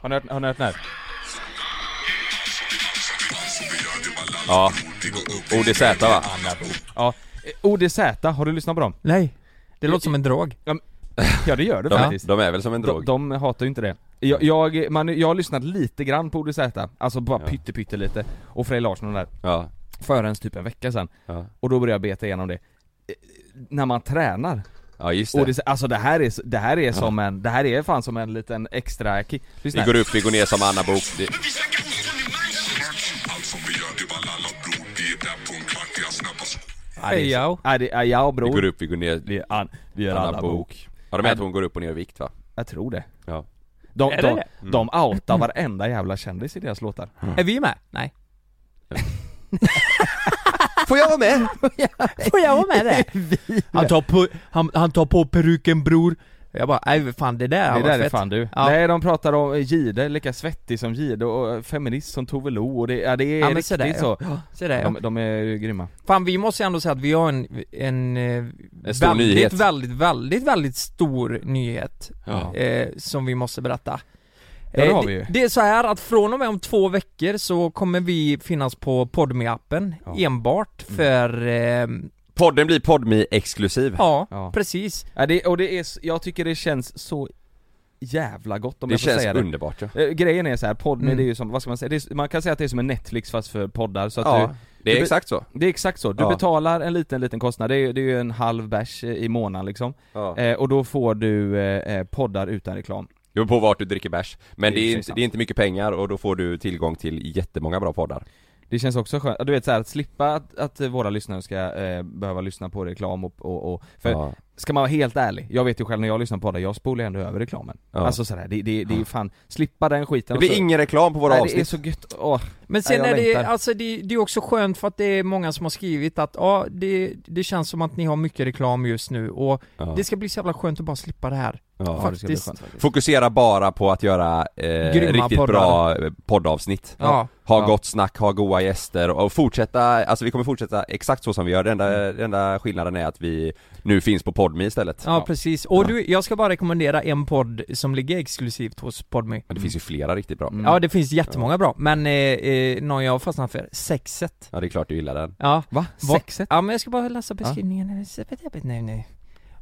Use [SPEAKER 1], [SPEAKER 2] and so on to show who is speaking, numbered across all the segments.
[SPEAKER 1] Har ni hört, har ni hört den här?
[SPEAKER 2] Ja. ODZ va?
[SPEAKER 1] Ja. Eh, ODZ, har du lyssnat på dem?
[SPEAKER 3] Nej. Det låter som en drog.
[SPEAKER 1] Ja det gör du
[SPEAKER 2] De,
[SPEAKER 1] faktiskt.
[SPEAKER 2] de är väl som en
[SPEAKER 1] De,
[SPEAKER 2] drog?
[SPEAKER 1] de hatar ju inte det. Jag, jag, man, jag har lyssnat lite grann på ODZ, alltså bara
[SPEAKER 2] Ja.
[SPEAKER 1] pytte pytte lite och Frej Larsson och de där,
[SPEAKER 2] Ja.
[SPEAKER 1] förrän typ en vecka sedan.
[SPEAKER 2] Ja.
[SPEAKER 1] Och då började jag beta igenom det. Eh, När man tränar,
[SPEAKER 2] ja, just
[SPEAKER 1] och
[SPEAKER 2] det.
[SPEAKER 1] det, alltså det här är, det här är som en, det här är fan som en liten extra kick. Lyssna
[SPEAKER 2] Vi
[SPEAKER 1] här.
[SPEAKER 2] går upp, vi går ner som Anna Book. Det-
[SPEAKER 3] Hej ja.
[SPEAKER 1] Nej det är jag
[SPEAKER 2] Vi går
[SPEAKER 1] bror.
[SPEAKER 2] upp, vi går ner.
[SPEAKER 1] Det är an, vi gör alla
[SPEAKER 2] Anna
[SPEAKER 1] bok.
[SPEAKER 2] Book. Har du med att hon går upp och ner i vikt va?
[SPEAKER 1] Jag tror det.
[SPEAKER 2] Ja.
[SPEAKER 1] De,
[SPEAKER 3] Är det
[SPEAKER 1] de,
[SPEAKER 3] det? Mm.
[SPEAKER 1] de outar varenda jävla kändis i deras låtar.
[SPEAKER 3] Är vi med? Nej.
[SPEAKER 2] Får jag vara med?
[SPEAKER 3] Får jag vara med det? han, tar på, han, han tar på peruken bror. Jag bara, nej fan det där
[SPEAKER 1] det
[SPEAKER 3] var
[SPEAKER 1] där är
[SPEAKER 3] fett.
[SPEAKER 1] fan du.
[SPEAKER 3] Ja.
[SPEAKER 1] Nej de pratar om eh, Gide, lika svettig som Gide och eh, feminist som Tove Lo och det, ja, det är
[SPEAKER 3] Ja, men
[SPEAKER 1] riktigt
[SPEAKER 3] sådär, ja.
[SPEAKER 1] så.
[SPEAKER 3] Så där, ja.
[SPEAKER 1] De, de är ju grymma.
[SPEAKER 3] Fan vi måste ju ändå säga att vi har en, en, eh,
[SPEAKER 2] stor
[SPEAKER 3] väldigt,
[SPEAKER 2] nyhet.
[SPEAKER 3] väldigt, väldigt, väldigt stor nyhet
[SPEAKER 2] Ja.
[SPEAKER 3] eh, som vi måste berätta. Eh,
[SPEAKER 1] Ja, det har vi ju.
[SPEAKER 3] det, det är så här att från och med om två veckor så kommer vi finnas på podme appen
[SPEAKER 1] Ja. Mm.
[SPEAKER 3] enbart för, eh,
[SPEAKER 2] Podden blir podmi exklusiv
[SPEAKER 3] ja,
[SPEAKER 1] Ja.
[SPEAKER 3] precis.
[SPEAKER 1] Ja, det, och det är, s- jag tycker det känns så jävla gott om
[SPEAKER 2] Det
[SPEAKER 1] jag får
[SPEAKER 2] känns
[SPEAKER 1] säga det.
[SPEAKER 2] underbart ja.
[SPEAKER 1] Eh, Grejen är så här, podd
[SPEAKER 3] Mm.
[SPEAKER 1] det är ju som, vad ska man säga, det är, s- man kan säga att det är som en Netflix fast för poddar så att
[SPEAKER 2] ja. Det
[SPEAKER 1] du-
[SPEAKER 2] är exakt så.
[SPEAKER 1] du, det är exakt så, du
[SPEAKER 2] Ja.
[SPEAKER 1] betalar en liten, liten kostnad, det är, ju- det är ju en halv bärs eh, i månaden liksom,
[SPEAKER 2] Ja.
[SPEAKER 1] eh, och då får du eh, eh, poddar utan reklam.
[SPEAKER 2] Det beror på vart du dricker bärs. Men
[SPEAKER 1] Det
[SPEAKER 2] det
[SPEAKER 1] är
[SPEAKER 2] är,
[SPEAKER 1] ju
[SPEAKER 2] inte,
[SPEAKER 1] sant.
[SPEAKER 2] det är inte mycket pengar och då får du tillgång till jättemånga bra poddar.
[SPEAKER 1] Det känns också skönt, du vet så här, att slippa att, att våra lyssnare ska eh, behöva lyssna på reklam och, och, och för
[SPEAKER 2] Ja.
[SPEAKER 1] ska man vara helt ärlig, jag vet ju själv när jag lyssnar på poddar, jag spolar ju ändå över reklamen.
[SPEAKER 2] Ja.
[SPEAKER 1] Alltså sådär, det, det, det är ju fan, slippa den skiten
[SPEAKER 2] Det blir
[SPEAKER 1] och så-
[SPEAKER 2] ingen reklam på våra
[SPEAKER 1] Nej, det är
[SPEAKER 2] avsnitt.
[SPEAKER 1] så gött, åh.
[SPEAKER 3] Men sen
[SPEAKER 1] Nej, jag
[SPEAKER 3] är det,
[SPEAKER 1] längtar.
[SPEAKER 3] alltså det, det är också skönt för att det är många som har skrivit att ja, det, det känns som att ni har mycket reklam just nu och
[SPEAKER 2] Ja.
[SPEAKER 3] det ska bli så jävla skönt att bara slippa det här.
[SPEAKER 2] Ja.
[SPEAKER 1] Ja, det ska bli
[SPEAKER 3] Faktiskt.
[SPEAKER 1] skönt faktiskt.
[SPEAKER 2] Fokusera bara på att göra eh,
[SPEAKER 3] Grymma
[SPEAKER 2] riktigt
[SPEAKER 3] poddar.
[SPEAKER 2] bra eh, poddavsnitt.
[SPEAKER 3] Ja.
[SPEAKER 2] Ha
[SPEAKER 1] Ja.
[SPEAKER 2] gott snack, ha goa gäster och fortsätta, alltså vi kommer fortsätta exakt så som vi gör. Den enda, den enda skillnaden är att vi nu finns på Podmi istället.
[SPEAKER 3] Ja,
[SPEAKER 1] Mm. Ja.
[SPEAKER 3] precis. Och du, jag ska bara rekommendera en podd som ligger exklusivt hos Podme.
[SPEAKER 2] Men det finns ju flera riktigt bra.
[SPEAKER 1] Mm.
[SPEAKER 3] Ja, det finns jättemånga bra, men eh, eh, någon jag har fastnat för, Sexet.
[SPEAKER 2] Ja det är klart du gillar den.
[SPEAKER 3] Ja.
[SPEAKER 1] Va?
[SPEAKER 3] Va-
[SPEAKER 1] Sexet?
[SPEAKER 3] Ja, men jag ska bara läsa beskrivningen. Nej, nej.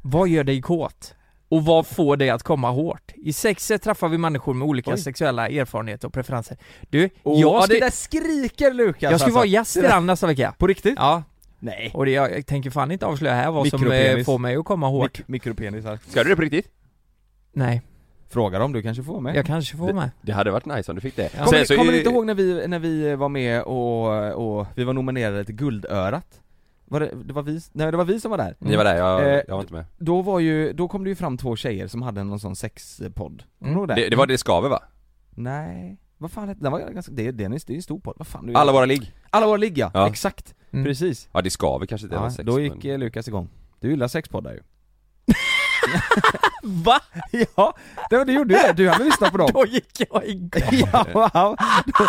[SPEAKER 3] Vad gör dig kåt? Och vad får dig att komma hårt? I sexet träffar vi människor med olika
[SPEAKER 1] Oj.
[SPEAKER 3] sexuella erfarenheter och preferenser. Du,
[SPEAKER 1] Åh,
[SPEAKER 3] jag skulle,
[SPEAKER 1] skriker Lukas
[SPEAKER 3] jag skulle
[SPEAKER 1] alltså.
[SPEAKER 3] vara gäst i
[SPEAKER 1] Det där-
[SPEAKER 3] den nästa vecka.
[SPEAKER 1] På riktigt?
[SPEAKER 3] Ja,
[SPEAKER 1] Nej.
[SPEAKER 3] och det, jag, jag tänker fan inte avslöja här vad som eh,
[SPEAKER 1] Mikropenis.
[SPEAKER 3] får mig att komma hårt.
[SPEAKER 1] Mik- mikropenisar.
[SPEAKER 2] Ska du det på riktigt?
[SPEAKER 3] nej,
[SPEAKER 1] Fråga dem, du kanske får med.
[SPEAKER 3] jag kanske får med.
[SPEAKER 2] Det hade varit nice om du fick det.
[SPEAKER 3] Ja.
[SPEAKER 1] Kommer,
[SPEAKER 2] Sen så är
[SPEAKER 1] kommer
[SPEAKER 2] ju-
[SPEAKER 1] ni inte ihåg när vi, när vi var med och, och vi var nominerade till Guldörat? Var det, det var vi, nej det var vi som var där.
[SPEAKER 2] Ni var där, jag,
[SPEAKER 1] Eh,
[SPEAKER 2] jag var inte med.
[SPEAKER 1] Då var ju, då kom det ju fram två tjejer som hade någon sån sexpodd. Kommer
[SPEAKER 3] Mm.
[SPEAKER 1] du ihåg det?
[SPEAKER 2] Det, det var det skaver va?
[SPEAKER 1] Nej, vad fan hette den? var ganska, det, det är en det är en stor podd, vad fan du
[SPEAKER 2] Alla våra ligg?
[SPEAKER 1] Alla våra ligga,
[SPEAKER 2] Ja.
[SPEAKER 1] exakt,
[SPEAKER 3] Mm.
[SPEAKER 1] precis.
[SPEAKER 2] Ja det skaver kanske inte
[SPEAKER 1] Ja,
[SPEAKER 2] var sex,
[SPEAKER 1] då gick
[SPEAKER 2] men...
[SPEAKER 1] eh, Lukas igång. Du gillar sexpoddar ju.
[SPEAKER 3] Va?
[SPEAKER 1] Ja, det, du gjorde det, du hade lyssnat på dem.
[SPEAKER 3] Då gick jag igång.
[SPEAKER 1] Ja, wow. då,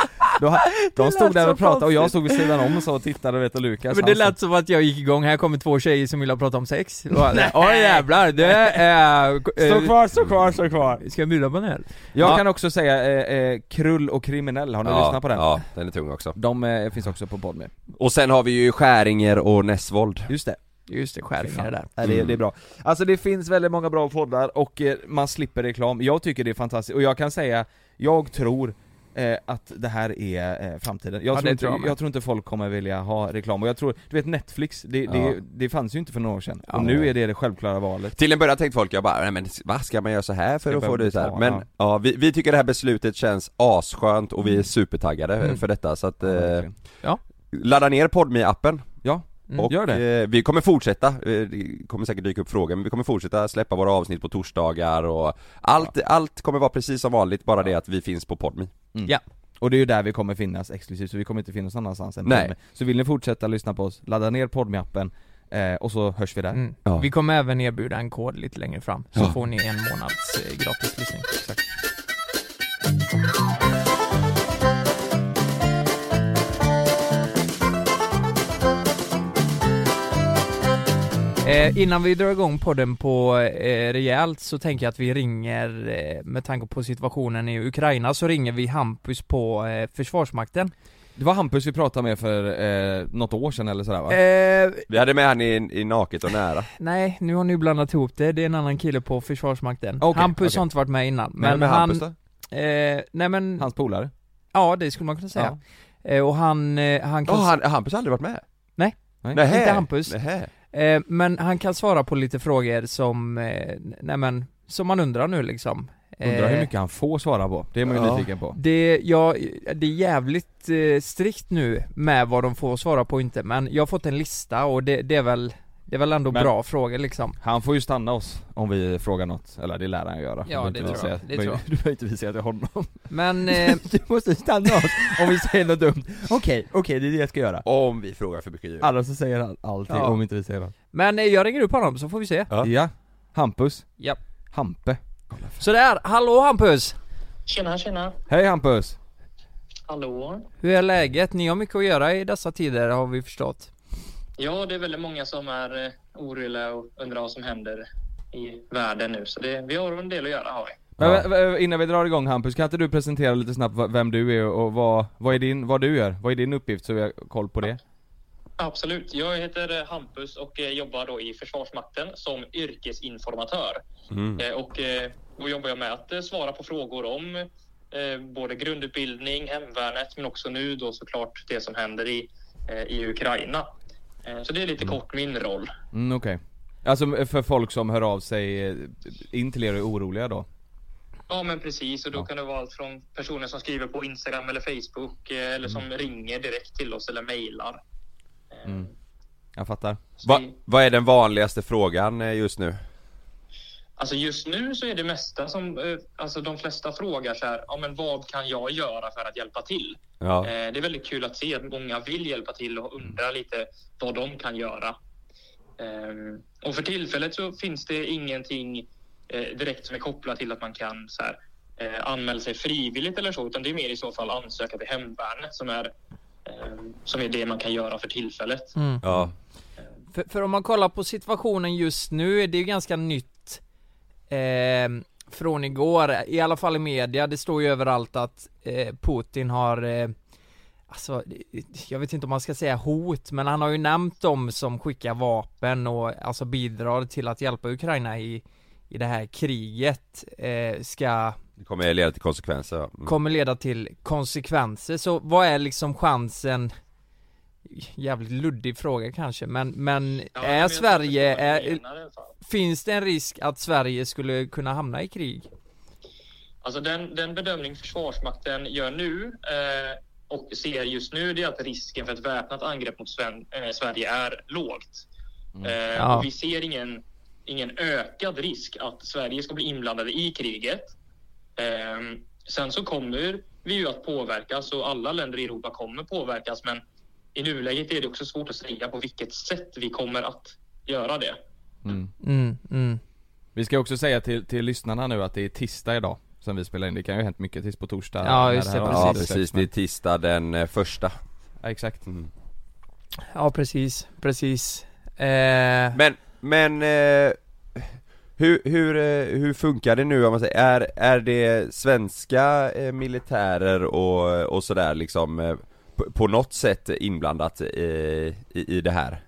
[SPEAKER 1] då, de
[SPEAKER 3] lät
[SPEAKER 1] stod där
[SPEAKER 3] så
[SPEAKER 1] och pratade och jag
[SPEAKER 3] konstigt.
[SPEAKER 1] stod vid sidan om och så och tittade vet, och Lukas
[SPEAKER 3] Men det
[SPEAKER 1] han
[SPEAKER 3] lät som att jag gick igång, här kommer två tjejer som vill prata om sex. Då var det, Oj jävlar, det är...
[SPEAKER 1] stod-
[SPEAKER 3] eh,
[SPEAKER 1] Stå kvar, stå kvar, stå kvar!
[SPEAKER 3] Ska jag bjuda på en öl?
[SPEAKER 1] Jag
[SPEAKER 3] Ja.
[SPEAKER 1] kan också säga eh, eh, Krull och kriminell, har ni
[SPEAKER 2] ja,
[SPEAKER 1] lyssnat på den?
[SPEAKER 2] Ja, den är tung också.
[SPEAKER 1] De eh, finns också på Podme.
[SPEAKER 2] Och sen har vi ju Skäringer och Nessvold.
[SPEAKER 1] Just det,
[SPEAKER 3] Just det, skäringar det där.
[SPEAKER 1] Ja, det, det är bra. Alltså det finns väldigt många bra poddar och eh, man slipper reklam. Jag tycker det är fantastiskt, och jag kan säga, jag tror eh, att det här är eh, framtiden. Jag,
[SPEAKER 3] Ja,
[SPEAKER 1] tror
[SPEAKER 3] det
[SPEAKER 1] inte,
[SPEAKER 3] tror jag
[SPEAKER 1] jag,
[SPEAKER 3] med.
[SPEAKER 1] tror inte folk kommer vilja ha reklam, och jag tror, du vet Netflix, det,
[SPEAKER 2] Ja.
[SPEAKER 1] det, det fanns ju inte för några år sedan,
[SPEAKER 3] Ja.
[SPEAKER 1] och nu är det det självklara valet.
[SPEAKER 2] Till en början tänkte folk, jag bara, nej men vad ska man göra så här för
[SPEAKER 1] Ska
[SPEAKER 2] att få
[SPEAKER 1] jag
[SPEAKER 2] det så här?
[SPEAKER 1] betala?
[SPEAKER 2] Men
[SPEAKER 1] Ja.
[SPEAKER 2] ja, vi, vi tycker det här beslutet känns asskönt och vi är supertaggade
[SPEAKER 3] Mm.
[SPEAKER 2] för detta så att
[SPEAKER 1] Ja,
[SPEAKER 2] eh,
[SPEAKER 1] verkligen.
[SPEAKER 2] ladda ner podmi appen
[SPEAKER 1] Ja,
[SPEAKER 3] Mm.
[SPEAKER 2] och
[SPEAKER 1] gör det.
[SPEAKER 2] Eh, vi kommer fortsätta, eh, det kommer säkert dyka upp frågor men vi kommer fortsätta släppa våra avsnitt på torsdagar och allt, allt kommer vara precis som vanligt bara det att vi finns på podmi.
[SPEAKER 1] Och det är ju där vi kommer finnas exklusivt, så vi kommer inte finnas någon annanstans än
[SPEAKER 2] Nej.
[SPEAKER 1] Podme. Så vill ni fortsätta lyssna på oss, ladda ner Podme-appen, eh, och så hörs vi där.
[SPEAKER 3] Mm.
[SPEAKER 2] Ja.
[SPEAKER 3] Vi kommer även erbjuda en kod lite längre fram, så
[SPEAKER 2] Ja.
[SPEAKER 3] får ni en månads eh, gratis lyssning. Exakt. Eh, Eh, innan vi drar igång podden på eh, rejält så tänker jag att vi ringer, eh, med tanke på situationen i Ukraina, så ringer vi Hampus på eh, Försvarsmakten.
[SPEAKER 1] Det var Hampus vi pratade med för eh, något år sedan eller sådär va?
[SPEAKER 3] Eh,
[SPEAKER 2] Vi hade med han i, i Naket och nära
[SPEAKER 3] nej, nu har ni blandat ihop det. Det är en annan kille på Försvarsmakten.
[SPEAKER 1] Okej,
[SPEAKER 3] Hampus
[SPEAKER 1] okej.
[SPEAKER 3] har inte varit med innan.
[SPEAKER 2] Men, med
[SPEAKER 3] han,
[SPEAKER 2] Hampus då?
[SPEAKER 3] eh, nej men,
[SPEAKER 1] Hans polare?
[SPEAKER 3] ja det skulle man kunna säga. Eh, och han, eh, han
[SPEAKER 2] Ja,
[SPEAKER 3] kan...
[SPEAKER 2] han, Hampus har aldrig varit med?
[SPEAKER 3] Nej.
[SPEAKER 1] Nej.
[SPEAKER 2] Nähä.
[SPEAKER 3] Inte Hampus.
[SPEAKER 2] Nähä.
[SPEAKER 3] Eh, men han kan svara på lite frågor som, eh, nej men, som man undrar nu liksom. Eh,
[SPEAKER 1] Undrar hur mycket han får svara på, det är man ju
[SPEAKER 2] Ja.
[SPEAKER 1] nyfiken på
[SPEAKER 3] Det, ja, det är jävligt eh, strikt nu med vad de får svara på och inte, men jag har fått en lista och det, det är väl det är väl ändå
[SPEAKER 1] Men-
[SPEAKER 3] bra frågor liksom.
[SPEAKER 1] Han får ju stanna oss om vi frågar något, eller det lär han göra
[SPEAKER 3] Ja,
[SPEAKER 1] behöver
[SPEAKER 3] det
[SPEAKER 1] inte vi
[SPEAKER 3] tror jag.
[SPEAKER 1] säga-
[SPEAKER 3] Det tror jag.
[SPEAKER 1] Du behöver inte vi säga till honom
[SPEAKER 3] Men, eh,
[SPEAKER 1] Du måste stanna oss om vi säger något dumt Okej, okej det är det jag ska göra
[SPEAKER 2] Om vi frågar för mycket djur
[SPEAKER 1] Alla så säger han allting
[SPEAKER 3] Ja.
[SPEAKER 1] om inte vi säger något
[SPEAKER 3] men eh, jag ringer upp honom så får vi se.
[SPEAKER 2] Ja.
[SPEAKER 1] Ja, Hampus
[SPEAKER 3] Ja.
[SPEAKER 1] Hampe
[SPEAKER 3] Sådär, hallå Hampus!
[SPEAKER 4] Tjena, tjena.
[SPEAKER 1] Hej Hampus!
[SPEAKER 4] Hallå.
[SPEAKER 3] Hur är läget? Ni har mycket att göra i dessa tider har vi förstått.
[SPEAKER 4] Ja, det är väldigt många som är eh, oroliga och undrar vad som händer i världen nu. Så det, vi har en del att göra har vi.
[SPEAKER 1] Men,
[SPEAKER 2] Ja.
[SPEAKER 1] vä- vä- Innan vi drar igång Hampus, kan inte du presentera lite snabbt v- vem du är och vad, vad, är din, vad du gör? Vad är din uppgift så vi har koll på det?
[SPEAKER 4] Absolut. Jag heter eh, Hampus och eh, jobbar då i Försvarsmakten som yrkesinformatör.
[SPEAKER 2] Mm.
[SPEAKER 4] Eh, Och eh, då jobbar jag med att eh, svara på frågor om eh, både grundutbildning, hemvärnet, men också nu då såklart det som händer i, eh, i Ukraina. Eh, Så det är lite kort min roll.
[SPEAKER 1] Mm, okej Alltså för folk som hör av sig eh, in till er och är oroliga då?
[SPEAKER 4] Ja, men precis. Och då kan det vara allt från personer som skriver på Instagram eller Facebook eh, eller som ringer direkt till oss eller mejlar. Eh,
[SPEAKER 1] Jag fattar
[SPEAKER 4] så
[SPEAKER 2] Va,
[SPEAKER 4] vi-
[SPEAKER 2] vad är den vanligaste frågan eh, just nu?
[SPEAKER 4] Alltså just nu så är det mesta som, eh, alltså de flesta frågar så här, ja men vad kan jag göra för att hjälpa till?
[SPEAKER 2] Ja,
[SPEAKER 4] Eh, Det är väldigt kul att se att många vill hjälpa till och undrar lite vad de kan göra. Ehm, Och för tillfället så finns det ingenting eh, direkt som är kopplat till att man kan så här, eh, anmäla sig frivilligt eller så, utan det är mer i så fall ansöka till hemvärnet som är, ehm, som är det man kan göra för tillfället.
[SPEAKER 2] ja,
[SPEAKER 3] För, för om man kollar på situationen just nu, det är ju ganska nytt eh, från igår, i alla fall i media. Det står ju överallt att eh, Putin har, eh, alltså, jag vet inte om man ska säga hot, men han har ju nämnt dem som skickar vapen och alltså bidrar till att hjälpa Ukraina i, i det här kriget, eh, ska
[SPEAKER 2] det kommer leda till konsekvenser ja. mm.
[SPEAKER 3] kommer leda till konsekvenser. Så vad är liksom chansen? Jävligt luddig fråga kanske, men, men
[SPEAKER 4] Ja, men
[SPEAKER 3] är
[SPEAKER 4] jag
[SPEAKER 3] Sverige,
[SPEAKER 4] förstår vad du
[SPEAKER 3] är,
[SPEAKER 4] menar i alla fall.
[SPEAKER 3] finns det en risk att Sverige skulle kunna hamna i krig?
[SPEAKER 4] Alltså den, den bedömning Försvarsmakten gör nu eh, och ser just nu det är att risken för ett väpnat angrepp mot Sven, eh, Sverige är lågt. Eh,
[SPEAKER 3] Ja.
[SPEAKER 4] och vi ser ingen, ingen ökad risk att Sverige ska bli inblandade i kriget. Ehm, sen så kommer vi ju att påverkas och alla länder i Europa kommer påverkas men i nuläget är det också svårt att säga på vilket sätt vi kommer att göra det.
[SPEAKER 3] Mm, mm.
[SPEAKER 1] Vi ska också säga till, till lyssnarna nu att det är tisdag idag som vi spelar in, det kan ju ha hänt mycket tills på torsdag
[SPEAKER 3] Ja,
[SPEAKER 1] när
[SPEAKER 3] just
[SPEAKER 1] här
[SPEAKER 3] det,
[SPEAKER 2] Ja
[SPEAKER 1] avsnittet
[SPEAKER 2] precis, det
[SPEAKER 1] släpps,
[SPEAKER 2] är tisdag den eh, första
[SPEAKER 1] men- ja, exakt
[SPEAKER 3] Ja precis, precis. Eh,
[SPEAKER 2] Men, men eh, hur, hur, eh, hur funkar det nu om man säger, är, är det svenska eh, militärer och, och sådär liksom eh, på, på något sätt inblandat eh, i, i det här?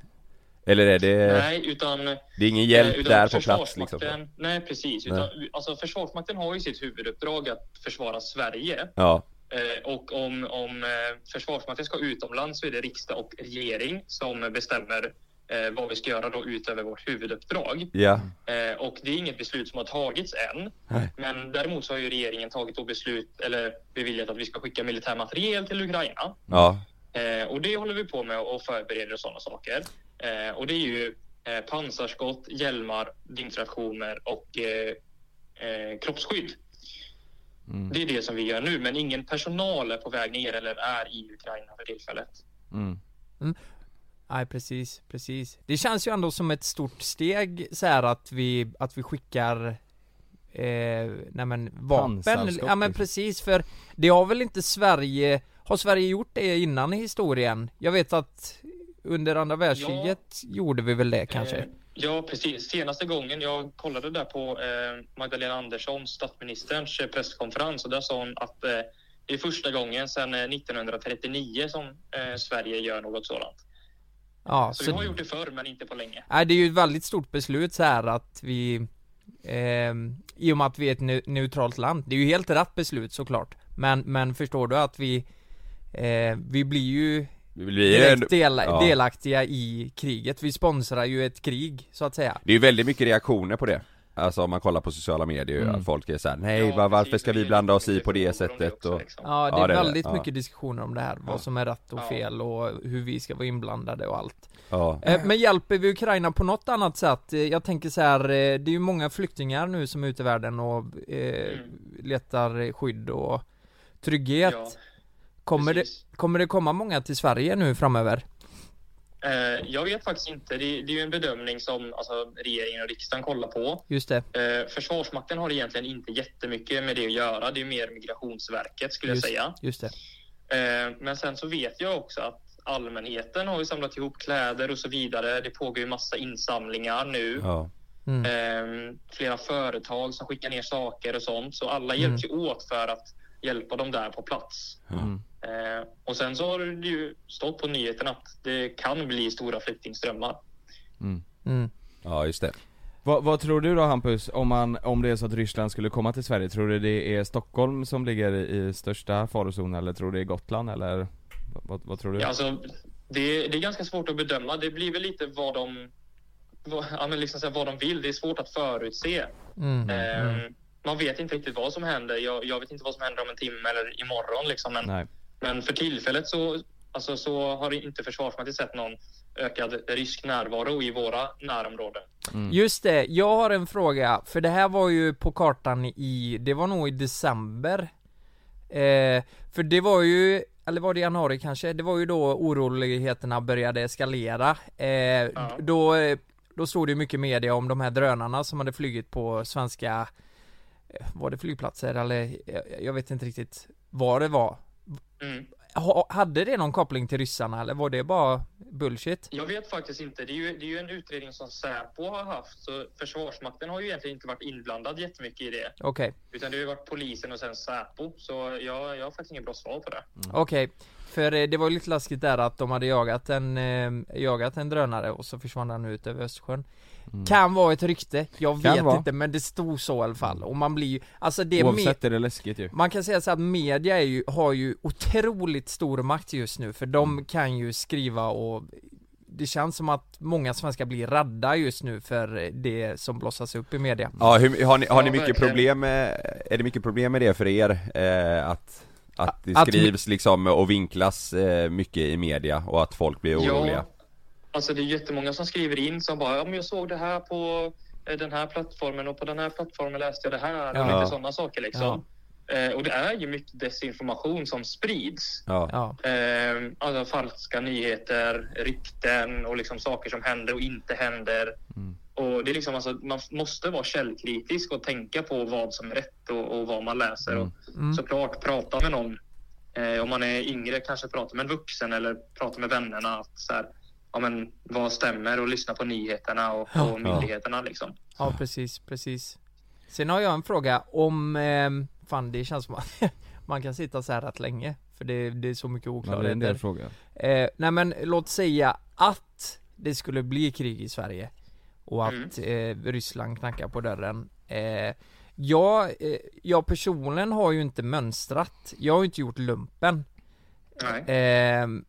[SPEAKER 2] Eller är det,
[SPEAKER 4] Nej, utan
[SPEAKER 2] det är ingen hjälp
[SPEAKER 4] Eh, utan
[SPEAKER 2] där på plats liksom?
[SPEAKER 4] Försvarsmakten- Nej, precis. Utan, Alltså, försvarsmakten har ju sitt huvuduppdrag att försvara Sverige.
[SPEAKER 2] Ja,
[SPEAKER 4] Eh, och om, om eh, Försvarsmakten ska utomlands så är det riksdag och regering som bestämmer eh, vad vi ska göra då utöver vårt huvuduppdrag.
[SPEAKER 2] ja,
[SPEAKER 4] Eh, och det är inget beslut som har tagits än.
[SPEAKER 2] Nej.
[SPEAKER 4] Men däremot så har ju regeringen tagit då beslut, eller beviljat att vi ska skicka militär materiel till Ukraina.
[SPEAKER 2] ja,
[SPEAKER 4] Eh, och det håller vi på med och förbereder och sådana saker. Eh, och det är ju eh, pansarskott, hjälmar, dyngtraktioner och eh, eh, kroppsskydd.
[SPEAKER 1] Mm.
[SPEAKER 4] Det är det som vi gör nu, men ingen personal är på väg ner eller är i Ukraina för tillfället.
[SPEAKER 1] Mm.
[SPEAKER 3] nej precis, precis. Det känns ju ändå som ett stort steg så här att vi, att vi skickar Eh, nej men vapen,
[SPEAKER 1] Pansarskott,
[SPEAKER 3] ja men
[SPEAKER 1] liksom.
[SPEAKER 3] precis för det har väl inte Sverige, har Sverige gjort det innan i historien? Jag vet att under andra världskriget gjorde vi väl det kanske?
[SPEAKER 4] Eh, Ja, precis. Senaste gången jag kollade där på eh, Magdalena Anderssons, statsministerns, eh, presskonferens och där sa hon att eh, det är första gången sedan eh, 1939 som eh, Sverige gör något sådant.
[SPEAKER 3] Ja,
[SPEAKER 4] Så alltså, vi har
[SPEAKER 3] så,
[SPEAKER 4] gjort det förr, men inte på länge.
[SPEAKER 3] nej, det är ju ett väldigt stort beslut så här att vi, ehm, i och med att vi är ett neu- neutralt land, det är ju helt rätt beslut såklart, men, men förstår du att vi, eh, vi blir ju
[SPEAKER 2] Det blir en,
[SPEAKER 3] direkt dela-
[SPEAKER 2] ja.
[SPEAKER 3] delaktiga i kriget, vi sponsrar ju ett krig så att säga.
[SPEAKER 2] Det är ju väldigt mycket reaktioner på det Alltså om man kollar på sociala medier,
[SPEAKER 3] Mm.
[SPEAKER 2] att folk är såhär nej
[SPEAKER 4] Ja,
[SPEAKER 2] va- varför
[SPEAKER 4] precis.
[SPEAKER 2] ska
[SPEAKER 4] Det
[SPEAKER 2] vi
[SPEAKER 4] är
[SPEAKER 2] blanda oss
[SPEAKER 4] mycket
[SPEAKER 2] i på det
[SPEAKER 4] frågor om
[SPEAKER 2] sättet
[SPEAKER 4] också,
[SPEAKER 2] och
[SPEAKER 4] liksom.
[SPEAKER 3] Ja, det
[SPEAKER 2] Ja,
[SPEAKER 3] är
[SPEAKER 2] det är det.
[SPEAKER 3] väldigt
[SPEAKER 2] Ja.
[SPEAKER 3] mycket diskussioner om det här, vad som är rätt och
[SPEAKER 4] Ja.
[SPEAKER 3] fel och hur vi ska vara inblandade och allt.
[SPEAKER 2] ja.
[SPEAKER 3] Eh, Men hjälper vi Ukraina på något annat sätt? Eh, Jag tänker så här, eh, det är ju många flyktingar nu som är ute i världen och eh,
[SPEAKER 4] Mm.
[SPEAKER 3] letar skydd och trygghet.
[SPEAKER 4] Ja,
[SPEAKER 3] kommer, det,
[SPEAKER 4] precis.
[SPEAKER 3] kommer det komma många till Sverige nu framöver?
[SPEAKER 4] Eh, jag vet faktiskt inte. Det, det är ju en bedömning som alltså, regeringen och riksdagen kollar på.
[SPEAKER 3] Just det,
[SPEAKER 4] Eh, Försvarsmakten har egentligen inte jättemycket med det att göra. Det är mer Migrationsverket skulle
[SPEAKER 3] Just-
[SPEAKER 4] jag säga.
[SPEAKER 3] just det.
[SPEAKER 4] Eh, Men sen så vet jag också att allmänheten har ju samlat ihop kläder och så vidare. Det pågår ju massa insamlingar nu.
[SPEAKER 2] Ja.
[SPEAKER 3] Mm.
[SPEAKER 4] Eh, Flera företag som skickar ner saker och sånt. Så alla
[SPEAKER 2] Mm.
[SPEAKER 4] hjälps ju åt för att hjälpa dem där på plats.
[SPEAKER 3] Mm.
[SPEAKER 4] Eh, Och sen så har det ju stått på nyheterna att det kan bli stora flyktingströmmar.
[SPEAKER 3] Mm.
[SPEAKER 2] ja, just det
[SPEAKER 1] Vad, vad tror du då Hampus, om, man, om det är så att Ryssland skulle komma till Sverige, tror du det är Stockholm som ligger i största farozon eller tror du det är Gotland eller? Vad, vad tror du?
[SPEAKER 4] Ja, alltså, det, det är ganska svårt att bedöma. Det blir väl lite vad de, vad, ja, men liksom så här, vad de vill. Det är svårt att förutse.
[SPEAKER 3] Mm.
[SPEAKER 4] Ehm, Man vet inte riktigt vad som händer. Jag, jag vet inte vad som händer om en timme eller imorgon. Liksom. Men,
[SPEAKER 1] Nej.
[SPEAKER 4] men för tillfället så, alltså, så har inte Försvarsmakten sett någon ökad rysk närvaro i våra närområden.
[SPEAKER 3] Just det, jag har en fråga, för det här var ju på kartan i, det var nog i december eh, För det var ju, eller var det januari kanske? Det var ju då oroligheterna började eskalera eh, då, då stod det ju mycket media om de här drönarna som hade flugit på svenska eh, Var det flygplatser eller? Jag, jag vet inte riktigt vad det var
[SPEAKER 4] Mm.
[SPEAKER 3] ha, Hade det någon koppling till ryssarna eller var det bara bullshit?
[SPEAKER 4] Jag vet faktiskt inte. Det är, ju, det är ju en utredning som Säpo har haft. Så Försvarsmakten har ju egentligen inte varit inblandad jättemycket i det.
[SPEAKER 3] Okej
[SPEAKER 4] Utan det har ju varit polisen och sen Säpo. Så jag, jag har faktiskt inget bra svar på det.
[SPEAKER 3] Okej, för eh, det var ju lite läskigt där att de hade jagat en, eh, jagat en drönare och så försvann den ut över Östersjön Kan vara ett rykte, jag
[SPEAKER 1] Mm. Kan
[SPEAKER 3] vet
[SPEAKER 1] vara.
[SPEAKER 3] inte men det stod så i alla fall och man blir ju, alltså det är med,
[SPEAKER 1] Oavsett är det läskigt ju.
[SPEAKER 3] man kan säga så att media är ju, har ju otroligt stor makt just nu för de
[SPEAKER 1] Mm.
[SPEAKER 3] kan ju skriva och det känns som att många svenskar blir rädda just nu för det som blossas upp i media
[SPEAKER 2] Ja, hur, har ni, har ni
[SPEAKER 4] Ja,
[SPEAKER 2] mycket
[SPEAKER 4] verkligen.
[SPEAKER 2] problem med, är det mycket problem med det för er? Eh, att, att det
[SPEAKER 3] Att-
[SPEAKER 2] skrivs liksom och vinklas eh, mycket i media och att folk blir oroliga?
[SPEAKER 4] Ja, alltså det är jättemånga som skriver in som bara, ja men jag såg det här på eh, den här plattformen och på den här plattformen läste jag det här och
[SPEAKER 3] Ja.
[SPEAKER 4] lite sådana saker liksom. Eh, och det är ju mycket desinformation som sprids.
[SPEAKER 2] Ja.
[SPEAKER 3] Ja,
[SPEAKER 4] Eh, alltså falska nyheter, rykten och liksom saker som händer och inte händer. Och det är liksom alltså, man f- måste vara källkritisk och tänka på vad som är rätt och, och vad man läser. Och
[SPEAKER 3] Mm.
[SPEAKER 4] såklart prata med någon. Eh, om man är yngre kanske prata med en vuxen eller prata med vännerna. Att så här, ja, men, vad stämmer? Och lyssna på nyheterna och, och myndigheterna. Liksom.
[SPEAKER 3] ja precis, precis Sen har jag en fråga om, ehm, fan det känns som att man kan sitta så här rätt länge För det, det är så mycket
[SPEAKER 1] Ja, det är en del
[SPEAKER 3] oklarheter
[SPEAKER 1] frågor.
[SPEAKER 3] eh, Nej men låt säga att det skulle bli krig i Sverige Och att eh, Ryssland knackar på dörren eh, jag, eh, jag personligen har ju inte mönstrat Jag har ju inte gjort lumpen
[SPEAKER 4] Nej.
[SPEAKER 3] Ehm,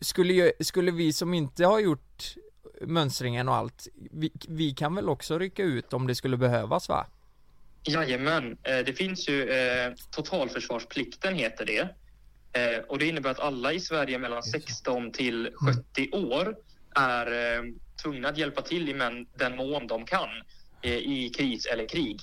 [SPEAKER 3] skulle, ju, skulle vi som inte har gjort mönstringen och allt, vi, vi kan väl också rycka ut om det skulle behövas va?
[SPEAKER 4] Jajamän, Eh, det finns ju eh, totalförsvarsplikten heter det. Eh, och det innebär att alla i Sverige mellan 16
[SPEAKER 3] Mm.
[SPEAKER 4] till 70 år är eh, tvungna att hjälpa till i men, den mån de kan eh, i kris eller krig.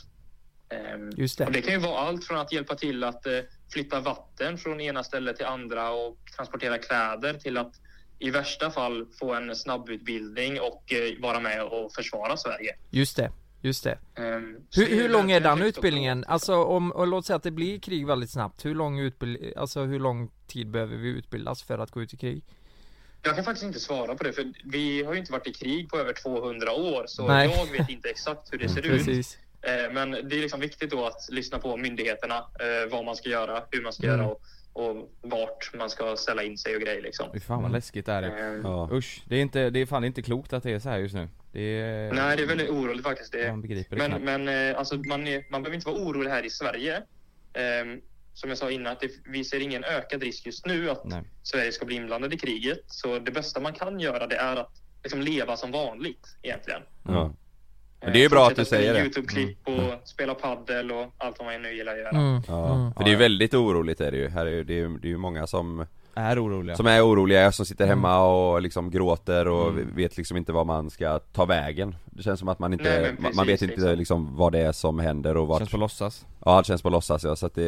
[SPEAKER 4] Ehm,
[SPEAKER 3] Just det.
[SPEAKER 4] och det kan ju vara allt från att hjälpa till att eh, flytta vatten från ena stället till andra och transportera kläder till att i värsta fall få en snabbutbildning och eh, vara med och försvara Sverige.
[SPEAKER 3] Just det, just det.
[SPEAKER 4] Ehm, så
[SPEAKER 3] Hur,
[SPEAKER 4] det ju
[SPEAKER 3] hur lång är
[SPEAKER 4] verkligen
[SPEAKER 3] den
[SPEAKER 4] högt upp
[SPEAKER 3] utbildningen?
[SPEAKER 4] på-
[SPEAKER 3] Alltså om, och låt säga att det blir krig väldigt snabbt, hur lång utbildning, alltså hur lång tid behöver vi utbildas för att gå ut i krig?
[SPEAKER 4] Jag kan faktiskt inte svara på det, för vi har ju inte varit i krig på över 200 år, så
[SPEAKER 3] Nej.
[SPEAKER 4] jag vet inte exakt hur det ser ut.
[SPEAKER 3] Precis.
[SPEAKER 4] Eh, Men det är liksom viktigt då att lyssna på myndigheterna, eh, vad man ska göra, hur man ska
[SPEAKER 3] Mm.
[SPEAKER 4] göra och, och vart man ska ställa in sig och grejer liksom.
[SPEAKER 1] Fy fan vad
[SPEAKER 3] Mm.
[SPEAKER 1] läskigt det här är.
[SPEAKER 4] Eh,
[SPEAKER 2] Ja.
[SPEAKER 1] Usch, det är, inte, det är fan inte klokt att det är så här just nu. Det är...
[SPEAKER 4] Nej, det är väldigt oroligt faktiskt. Det,
[SPEAKER 1] Man begriper det
[SPEAKER 4] Men,
[SPEAKER 1] knappt.
[SPEAKER 4] men eh, alltså, man, är, man behöver inte vara orolig här i Sverige. Ehm, som jag sa innan, att det, vi ser ingen ökad risk just nu att
[SPEAKER 1] Nej.
[SPEAKER 4] Sverige ska bli inblandad i kriget. Så det bästa man kan göra det är att liksom, leva som vanligt egentligen.
[SPEAKER 2] Ja.
[SPEAKER 3] Mm.
[SPEAKER 4] Eh,
[SPEAKER 2] det är ju bra att
[SPEAKER 4] fortsätta
[SPEAKER 2] du säger
[SPEAKER 4] med
[SPEAKER 2] det. Mm.
[SPEAKER 4] Youtube-klipp och spela paddel och allt vad man nu gillar att göra.
[SPEAKER 3] Mm.
[SPEAKER 2] Ja,
[SPEAKER 3] Mm.
[SPEAKER 2] för det är ju väldigt oroligt är det ju. Här är ju, det, är ju det är ju många som,
[SPEAKER 1] Är oroliga.
[SPEAKER 2] som är oroliga, som sitter
[SPEAKER 4] Mm.
[SPEAKER 2] hemma och liksom gråter och vet liksom inte vad man ska ta vägen Det känns som att man inte,
[SPEAKER 4] Nej, men
[SPEAKER 2] man, man vet
[SPEAKER 4] precis,
[SPEAKER 2] inte
[SPEAKER 4] liksom.
[SPEAKER 2] liksom vad det är som händer och
[SPEAKER 1] Känns
[SPEAKER 2] vart
[SPEAKER 1] på låtsas.
[SPEAKER 2] Ja det känns på låtsas ja, så att det,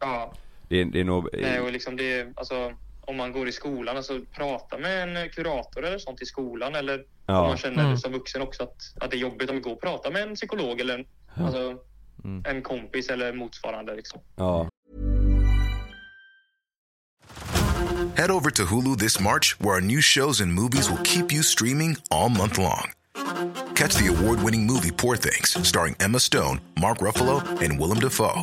[SPEAKER 4] Ja,
[SPEAKER 2] det, är- det är nog
[SPEAKER 4] nej, och liksom det, alltså, om man går i skolan, alltså, prata med en kurator eller sånt i skolan. Eller
[SPEAKER 2] Ja.
[SPEAKER 4] om man känner
[SPEAKER 3] Mm.
[SPEAKER 4] som vuxen också att, att det är jobbigt om vi går och pratar med en psykolog eller en, alltså,
[SPEAKER 2] Mm.
[SPEAKER 4] en kompis eller motsvarande. Liksom.
[SPEAKER 2] ja,
[SPEAKER 5] Head over to Hulu this March, where our new shows and movies will keep you streaming all month long. Catch the award winning movie Poor Things, starring Emma Stone, Mark Ruffalo, and Willem Dafoe.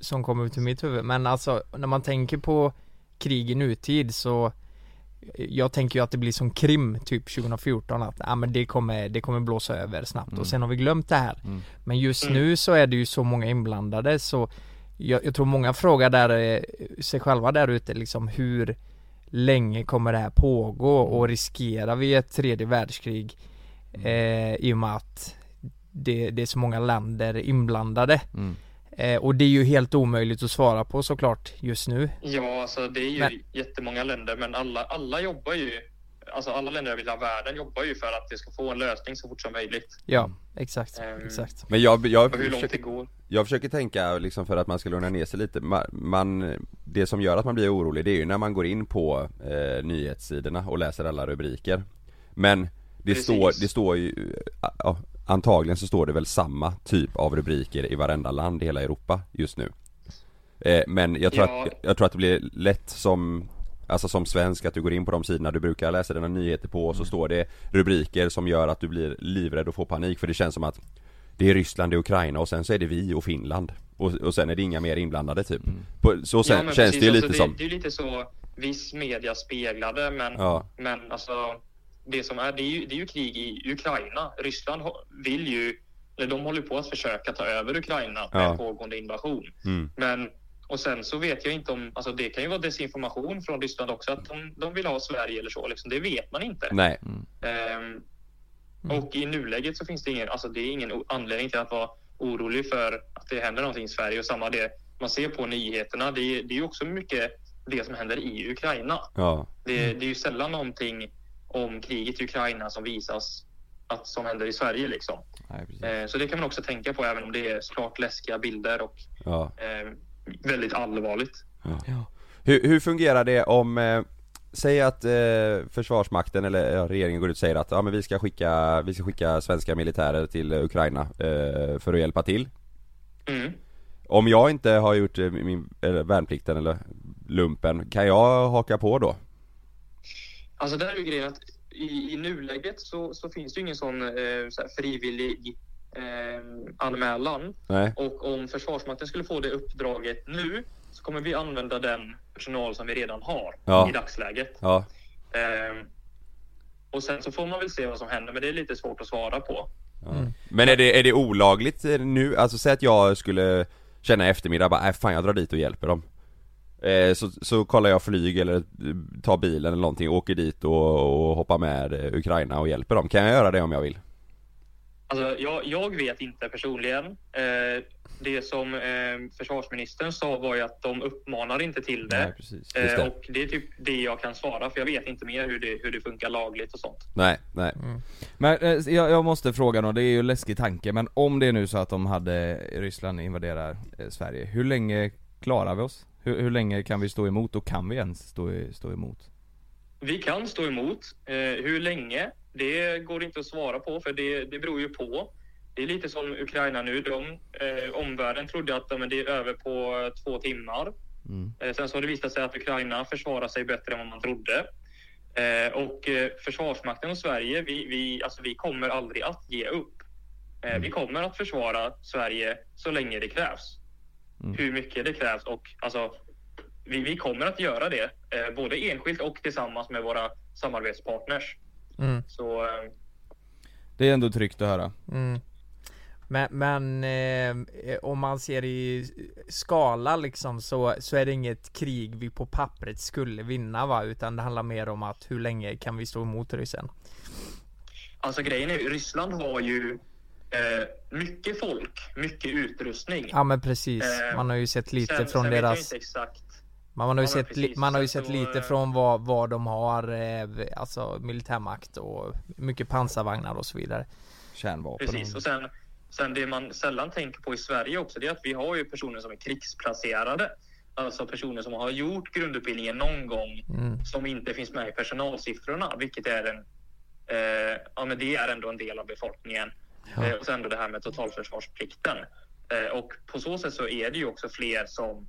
[SPEAKER 3] som kommer ut ur mitt huvud, men alltså när man tänker på krig i nutid så eh, jag tänker ju att det blir som krim typ 2014 att ah, men det, kommer, det kommer blåsa över snabbt och sen har vi glömt det här. Men just nu så är det ju så många inblandade så jag, jag tror många frågar där, eh, sig själva där ute liksom hur länge kommer det här pågå och riskerar vi ett tredje världskrig eh, i och med att det, det är så många länder inblandade. Eh, och det är ju helt omöjligt att svara på såklart just nu.
[SPEAKER 4] Ja, alltså det är ju
[SPEAKER 3] Men-
[SPEAKER 4] jättemånga länder, men alla, alla jobbar ju, alltså alla länder över hela världen jobbar ju för att det ska få en lösning så fort som möjligt.
[SPEAKER 3] Ja, exakt,
[SPEAKER 4] Ehm,
[SPEAKER 3] exakt.
[SPEAKER 2] Men jag, jag,
[SPEAKER 4] Och hur långt det
[SPEAKER 2] Mm, försöker,
[SPEAKER 4] går.
[SPEAKER 2] jag försöker tänka liksom för att man ska lugna ner sig lite man, man, Det som gör att man blir orolig det är ju när man går in på eh, nyhetssidorna och läser alla rubriker Men det
[SPEAKER 4] Precis.
[SPEAKER 2] står, det står ju, eh, ja, antagligen så står det väl samma typ av rubriker i varenda land i hela Europa just nu Eh, Men jag tror,
[SPEAKER 4] Ja.
[SPEAKER 2] att, jag tror att det blir lätt som Alltså som svensk att du går in på de sidorna du brukar läsa dina nyheter på och så
[SPEAKER 4] Mm.
[SPEAKER 2] står det rubriker som gör att du blir livrädd och får panik för det känns som att Det är Ryssland, det är Ukraina och sen så är det vi och Finland Och, och sen är det inga mer inblandade typ på, Så sen,
[SPEAKER 4] Ja, men
[SPEAKER 2] känns
[SPEAKER 4] precis,
[SPEAKER 2] det ju
[SPEAKER 4] alltså
[SPEAKER 2] lite som
[SPEAKER 4] Det, är ju lite så viss media speglade, men,
[SPEAKER 2] Ja.
[SPEAKER 4] men alltså det som är, det är, ju, det är ju krig i Ukraina. Ryssland ho- vill ju, eller de håller på att försöka ta över Ukraina med
[SPEAKER 2] Ja.
[SPEAKER 4] en pågående invasion.
[SPEAKER 2] Mm.
[SPEAKER 4] Men, och sen så vet jag inte om, alltså det kan ju vara desinformation från Ryssland också, att de, de vill ha Sverige eller så, liksom, det vet man inte.
[SPEAKER 2] Nej,
[SPEAKER 4] Ehm, och i nuläget så finns det ingen, alltså det är ingen o- anledning till att vara orolig för att det händer någonting i Sverige. Och samma det man ser på nyheterna, det är, det är ju också mycket det som händer i Ukraina.
[SPEAKER 2] ja
[SPEAKER 4] Det, det är ju sällan någonting om kriget i Ukraina som visas att, som händer i Sverige. Liksom.
[SPEAKER 1] Nej, precis.
[SPEAKER 4] Eh, så det kan man också tänka på även om det är såklart läskiga bilder och
[SPEAKER 2] Ja
[SPEAKER 4] eh, väldigt allvarligt.
[SPEAKER 2] Hur, hur fungerar det om, eh, säg att eh, försvarsmakten eller ja, regeringen går ut och säger att ja, men vi, ska skicka, vi ska skicka svenska militärer till eh, Ukraina eh, för att hjälpa till.
[SPEAKER 4] Mm.
[SPEAKER 2] Om jag inte har gjort eh, min, eller värnplikten eller lumpen, kan jag haka på då?
[SPEAKER 4] Alltså där är ju grejen att i, i nuläget så, så finns det ju ingen sån eh, så här frivillig eh, anmälan.
[SPEAKER 2] Nej?
[SPEAKER 4] Och om Försvarsmakten skulle få det uppdraget nu så kommer vi använda den personal som vi redan har
[SPEAKER 2] Ja.
[SPEAKER 4] i dagsläget.
[SPEAKER 2] Ja,
[SPEAKER 4] Ehm, och sen så får man väl se vad som händer, men det är lite svårt att svara på.
[SPEAKER 2] Men är det, är det olagligt eh, nu? Alltså säg att jag skulle känna i eftermiddag bara, "Äh, fan jag drar dit och hjälper dem eh, så, så kollar jag flyg eller eh, tar bilen eller någonting, åker dit och, och hoppar med eh, Ukraina och hjälper dem. Kan jag göra det om jag vill?
[SPEAKER 4] Alltså, jag, jag vet inte personligen. Eh, det som eh, försvarsministern sa var ju att de uppmanar inte till det.
[SPEAKER 2] Nej, precis. Just
[SPEAKER 4] Eh,
[SPEAKER 2] det.
[SPEAKER 4] och det är typ det jag kan svara, för jag vet inte mer hur det, hur det funkar lagligt och sånt.
[SPEAKER 2] Nej, nej.
[SPEAKER 1] Men eh, jag, jag måste fråga då, det är ju en läskig tanke, men om det är nu så att de hade eh, Ryssland invaderar eh, Sverige, hur länge klarar vi oss? Hur, hur länge kan vi stå emot och kan vi ens stå, i- stå emot?
[SPEAKER 4] Vi kan stå emot. Eh, hur länge? Det går inte att svara på, för det, det beror ju på. Det är lite som Ukraina nu. De, eh, omvärlden trodde att ja, men det är över på eh, två timmar. Eh, sen så har det visat sig att Ukraina försvarar sig bättre än vad man trodde. Eh, och eh, Försvarsmakten och Sverige, vi, vi, alltså, vi kommer aldrig att ge upp. Eh, Vi kommer att försvara Sverige så länge det krävs. Hur mycket det krävs och alltså, vi, vi kommer att göra det, eh, både enskilt och tillsammans med våra samarbetspartners.
[SPEAKER 3] Mm.
[SPEAKER 4] Så eh,
[SPEAKER 1] Det är ändå tryggt att höra.
[SPEAKER 3] Mm. Men, men eh, eh, om man ser i skala liksom så, så är det inget krig vi på pappret skulle vinna va? Utan det handlar mer om att hur länge kan vi stå emot ryssen?
[SPEAKER 4] alltså grejen är ju, Ryssland har ju eh, mycket folk, mycket utrustning.
[SPEAKER 3] Ja men precis, man har ju sett lite
[SPEAKER 4] Eh, sen,
[SPEAKER 3] från
[SPEAKER 4] sen Vet jag
[SPEAKER 3] deras...
[SPEAKER 4] inte exakt.
[SPEAKER 3] Man, man har ju
[SPEAKER 4] Ja, men
[SPEAKER 3] sett, li,
[SPEAKER 4] precis.
[SPEAKER 3] man har ju
[SPEAKER 4] Sen
[SPEAKER 3] sett
[SPEAKER 4] så,
[SPEAKER 3] lite
[SPEAKER 4] eh,
[SPEAKER 3] från vad, vad de har, eh, alltså militärmakt och mycket pansarvagnar och så vidare.
[SPEAKER 1] Kärnvapen.
[SPEAKER 4] Precis, och sen, sen det man sällan tänker på i Sverige också, det är att vi har ju personer som är krigsplacerade. Alltså personer som har gjort grundutbildningen någon gång som inte finns med i personalsiffrorna, vilket är en eh, ja, men det är ändå en del av befolkningen. Eh, och sen då det här med totalförsvarsplikten. Eh, och på så sätt så är det ju också fler som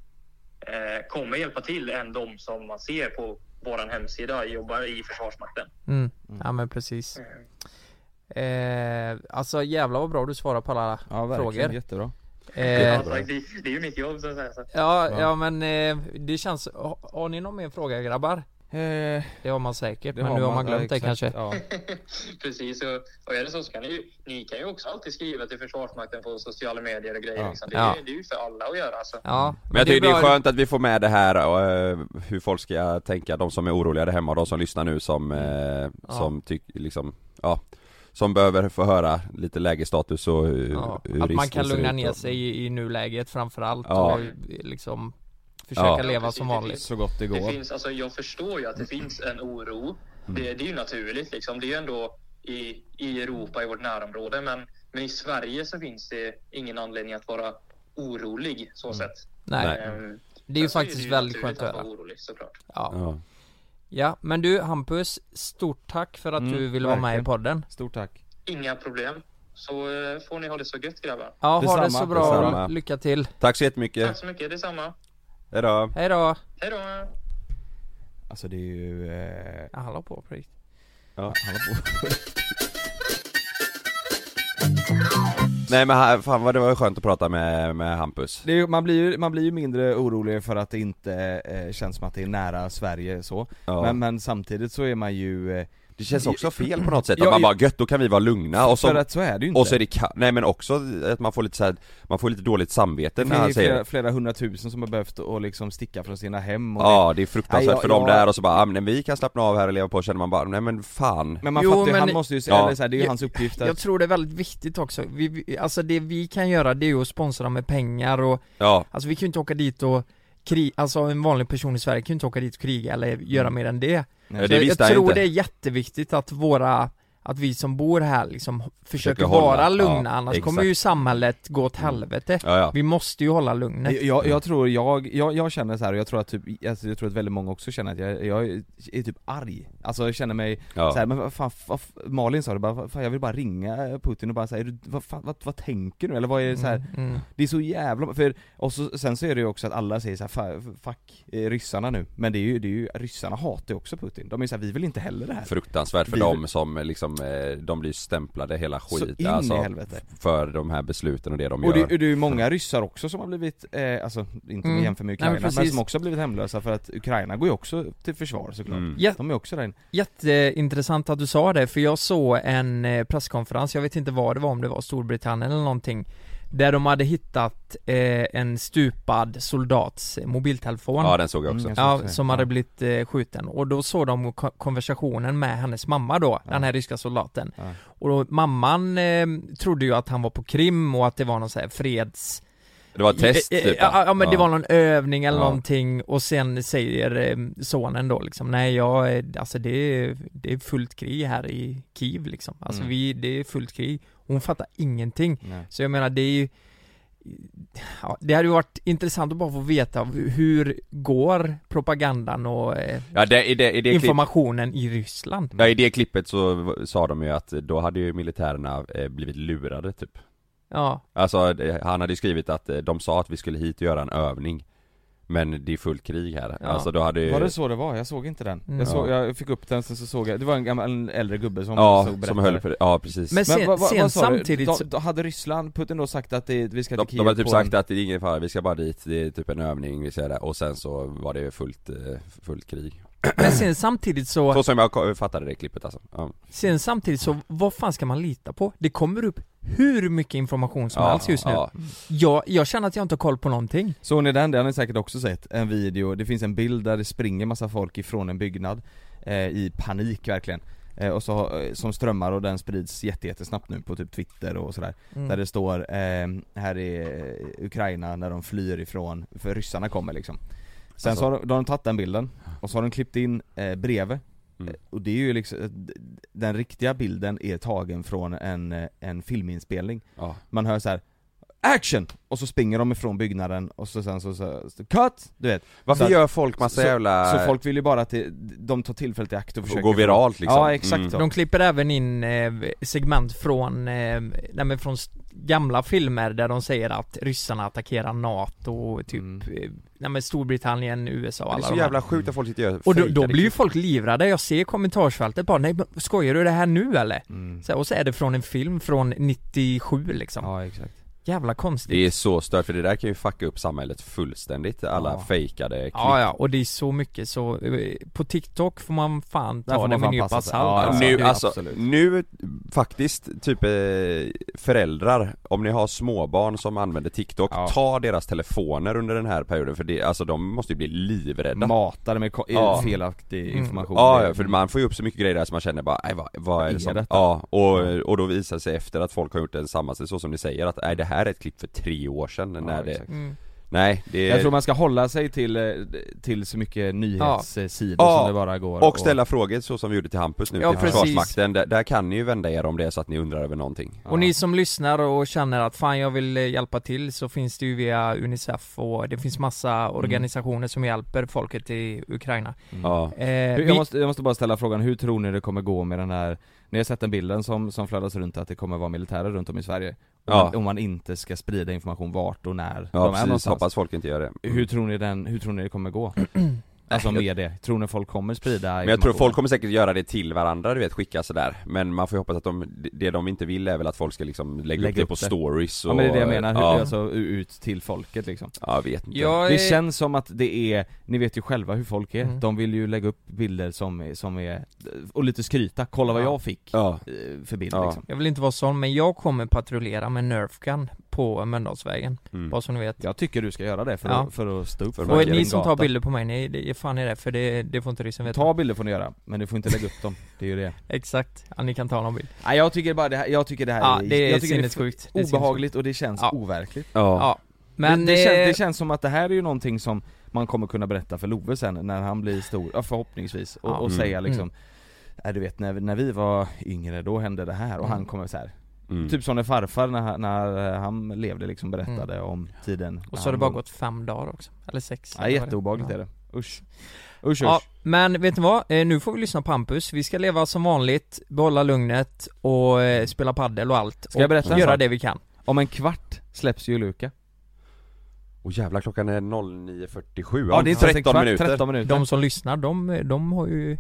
[SPEAKER 4] eh, kommer hjälpa till än de som man ser på vår hemsida jobbar i Försvarsmakten.
[SPEAKER 3] Mm. Ja men precis. Eh, alltså jävlar vad bra du svarar på alla
[SPEAKER 1] Ja verkligen,
[SPEAKER 3] frågor.
[SPEAKER 1] jättebra.
[SPEAKER 3] Eh,
[SPEAKER 4] Alltså, det, det är ju mitt jobb så att säga. Så.
[SPEAKER 3] Ja, ja men eh, det känns, ha, har ni någon mer fråga grabbar?
[SPEAKER 1] Eh,
[SPEAKER 3] Det har man säkert,
[SPEAKER 1] det
[SPEAKER 3] men nu har man
[SPEAKER 1] ja,
[SPEAKER 3] glömt det
[SPEAKER 1] exakt,
[SPEAKER 3] kanske
[SPEAKER 1] Ja.
[SPEAKER 4] Precis, och, och är det så, så kan ni, ju- ni kan ju också alltid skriva till Försvarsmakten på sociala medier och grejer.
[SPEAKER 1] Ja.
[SPEAKER 4] Liksom. Det,
[SPEAKER 3] Ja.
[SPEAKER 4] är, det är ju för alla att göra. Alltså.
[SPEAKER 3] Ja,
[SPEAKER 2] Men jag tycker det är
[SPEAKER 3] bra.
[SPEAKER 2] skönt att vi får med det här och eh, hur folk ska tänka, de som är oroliga där hemma och de som lyssnar nu som,
[SPEAKER 1] Mm.
[SPEAKER 2] eh, som tycker liksom, ja Som behöver få höra lite lägesstatus och hur,
[SPEAKER 3] ja,
[SPEAKER 2] hur
[SPEAKER 3] Att man
[SPEAKER 2] risken
[SPEAKER 3] kan
[SPEAKER 2] ser
[SPEAKER 3] lugna
[SPEAKER 2] ut
[SPEAKER 3] ner
[SPEAKER 2] och-
[SPEAKER 3] sig i, i nuläget framförallt
[SPEAKER 2] Ja.
[SPEAKER 3] och liksom försöka
[SPEAKER 2] Ja.
[SPEAKER 3] leva som
[SPEAKER 4] Precis,
[SPEAKER 3] vanligt.
[SPEAKER 1] Så gott det
[SPEAKER 4] Det
[SPEAKER 1] går.
[SPEAKER 4] finns, alltså, jag förstår ju att det finns en oro.
[SPEAKER 3] Mm.
[SPEAKER 4] Det, det är ju naturligt. Liksom. Det är ju ändå i, i Europa, i vårt närområde. Men, men i Sverige så finns det ingen anledning att vara orolig. så sätt.
[SPEAKER 3] Mm. Nej,
[SPEAKER 2] Nej.
[SPEAKER 4] Ehm,
[SPEAKER 3] det är ju
[SPEAKER 4] sen så
[SPEAKER 3] faktiskt
[SPEAKER 4] ju
[SPEAKER 3] väldigt
[SPEAKER 4] naturligt
[SPEAKER 3] skönt att
[SPEAKER 4] vara
[SPEAKER 3] höra.
[SPEAKER 4] orolig såklart.
[SPEAKER 3] Ja.
[SPEAKER 2] Ja.
[SPEAKER 3] ja, men du Hampus, stort tack för att
[SPEAKER 1] Mm,
[SPEAKER 3] du ville vara med i
[SPEAKER 1] verkligen.
[SPEAKER 3] podden.
[SPEAKER 1] Stort tack.
[SPEAKER 4] Inga problem. Så eh, får ni ha det så gött grabbar.
[SPEAKER 3] Ja, ha det
[SPEAKER 1] Detsamma,
[SPEAKER 3] så bra,
[SPEAKER 2] detsamma.
[SPEAKER 3] lycka till.
[SPEAKER 2] Tack så jättemycket,
[SPEAKER 4] Tack så mycket. Detsamma.
[SPEAKER 2] hejdå!
[SPEAKER 3] Hej då.
[SPEAKER 4] Hej då.
[SPEAKER 1] Alltså det är ju... Eh,
[SPEAKER 3] Ja, han la på på riktigt.
[SPEAKER 2] Ja.
[SPEAKER 1] han var på.
[SPEAKER 2] Nej men ha- fan vad det var skönt att prata med, med Hampus
[SPEAKER 1] Det är, ju- man, blir ju, man blir ju mindre orolig för att det inte eh, känns som att det är nära Sverige så.
[SPEAKER 2] Ja.
[SPEAKER 1] Men, men samtidigt så är man ju... Eh,
[SPEAKER 2] Det känns också fel på något sätt,
[SPEAKER 1] Ja,
[SPEAKER 2] att man
[SPEAKER 1] ju-
[SPEAKER 2] bara gött, då kan vi vara lugna och
[SPEAKER 1] för
[SPEAKER 2] så,
[SPEAKER 1] att så är det ju inte.
[SPEAKER 2] och så är det ka- nej men också att man får lite så här, man får lite dåligt samvete
[SPEAKER 1] Det
[SPEAKER 2] när han
[SPEAKER 1] finns ju
[SPEAKER 2] säger
[SPEAKER 1] flera, flera hundratusen som har behövt att liksom sticka från sina hem och
[SPEAKER 2] Ja, det är fruktansvärt
[SPEAKER 1] Nej, jag-
[SPEAKER 2] för dem
[SPEAKER 1] jag-
[SPEAKER 2] där och så bara, ah, men vi kan slappna av här och leva på, känner man bara, nej men fan
[SPEAKER 1] det. Men man
[SPEAKER 3] Jo,
[SPEAKER 1] fattar ju,
[SPEAKER 3] men-
[SPEAKER 1] han måste ju säga,
[SPEAKER 2] Ja.
[SPEAKER 1] eller så här, det är ju
[SPEAKER 3] Jag-
[SPEAKER 1] hans uppgift
[SPEAKER 3] Jag
[SPEAKER 1] att,
[SPEAKER 3] tror det är väldigt viktigt också. Vi- Vi, alltså det vi kan göra det är ju att sponsra med pengar och
[SPEAKER 2] Ja,
[SPEAKER 3] Alltså vi kan ju inte åka dit och kriga, alltså en vanlig person i Sverige kan ju inte åka dit och kriga eller göra mer än det.
[SPEAKER 2] Mm. det
[SPEAKER 3] Så jag,
[SPEAKER 2] visste
[SPEAKER 3] jag
[SPEAKER 2] jag
[SPEAKER 3] tror
[SPEAKER 2] inte
[SPEAKER 3] det är jätteviktigt att våra, att vi som bor här liksom försöker
[SPEAKER 2] hålla,
[SPEAKER 3] vara lugna,
[SPEAKER 2] ja,
[SPEAKER 3] annars
[SPEAKER 2] exakt. Mm.
[SPEAKER 3] kommer ju samhället gå åt helvete.
[SPEAKER 2] Ja, ja.
[SPEAKER 3] Vi måste ju hålla lugnet.
[SPEAKER 1] jag, jag tror, jag, jag, jag känner så här, och jag tror att typ, alltså, jag tror att väldigt många också känner att jag, jag är typ arg Alltså jag känner mig
[SPEAKER 2] Ja.
[SPEAKER 1] så här, men vad fan, vad, f- Malin sa det bara, vad fan, jag vill bara ringa Putin och bara säga vad, fan, vad, vad tänker du? Eller vad är det så här?
[SPEAKER 3] Mm.
[SPEAKER 1] Det är så jävla, för, och så, sen så är det ju också att alla säger så här, "Fa- fuck eh, ryssarna nu Men det är ju, det är ju ryssarna hatar ju också Putin, de är så här, vi vill inte heller det här
[SPEAKER 2] Fruktansvärt för
[SPEAKER 1] Vi-
[SPEAKER 2] dem som liksom de, eh, de blir stämplade hela
[SPEAKER 1] Så
[SPEAKER 2] skiten
[SPEAKER 1] in i helvete.
[SPEAKER 2] För de här besluten och det alltså, de
[SPEAKER 1] Och det,
[SPEAKER 2] gör
[SPEAKER 1] och det är ju många ryssar också som har blivit, eh, alltså inte
[SPEAKER 3] Mm.
[SPEAKER 1] mm. jämför med
[SPEAKER 3] Nej, men
[SPEAKER 1] Ukraina, men,
[SPEAKER 3] precis.
[SPEAKER 1] som också har blivit hemlösa för att Ukraina går ju också till försvar såklart.
[SPEAKER 2] Mm.
[SPEAKER 3] Ja.
[SPEAKER 1] De är också där inne.
[SPEAKER 3] Jätteintressant att du sa det, för jag såg en eh, presskonferens, jag vet inte vad det var, om det var Storbritannien eller någonting Där de hade hittat eh, en stupad soldats mobiltelefon
[SPEAKER 2] Ja den såg jag också
[SPEAKER 1] Mm,
[SPEAKER 3] Ja,
[SPEAKER 1] Precis.
[SPEAKER 3] som hade
[SPEAKER 1] Ja.
[SPEAKER 3] blivit eh, skjuten. Och då såg de ko- konversationen med hennes mamma då,
[SPEAKER 1] Ja.
[SPEAKER 3] den här ryska soldaten.
[SPEAKER 1] Ja.
[SPEAKER 3] Och då, mamman eh, trodde ju att han var på Krim och att det var någon så här freds...
[SPEAKER 2] Det var ett test
[SPEAKER 3] Eh, eh,
[SPEAKER 2] typ
[SPEAKER 3] ja, ja, men det var någon övning eller
[SPEAKER 2] Ja.
[SPEAKER 3] någonting och sen säger eh, sonen då liksom, nej jag, eh, alltså det är, det är fullt krig här i Kiev liksom. Alltså
[SPEAKER 1] Mm.
[SPEAKER 3] vi, det är fullt krig. Hon fattar ingenting.
[SPEAKER 1] Nej.
[SPEAKER 3] Så jag menar det är ju ja, Det hade ju varit intressant att bara få veta hur går propagandan och eh,
[SPEAKER 2] Ja det, i det, i det klipp,
[SPEAKER 3] informationen i Ryssland?
[SPEAKER 2] ja, i det klippet så v- sa de ju att då hade ju militärerna eh, blivit lurade typ
[SPEAKER 3] Ja,
[SPEAKER 2] Alltså det- han hade ju skrivit att eh, de sa att vi skulle hit och göra en övning Men det är fullt krig här,
[SPEAKER 3] Ja.
[SPEAKER 2] alltså då hade ju
[SPEAKER 1] Var det så det var? Jag såg inte den.
[SPEAKER 3] Mm.
[SPEAKER 1] Jag, såg,
[SPEAKER 2] Ja.
[SPEAKER 1] jag fick upp den, sen så såg jag, det var en gammal en äldre gubbe som
[SPEAKER 2] Ja,
[SPEAKER 1] såg
[SPEAKER 2] som
[SPEAKER 1] berättade.
[SPEAKER 2] höll på det, ja precis
[SPEAKER 3] men sen,
[SPEAKER 1] vad- vad-
[SPEAKER 3] sen
[SPEAKER 1] vad sa du?
[SPEAKER 3] samtidigt
[SPEAKER 1] Då-
[SPEAKER 3] så,
[SPEAKER 1] då hade Ryssland, Putin då sagt att det, vi ska
[SPEAKER 2] De,
[SPEAKER 1] till
[SPEAKER 2] de
[SPEAKER 1] Kiev
[SPEAKER 2] hade typ
[SPEAKER 1] på
[SPEAKER 2] sagt
[SPEAKER 1] en,
[SPEAKER 2] att det är ingen fara, vi ska bara dit, det är typ en övning, vi ser det, och sen så var det fullt, eh, fullt krig
[SPEAKER 3] men sen samtidigt så,
[SPEAKER 2] Så som jag ko- fattade det klippet alltså ja.
[SPEAKER 3] sen samtidigt så, vad fan ska man lita på? Det kommer upp hur mycket information som
[SPEAKER 2] ja,
[SPEAKER 3] helst just nu.
[SPEAKER 2] ja.
[SPEAKER 3] Jag, jag känner att jag inte har koll på någonting.
[SPEAKER 1] Såg ni den? Den har ni säkert också sett, en video, det finns en bild där det springer massa folk ifrån en byggnad eh, I panik verkligen eh, Och så, har- eh, som strömmar och den sprids jätte, jättesnabbt nu på typ Twitter och sådär
[SPEAKER 3] Mm.
[SPEAKER 1] Där det står, eh, här är Ukraina när de flyr ifrån, för ryssarna kommer liksom Sen
[SPEAKER 2] Alltså-
[SPEAKER 1] så har de, då har de tagit den bilden, och så har de klippt in eh, bredvid
[SPEAKER 2] Mm.
[SPEAKER 1] Eh, Och det är ju liksom, eh, d- den riktiga bilden är tagen från en, eh, en filminspelning
[SPEAKER 2] Ja.
[SPEAKER 1] Man hör så här. Action! Och så springer de ifrån byggnaden och så sen så, så, så cut! Du vet
[SPEAKER 2] Varför
[SPEAKER 1] Så att-
[SPEAKER 2] gör folk massa
[SPEAKER 1] så,
[SPEAKER 2] jävla...
[SPEAKER 1] Så folk vill ju bara att det, de tar tillfället i akt och försöker
[SPEAKER 2] och går viralt liksom?
[SPEAKER 1] Ja exakt
[SPEAKER 2] Mm.
[SPEAKER 1] så.
[SPEAKER 3] De klipper även in eh, segment från, eh, nej, men från s- gamla filmer där de säger att ryssarna attackerar NATO och typ,
[SPEAKER 1] Mm.
[SPEAKER 3] eh, nej, men Storbritannien, USA och
[SPEAKER 2] Men
[SPEAKER 3] alla
[SPEAKER 2] Det är så
[SPEAKER 3] de här.
[SPEAKER 2] jävla sjukt att folk sitter och gör
[SPEAKER 3] Och då, då
[SPEAKER 2] fejkade
[SPEAKER 3] blir ju
[SPEAKER 2] klipp.
[SPEAKER 3] folk livrädda, jag ser i kommentarsfältet bara nej men skojar du det här nu eller?
[SPEAKER 1] Mm.
[SPEAKER 3] Så, här, och så är det från en film från 97 liksom.
[SPEAKER 1] Ja exakt
[SPEAKER 3] Jävla konstigt.
[SPEAKER 2] Det är så stört för det där kan ju fucka upp samhället fullständigt, alla
[SPEAKER 1] Ja.
[SPEAKER 2] fejkade klipp
[SPEAKER 3] Ja, ja, och det är så mycket så, eh, på TikTok får man fan
[SPEAKER 1] Där
[SPEAKER 3] ta
[SPEAKER 1] får man
[SPEAKER 3] det med
[SPEAKER 1] fan
[SPEAKER 3] en nypa
[SPEAKER 1] passa sig.
[SPEAKER 3] salt.
[SPEAKER 1] Ja,
[SPEAKER 3] alltså.
[SPEAKER 2] nu,
[SPEAKER 3] Det-
[SPEAKER 2] alltså,
[SPEAKER 1] absolut.
[SPEAKER 2] nu faktiskt, typ eh, föräldrar, om ni har småbarn som använder TikTok,
[SPEAKER 1] Ja.
[SPEAKER 2] ta deras telefoner under den här perioden för det, alltså de måste ju bli livrädda
[SPEAKER 1] Matade med ko-
[SPEAKER 2] Eh, Ja.
[SPEAKER 1] felaktig
[SPEAKER 3] Mm.
[SPEAKER 1] information
[SPEAKER 2] Ja, ja, för man får ju upp så mycket grejer där som man känner bara, nej vad, vad är det
[SPEAKER 1] Är
[SPEAKER 2] som...
[SPEAKER 1] detta?"
[SPEAKER 2] Ja, och, och då visar det sig efter att folk har gjort en sammanställning, så som ni säger, att nej det här är ett klipp för tre år sedan
[SPEAKER 1] Ja,
[SPEAKER 2] när det,
[SPEAKER 1] exakt.
[SPEAKER 3] Mm.
[SPEAKER 2] nej det
[SPEAKER 1] Jag tror man ska hålla sig till, eh, till så mycket nyhetssidor
[SPEAKER 2] Ja.
[SPEAKER 1] som det bara går
[SPEAKER 2] Och ställa frågor så som vi gjorde till Hampus nu
[SPEAKER 3] Ja,
[SPEAKER 2] till
[SPEAKER 3] precis.
[SPEAKER 2] Försvarsmakten, där, där kan ni ju vända er om det är så att ni undrar över någonting
[SPEAKER 1] Mm.
[SPEAKER 3] Och ni som lyssnar och känner att fan jag vill eh, hjälpa till så finns det ju via Unicef och det finns
[SPEAKER 1] Mm.
[SPEAKER 3] massa organisationer som hjälper folket i Ukraina.
[SPEAKER 2] Ja,
[SPEAKER 3] Eh,
[SPEAKER 1] Hur-
[SPEAKER 3] vi-
[SPEAKER 1] Jag måste, jag måste bara ställa frågan, hur tror ni det kommer gå med den här, ni har sett den bilden som, som flödas runt att det kommer vara militärer runt om i Sverige? Om,
[SPEAKER 2] Ja.
[SPEAKER 1] man, om man inte ska sprida information vart och när
[SPEAKER 2] ja
[SPEAKER 1] de är
[SPEAKER 2] precis,
[SPEAKER 1] någonstans
[SPEAKER 2] hoppas folk inte gör det
[SPEAKER 1] Hur tror ni den, hur tror ni det kommer gå? alltså med det, tror ni folk kommer sprida
[SPEAKER 2] Men jag tror folk kommer säkert göra det till varandra, du vet, skicka sådär Men man får ju hoppas att de, det de inte vill är väl att folk ska liksom lägga,
[SPEAKER 1] Lägga
[SPEAKER 2] upp det
[SPEAKER 1] upp
[SPEAKER 2] på
[SPEAKER 1] det.
[SPEAKER 2] stories och
[SPEAKER 1] Ja men det är det jag menar, hur,
[SPEAKER 2] ja,
[SPEAKER 1] alltså u- ut till folket liksom
[SPEAKER 2] ja, jag vet inte
[SPEAKER 3] jag,
[SPEAKER 1] Det
[SPEAKER 3] är-
[SPEAKER 1] känns som att det är, ni vet ju själva hur folk är,
[SPEAKER 3] eh, Mm.
[SPEAKER 1] de vill ju lägga upp bilder som, är- som är, och lite skryta, kolla vad
[SPEAKER 3] Ja.
[SPEAKER 1] jag fick
[SPEAKER 2] Ja,
[SPEAKER 1] eh, för bild
[SPEAKER 2] Ja.
[SPEAKER 1] liksom
[SPEAKER 3] jag vill inte vara sån men jag kommer patrullera med Nerfgun på Mölndalsvägen,
[SPEAKER 2] mm.
[SPEAKER 3] bara så ni vet.
[SPEAKER 1] Jag tycker du ska göra det för,
[SPEAKER 3] Ja.
[SPEAKER 1] att, för att stå upp
[SPEAKER 2] För
[SPEAKER 1] för
[SPEAKER 2] att
[SPEAKER 3] Och
[SPEAKER 1] varje
[SPEAKER 3] ni som tar
[SPEAKER 1] gata.
[SPEAKER 3] bilder på mig, ni, det, fan är det för det, det får inte ryssen veta.
[SPEAKER 1] Ta bilder får ni göra, men du får inte lägga upp dem, det är ju det
[SPEAKER 3] Exakt, ja, ni kan ta någon bild.
[SPEAKER 1] Nej jag tycker bara det här, jag tycker det här
[SPEAKER 3] Ja, det är
[SPEAKER 1] jag tycker
[SPEAKER 3] sinnessjukt. Det är
[SPEAKER 1] f- obehagligt och det känns
[SPEAKER 3] Ja.
[SPEAKER 1] overkligt
[SPEAKER 2] ja.
[SPEAKER 3] Ja. Men
[SPEAKER 1] det, det, känns,
[SPEAKER 3] eh,
[SPEAKER 1] det känns som att det här är ju någonting som man kommer kunna berätta för Love sen när han blir stor, ja, förhoppningsvis, och,
[SPEAKER 3] Ja.
[SPEAKER 1] och
[SPEAKER 2] Mm.
[SPEAKER 1] säga liksom "Nej, du vet när, vi- när vi var yngre då hände det här och
[SPEAKER 3] Mm.
[SPEAKER 1] han kommer så här.
[SPEAKER 2] Mm.
[SPEAKER 1] Typ som när farfar när, han- när han levde liksom berättade om tiden
[SPEAKER 3] Mm. Och
[SPEAKER 1] när
[SPEAKER 3] så har det
[SPEAKER 1] han
[SPEAKER 3] bara
[SPEAKER 1] var-
[SPEAKER 3] gått fem dagar också, eller sex.
[SPEAKER 1] Ja,
[SPEAKER 3] eller vad det-
[SPEAKER 1] jätteobehagligt
[SPEAKER 3] Ja.
[SPEAKER 1] är det, usch Usch usch
[SPEAKER 3] Ja, men vet ni vad? Eh, nu får vi lyssna på Hampus. Vi ska leva som vanligt, behålla lugnet och eh, spela paddel och allt.
[SPEAKER 1] Ska jag
[SPEAKER 3] och
[SPEAKER 1] berätta en
[SPEAKER 3] göra
[SPEAKER 1] sak?
[SPEAKER 3] det vi kan.
[SPEAKER 1] Om en kvart släpps ju Luka
[SPEAKER 2] Och jävlar klockan är 09.47,
[SPEAKER 1] Ja, det är inte ens en
[SPEAKER 2] 13
[SPEAKER 1] kvart,
[SPEAKER 2] minuter
[SPEAKER 1] 13 minuter
[SPEAKER 3] De som lyssnar, de, de har ju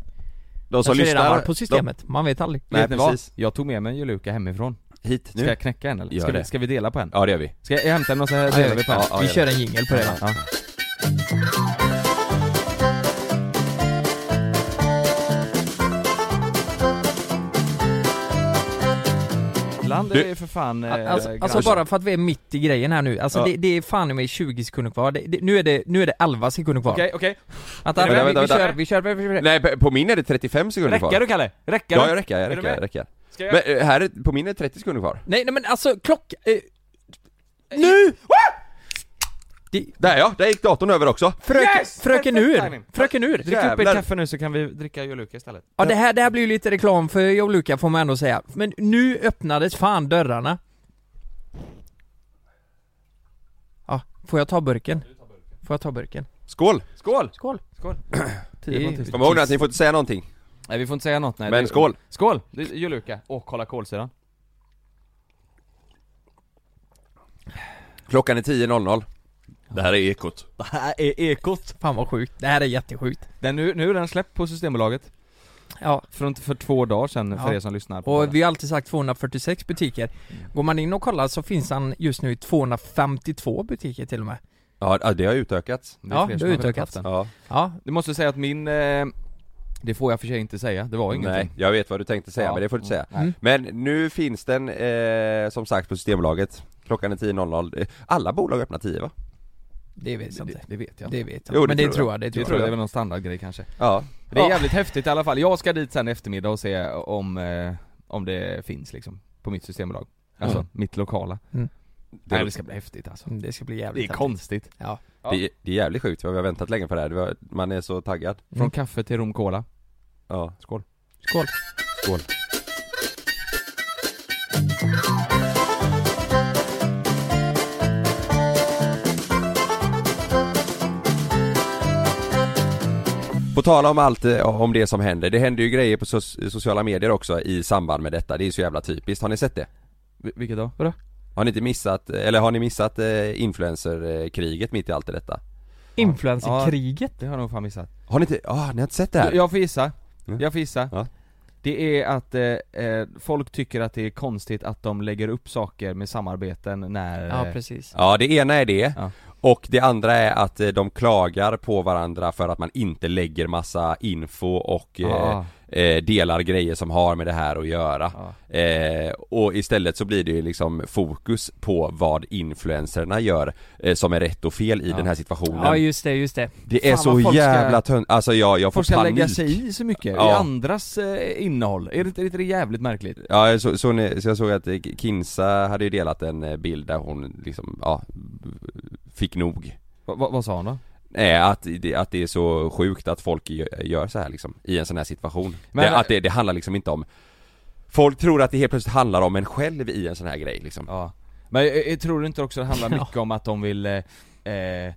[SPEAKER 2] de
[SPEAKER 3] Kanske
[SPEAKER 2] som
[SPEAKER 3] redan
[SPEAKER 2] lyssnar
[SPEAKER 3] var på systemet, man vet aldrig
[SPEAKER 2] Nej,
[SPEAKER 1] Vet ni vad?
[SPEAKER 2] precis.
[SPEAKER 1] Jag tog med mig en Juluka hemifrån.
[SPEAKER 2] De, hit
[SPEAKER 1] Ska
[SPEAKER 2] nu?
[SPEAKER 1] jag knäcka en eller?
[SPEAKER 2] Gör
[SPEAKER 1] Ska vi,
[SPEAKER 2] det.
[SPEAKER 1] ska vi dela på en?
[SPEAKER 2] Ja det gör vi
[SPEAKER 1] Ska jag hämta en och så här delar vi på en?
[SPEAKER 2] Ja,
[SPEAKER 3] Vi
[SPEAKER 2] ja,
[SPEAKER 3] kör en jingel på det va?
[SPEAKER 1] Ja. Ibland är
[SPEAKER 2] Du-
[SPEAKER 1] det för fan eh,
[SPEAKER 3] Alltså, alltså
[SPEAKER 1] grann-
[SPEAKER 3] bara för att vi är mitt i grejen här nu, alltså
[SPEAKER 2] Ja.
[SPEAKER 3] det, det är fan i mig 20 sekunder kvar, det, det, nu, är det, nu är det 11 sekunder kvar
[SPEAKER 1] Okej, okej.
[SPEAKER 3] Vänta,
[SPEAKER 2] Vänta,
[SPEAKER 3] vi,
[SPEAKER 2] vänta,
[SPEAKER 3] vi,
[SPEAKER 2] vänta.
[SPEAKER 3] kör, vi kör, vi kör, vi kör.
[SPEAKER 2] Nej på- på min är det 35 sekunder kvar
[SPEAKER 1] Räcker du Kalle? Räcker du?
[SPEAKER 2] Ja jag räcker, jag
[SPEAKER 1] Är du
[SPEAKER 2] räcker, jag
[SPEAKER 1] med?
[SPEAKER 2] räcker
[SPEAKER 1] Ska jag...
[SPEAKER 2] Men eh, här är, på min är det 30 sekunder kvar
[SPEAKER 3] Nej, nej men alltså klock... Eh, nu!
[SPEAKER 2] Där ja, där gick datorn över också
[SPEAKER 3] Fröken,
[SPEAKER 1] Yes!
[SPEAKER 3] fröken
[SPEAKER 1] Perfekt
[SPEAKER 3] Ur!
[SPEAKER 1] timing.
[SPEAKER 3] Fröken Ur!
[SPEAKER 1] Drick upp
[SPEAKER 2] Jävlar.
[SPEAKER 1] ett kaffe nu så kan vi dricka Juluka istället.
[SPEAKER 3] Ja det här, det här blir ju lite reklam för Joe Luca får man ändå säga, men nu öppnades fan dörrarna Ja, får jag ta burken? Får jag ta burken?
[SPEAKER 2] Skål!
[SPEAKER 1] Skål!
[SPEAKER 3] Skål!
[SPEAKER 1] Skål.
[SPEAKER 3] Det-
[SPEAKER 2] Kom ihåg nu att ni får inte säga någonting
[SPEAKER 1] Nej vi får inte säga något nej.
[SPEAKER 2] Men
[SPEAKER 1] Det-
[SPEAKER 2] skål.
[SPEAKER 1] Skål! Det är Juluka. Åh, kolla kolsyran.
[SPEAKER 2] Klockan är 10.00 Det här är Ekot
[SPEAKER 3] Det här är Ekot! Fan vad sjukt, det här är jättesjukt
[SPEAKER 1] Den, nu, nu är den släppt på Systembolaget.
[SPEAKER 3] Ja,
[SPEAKER 1] Från, för två dagar sedan
[SPEAKER 3] Ja.
[SPEAKER 1] för er som lyssnar. På podden.
[SPEAKER 3] och vi har alltid sagt 246 butiker Går man in och kollar så finns han just nu i 252 butiker till och med
[SPEAKER 2] Ja ja, det har utökats
[SPEAKER 1] är
[SPEAKER 3] ja,
[SPEAKER 1] fler
[SPEAKER 3] det
[SPEAKER 1] som
[SPEAKER 3] har
[SPEAKER 1] har velat
[SPEAKER 3] utökats.
[SPEAKER 1] haft den.
[SPEAKER 2] Ja,
[SPEAKER 3] Ja,
[SPEAKER 1] Du måste säga att min, eh, det får jag för sig inte säga, det var ingenting
[SPEAKER 2] nej jag vet vad du tänkte säga
[SPEAKER 1] Ja.
[SPEAKER 2] men det får du inte säga
[SPEAKER 3] Mm.
[SPEAKER 2] Men nu finns den eh, som sagt på Systembolaget Klockan är 10.00 Eh, Alla bolag öppnar 10 va?
[SPEAKER 3] det vet jag
[SPEAKER 1] det,
[SPEAKER 3] inte
[SPEAKER 1] det vet jag inte.
[SPEAKER 3] Det vet jag
[SPEAKER 2] Jo,
[SPEAKER 3] inte, men
[SPEAKER 2] det
[SPEAKER 3] det
[SPEAKER 2] tror
[SPEAKER 3] tror jag, det
[SPEAKER 1] Det
[SPEAKER 3] tror
[SPEAKER 1] tror jag
[SPEAKER 3] jag
[SPEAKER 1] är väl någon standardgrej kanske
[SPEAKER 2] Ja
[SPEAKER 1] Det är
[SPEAKER 3] Ja.
[SPEAKER 1] jävligt häftigt i alla fall, jag ska dit sen i eftermiddag och se om, eh, om det finns liksom På mitt systembolag Alltså,
[SPEAKER 3] Mm.
[SPEAKER 1] mitt lokala
[SPEAKER 3] Mm.
[SPEAKER 1] Nej det ska bli häftigt alltså
[SPEAKER 3] Mm, Det ska bli
[SPEAKER 1] Det är
[SPEAKER 3] jävligt häftigt.
[SPEAKER 1] konstigt,
[SPEAKER 3] Ja,
[SPEAKER 1] Ja.
[SPEAKER 2] Det, det är jävligt sjukt, vi har väntat länge på det här, Det var- man är så taggad
[SPEAKER 1] från
[SPEAKER 3] Mm.
[SPEAKER 1] kaffe till rom cola
[SPEAKER 2] Ja,
[SPEAKER 1] Skål
[SPEAKER 3] skål!
[SPEAKER 2] skål På tala om allt eh, om det som händer, det händer ju grejer på so- sociala medier också i samband med detta, det är så jävla typiskt, har ni sett det?
[SPEAKER 1] Vil- Vilket då? Vadå?
[SPEAKER 2] Har ni inte missat, eller har ni missat eh, influencerkriget mitt i allt detta?
[SPEAKER 3] Influencerkriget?
[SPEAKER 1] Det har jag nog fan missat
[SPEAKER 2] Har ni inte, ah, ni har inte sett det här?
[SPEAKER 1] Jag får gissa,
[SPEAKER 2] Mm.
[SPEAKER 1] jag får gissa
[SPEAKER 2] Ja.
[SPEAKER 1] Det är att eh, eh, folk tycker att det är konstigt att de lägger upp saker med samarbeten när
[SPEAKER 3] Ja,
[SPEAKER 1] eh,
[SPEAKER 3] precis.
[SPEAKER 2] Ja, det ena är det.
[SPEAKER 1] Ja.
[SPEAKER 2] Och det andra är att eh, de klagar på varandra för att man inte lägger massa info och eh,
[SPEAKER 1] Ah.
[SPEAKER 2] eh, delar grejer som har med det här att göra.
[SPEAKER 1] Ja.
[SPEAKER 2] Eh, och istället så blir det ju liksom fokus på vad influencerna gör eh, som är rätt och fel i
[SPEAKER 1] Ja.
[SPEAKER 2] den här situationen.
[SPEAKER 3] Ja, just det, just det.
[SPEAKER 2] det är
[SPEAKER 3] fan vad
[SPEAKER 2] så
[SPEAKER 3] folk ska-
[SPEAKER 2] jävla tönt. Alltså jag, jag får
[SPEAKER 1] Folk ska
[SPEAKER 2] panik.
[SPEAKER 1] lägga sig i så mycket i
[SPEAKER 2] Ja.
[SPEAKER 1] andras eh, innehåll, är det inte är inte det jävligt märkligt?
[SPEAKER 2] Ja, så, så, ni, så jag såg att eh, Kinsa hade ju delat en eh, bild där hon liksom, ja, fick nog.
[SPEAKER 1] Va, va, vad sa hon då?
[SPEAKER 2] Nej, att det, att det är så sjukt att folk gö- gör så här liksom, i en sån här situation.
[SPEAKER 1] Men-
[SPEAKER 2] det, att det, det handlar liksom inte om Folk tror att det helt plötsligt handlar om en själv i en sån här grej liksom.
[SPEAKER 1] Ja. Men jag, jag tror inte också det handlar
[SPEAKER 3] Ja.
[SPEAKER 1] mycket om att de vill eh, eh,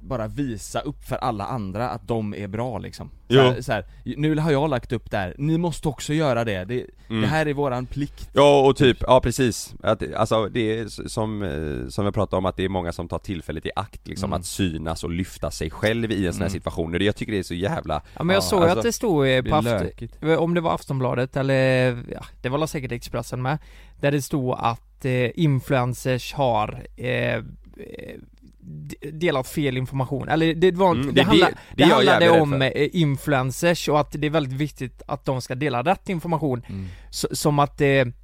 [SPEAKER 1] bara visa upp för alla andra att de är bra liksom? Så här,
[SPEAKER 2] Jo.
[SPEAKER 1] så här, nu har jag lagt upp där, ni måste också göra det, det,
[SPEAKER 2] Mm.
[SPEAKER 1] det här är våran plikt
[SPEAKER 2] Ja och typ, ja precis. Att, det- alltså det är s- som, eh, som jag pratade om att det är många som tar tillfället i akt liksom att synas och lyfta sig själv i en sån här situation. Och det, jag tycker det är så jävla
[SPEAKER 3] Ja, men jag såg
[SPEAKER 2] alltså-
[SPEAKER 3] att det stod eh,
[SPEAKER 1] Det
[SPEAKER 3] på
[SPEAKER 1] är
[SPEAKER 3] Afton...
[SPEAKER 1] lökigt.
[SPEAKER 3] Om det var Aftonbladet eller, ja, det var säkert Expressen med. Där det stod att eh, influencers har eh, eh, d- delat fel information, eller det var
[SPEAKER 2] Mm,
[SPEAKER 3] det,
[SPEAKER 2] det-
[SPEAKER 3] det,
[SPEAKER 2] det-
[SPEAKER 3] handla,
[SPEAKER 2] det
[SPEAKER 3] det,
[SPEAKER 2] är jag
[SPEAKER 3] handlade
[SPEAKER 2] jävligt rädd
[SPEAKER 3] om eh, influencers och att det är väldigt viktigt att de ska dela rätt information Så, Som att eh, det är
[SPEAKER 2] Mm.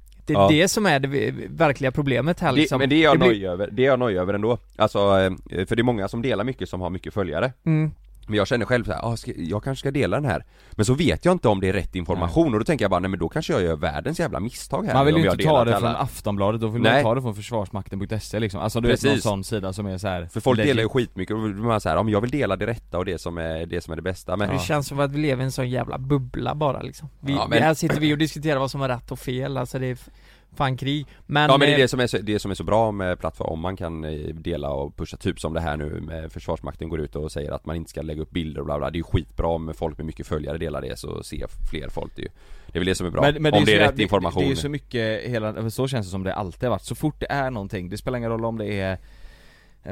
[SPEAKER 2] Ja.
[SPEAKER 3] det som är det vi- verkliga problemet här liksom
[SPEAKER 2] det, Men det är jag
[SPEAKER 3] blir-
[SPEAKER 2] nöjd över, det är jag nöjd över ändå. Alltså, eh, för det är många som delar mycket som har mycket följare.
[SPEAKER 3] Mm.
[SPEAKER 2] Men jag känner själv så här, ah, ska, jag kanske ska dela den här. Men så vet jag inte om det är rätt information och då tänker jag bara, nej men då kanske jag gör världens jävla misstag här.
[SPEAKER 1] Man vill
[SPEAKER 2] om
[SPEAKER 1] ju
[SPEAKER 2] jag
[SPEAKER 1] inte
[SPEAKER 2] delar
[SPEAKER 1] ta det
[SPEAKER 2] till
[SPEAKER 1] från
[SPEAKER 2] alla.
[SPEAKER 1] Aftonbladet, då vill man
[SPEAKER 2] Nej.
[SPEAKER 1] ta det från försvarsmakten.se liksom, alltså du vet någon
[SPEAKER 2] Precis.
[SPEAKER 1] sån sida som är så här.
[SPEAKER 2] För folk delar ju
[SPEAKER 1] legit.
[SPEAKER 2] skitmycket och då blir man så här, ja men jag vill dela det rätta och det som är det, som är det bästa. Men
[SPEAKER 3] Det känns som att vi lever i en sån jävla bubbla bara liksom vi,
[SPEAKER 2] Ja, men-
[SPEAKER 3] Här sitter vi och diskuterar vad som är rätt och fel, alltså det är f- fan krig Men,
[SPEAKER 2] Ja men det är
[SPEAKER 3] eh,
[SPEAKER 2] det som är så, det som är så bra med plattform, om man kan eh, dela och pusha, typ som det här nu med Försvarsmakten går ut och säger att man inte ska lägga upp bilder och bla bla, det är ju skitbra om folk med mycket följare delar det så ser fler folk det är ju Det är väl det som är bra, om
[SPEAKER 1] ju
[SPEAKER 2] det
[SPEAKER 1] så alltså,
[SPEAKER 2] är
[SPEAKER 1] jävla-
[SPEAKER 2] rätt information
[SPEAKER 1] Det, det är så mycket, hela, så känns det som det alltid har varit. Så fort det är någonting, det spelar ingen roll om det är eh,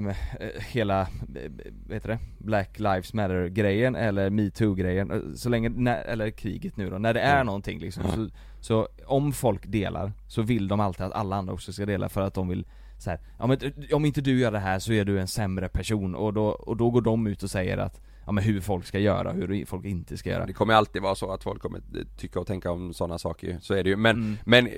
[SPEAKER 1] men, eh, hela, eh, vad heter det? Black Lives Matter grejen eller metoo grejen, eh, så länge, när, eller kriget nu då, när det är
[SPEAKER 2] Mm.
[SPEAKER 1] någonting liksom så, så om folk delar så vill de alltid att alla andra också ska dela för att de vill så här, ja, men, eh, om inte du gör det här så är du en sämre person och då, och då går de ut och säger att Ja men hur folk ska göra, hur folk inte ska göra
[SPEAKER 2] Det kommer alltid vara så att folk kommer tycka och tänka om sådana saker ju. så är det ju. Men,
[SPEAKER 1] Mm.
[SPEAKER 2] men eh,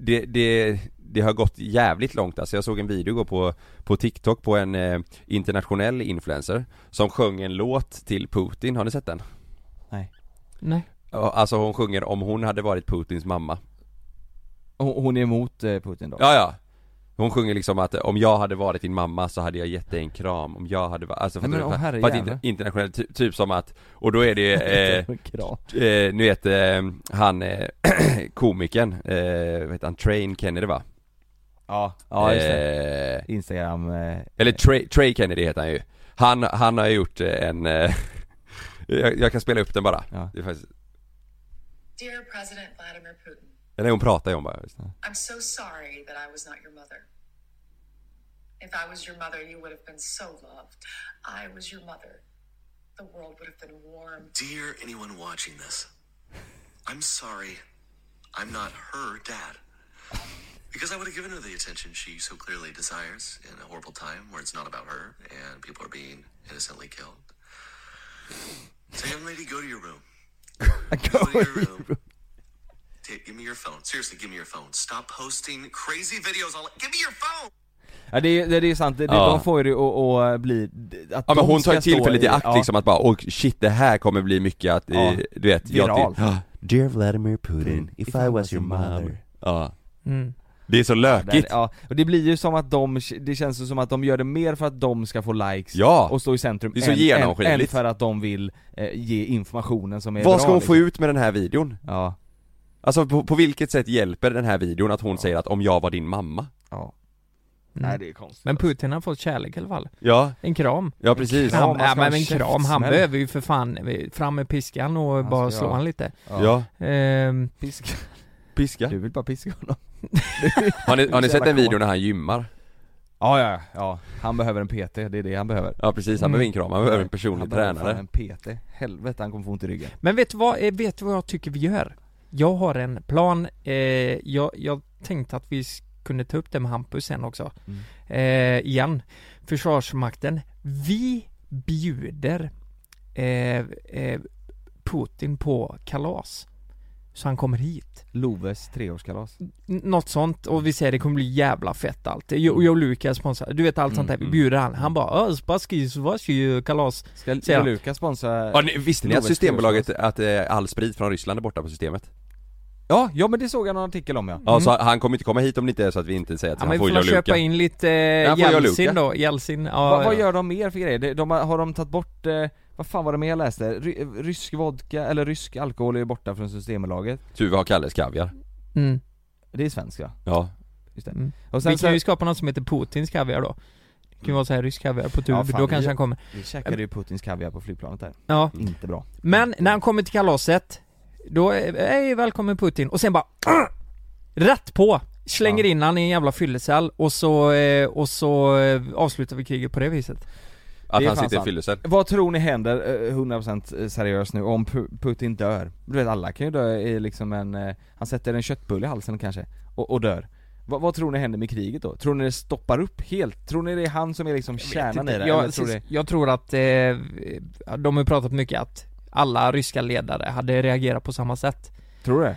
[SPEAKER 2] det, det, det har gått jävligt långt alltså. Jag såg en video igår på, på TikTok på en eh, internationell influencer som sjöng en låt till Putin, har ni sett den?
[SPEAKER 1] Nej
[SPEAKER 3] Nej.
[SPEAKER 2] Ja, Alltså hon sjunger om hon hade varit Putins mamma.
[SPEAKER 1] Hon hon är emot eh, Putin då?
[SPEAKER 2] Ja, ja. Hon sjunger liksom att eh, om jag hade varit din mamma så hade jag gett dig en kram, om jag hade varit, alltså
[SPEAKER 1] Nej,
[SPEAKER 2] fattar
[SPEAKER 1] men,
[SPEAKER 2] du?
[SPEAKER 1] åh,
[SPEAKER 2] för, för att
[SPEAKER 1] herrejävlar.
[SPEAKER 2] inte, internationellt, ty, typ som att, och då är det eh,
[SPEAKER 1] Kram.
[SPEAKER 2] eh, nu vet eh, han eh, komikern, eh, vad heter han, Train Kennedy va?
[SPEAKER 1] Ja, ja just det.
[SPEAKER 2] Eh,
[SPEAKER 1] Instagram, eh,
[SPEAKER 2] eller Tra- Trey Kennedy heter han ju. Han, han har gjort eh, en, eh, jag, jag kan spela upp den bara.
[SPEAKER 1] Ja.
[SPEAKER 2] Det är faktiskt,
[SPEAKER 6] Dear President Vladimir Putin,
[SPEAKER 2] eller hon pratar ju om bara.
[SPEAKER 6] I'm so sorry that I was not your mother. If I was your mother, you would have been so loved. I was your mother. The world would have been warm.
[SPEAKER 7] Dear anyone watching this, I'm sorry I'm not her dad. Because I would have given her the attention she so clearly desires in a horrible time where it's not about her and people are being innocently killed. So, young lady, go to your room. Go to your room. Take, give me your phone. Seriously, give me your phone. Stop posting crazy videos. All, give me your phone.
[SPEAKER 1] ja det är, det är ju sant, det,
[SPEAKER 2] Ja.
[SPEAKER 1] de får ju det att att bli, att
[SPEAKER 2] Ja men
[SPEAKER 1] de
[SPEAKER 2] hon tar
[SPEAKER 1] ska
[SPEAKER 2] ju tillfället
[SPEAKER 1] stå
[SPEAKER 2] i akt
[SPEAKER 1] ja.
[SPEAKER 2] liksom att bara, åh shit det här kommer bli mycket att, eh,
[SPEAKER 1] Ja.
[SPEAKER 2] du vet,
[SPEAKER 1] Viralt.
[SPEAKER 2] Ja,
[SPEAKER 7] Dear Vladimir
[SPEAKER 1] Mm.
[SPEAKER 7] Putin, if, I was your mother.
[SPEAKER 2] ja.
[SPEAKER 3] Mm.
[SPEAKER 2] Det är så
[SPEAKER 1] Där,
[SPEAKER 2] lökigt!
[SPEAKER 1] ja, och det blir ju som att de, det känns ju som att de gör det mer för att de ska få likes
[SPEAKER 2] Ja.
[SPEAKER 1] och stå i centrum
[SPEAKER 2] Det är så
[SPEAKER 1] än- än, än
[SPEAKER 2] genomskinligt.
[SPEAKER 1] för att de vill eh, ge informationen som är bra
[SPEAKER 2] Vad ska hon få
[SPEAKER 1] liksom.
[SPEAKER 2] ut med den här videon?
[SPEAKER 1] Ja,
[SPEAKER 2] Alltså på, på vilket sätt hjälper den här videon att hon säger att om jag var din mamma?
[SPEAKER 1] ja
[SPEAKER 7] Mm.
[SPEAKER 1] Nej det är konstigt
[SPEAKER 3] Men Putin har fått kärlek i alla fall.
[SPEAKER 2] Ja,
[SPEAKER 3] En kram.
[SPEAKER 2] ja precis.
[SPEAKER 1] Ja,
[SPEAKER 2] Ja,
[SPEAKER 3] han,
[SPEAKER 1] man ska
[SPEAKER 3] ja,
[SPEAKER 1] ha en
[SPEAKER 3] men en kram, han
[SPEAKER 1] käftsmäll.
[SPEAKER 3] behöver ju för fan eh, fram med piskan och
[SPEAKER 1] Han
[SPEAKER 3] bara
[SPEAKER 1] ska
[SPEAKER 3] slå
[SPEAKER 1] göra-
[SPEAKER 3] han lite.
[SPEAKER 2] ja.
[SPEAKER 3] Ehm,
[SPEAKER 1] alltså. Piska.
[SPEAKER 2] piska.
[SPEAKER 1] Du vill bara piska honom
[SPEAKER 2] Har ni, har ni
[SPEAKER 1] Så
[SPEAKER 2] sett
[SPEAKER 1] jävla
[SPEAKER 2] en video när han gymmar?
[SPEAKER 1] Ja, ja, ja. Han behöver en PT, det är det han behöver.
[SPEAKER 2] Ja precis, han
[SPEAKER 3] Mm.
[SPEAKER 2] behöver ingen kram, han behöver en
[SPEAKER 1] han
[SPEAKER 2] personlig
[SPEAKER 1] behöver fan
[SPEAKER 2] tränare.
[SPEAKER 1] en PT. Helvete, han kommer få ont i ryggen.
[SPEAKER 3] men vet du vad, eh, vet du vad jag tycker vi gör? Jag har en plan, eh, jag, jag tänkte att vi s- kunde ta upp det med Hampus sen också.
[SPEAKER 1] Mm.
[SPEAKER 3] Eh, igen, Försvarsmakten. Vi bjuder eh, eh, Putin på kalas. Så han kommer hit.
[SPEAKER 1] Loves treårskalas.
[SPEAKER 3] N- Något sånt och vi säger det kommer bli jävla fett allt. Jag
[SPEAKER 2] Mm.
[SPEAKER 3] och jag och Lukas sponsrar, du vet allt sånt där. Vi bjuder han, han bara "Öh, spaskis, vaskis, kalas.
[SPEAKER 1] Ska,
[SPEAKER 3] Ser
[SPEAKER 1] ska
[SPEAKER 3] jag.
[SPEAKER 1] Lukas sponsra...
[SPEAKER 2] Ja, ni, visste ni att
[SPEAKER 1] Loves
[SPEAKER 2] Systembolaget,
[SPEAKER 1] treårskalas?
[SPEAKER 2] att eh, all sprit från Ryssland är borta på systemet?
[SPEAKER 1] Ja, ja men det såg jag någon artikel om ja.
[SPEAKER 2] Ja, så han kommer inte komma hit om det inte är så att vi inte säger att
[SPEAKER 3] Mm. Ja, men
[SPEAKER 2] han får
[SPEAKER 3] vi
[SPEAKER 2] ju
[SPEAKER 3] får köpa
[SPEAKER 2] Luka.
[SPEAKER 3] in lite
[SPEAKER 2] han
[SPEAKER 3] eh,
[SPEAKER 2] får jag
[SPEAKER 3] Jeltsin
[SPEAKER 2] Luka.
[SPEAKER 3] då, Jeltsin. Ja,
[SPEAKER 1] Vad- vad
[SPEAKER 3] ja.
[SPEAKER 1] gör de mer för grejer? De, de, har- har de tagit bort, eh, vad fan var det mer jag läste? Ry, eh, rysk vodka, eller rysk alkohol är ju borta från Systembolaget.
[SPEAKER 2] Tuve har Kalles kaviar.
[SPEAKER 3] Mm.
[SPEAKER 1] Det är svenska. ja.
[SPEAKER 2] Ja.
[SPEAKER 1] Just det.
[SPEAKER 3] Mm.
[SPEAKER 1] Och
[SPEAKER 3] Vi
[SPEAKER 1] sen så,
[SPEAKER 3] kan ju skapa något som heter Putins kaviar då. Det kan ju vara så här rysk kaviar på tur,
[SPEAKER 1] Ja, fan,
[SPEAKER 3] då kanske
[SPEAKER 1] vi-
[SPEAKER 3] han kommer.
[SPEAKER 1] vi käkade ju Putins kaviar på flygplanet där.
[SPEAKER 3] Ja.
[SPEAKER 1] Inte bra.
[SPEAKER 3] Men när han kommer till kalaset, då är hej välkommen Putin, och sen bara Rätt på! Slänger
[SPEAKER 1] Ja.
[SPEAKER 3] in han i en jävla fyllecell och så, eh, och så eh, avslutar vi kriget på det viset.
[SPEAKER 2] Att
[SPEAKER 1] Det är
[SPEAKER 2] han
[SPEAKER 1] fan
[SPEAKER 2] sitter i
[SPEAKER 1] sant.
[SPEAKER 2] fyllecell.
[SPEAKER 1] Vad tror ni händer, eh, 100% seriöst nu, om Pu- Putin dör? Du vet alla kan ju dö i liksom en, eh, han sätter en köttbulle i halsen kanske, och, och dör vad, vad tror ni händer med kriget då? Tror ni det stoppar upp helt? Tror ni det är han som är liksom kärnan i det?
[SPEAKER 3] jag,
[SPEAKER 1] Eller tror det...
[SPEAKER 3] jag tror att, eh, de har ju pratat mycket att alla ryska ledare hade reagerat på samma sätt.
[SPEAKER 1] Tror du det?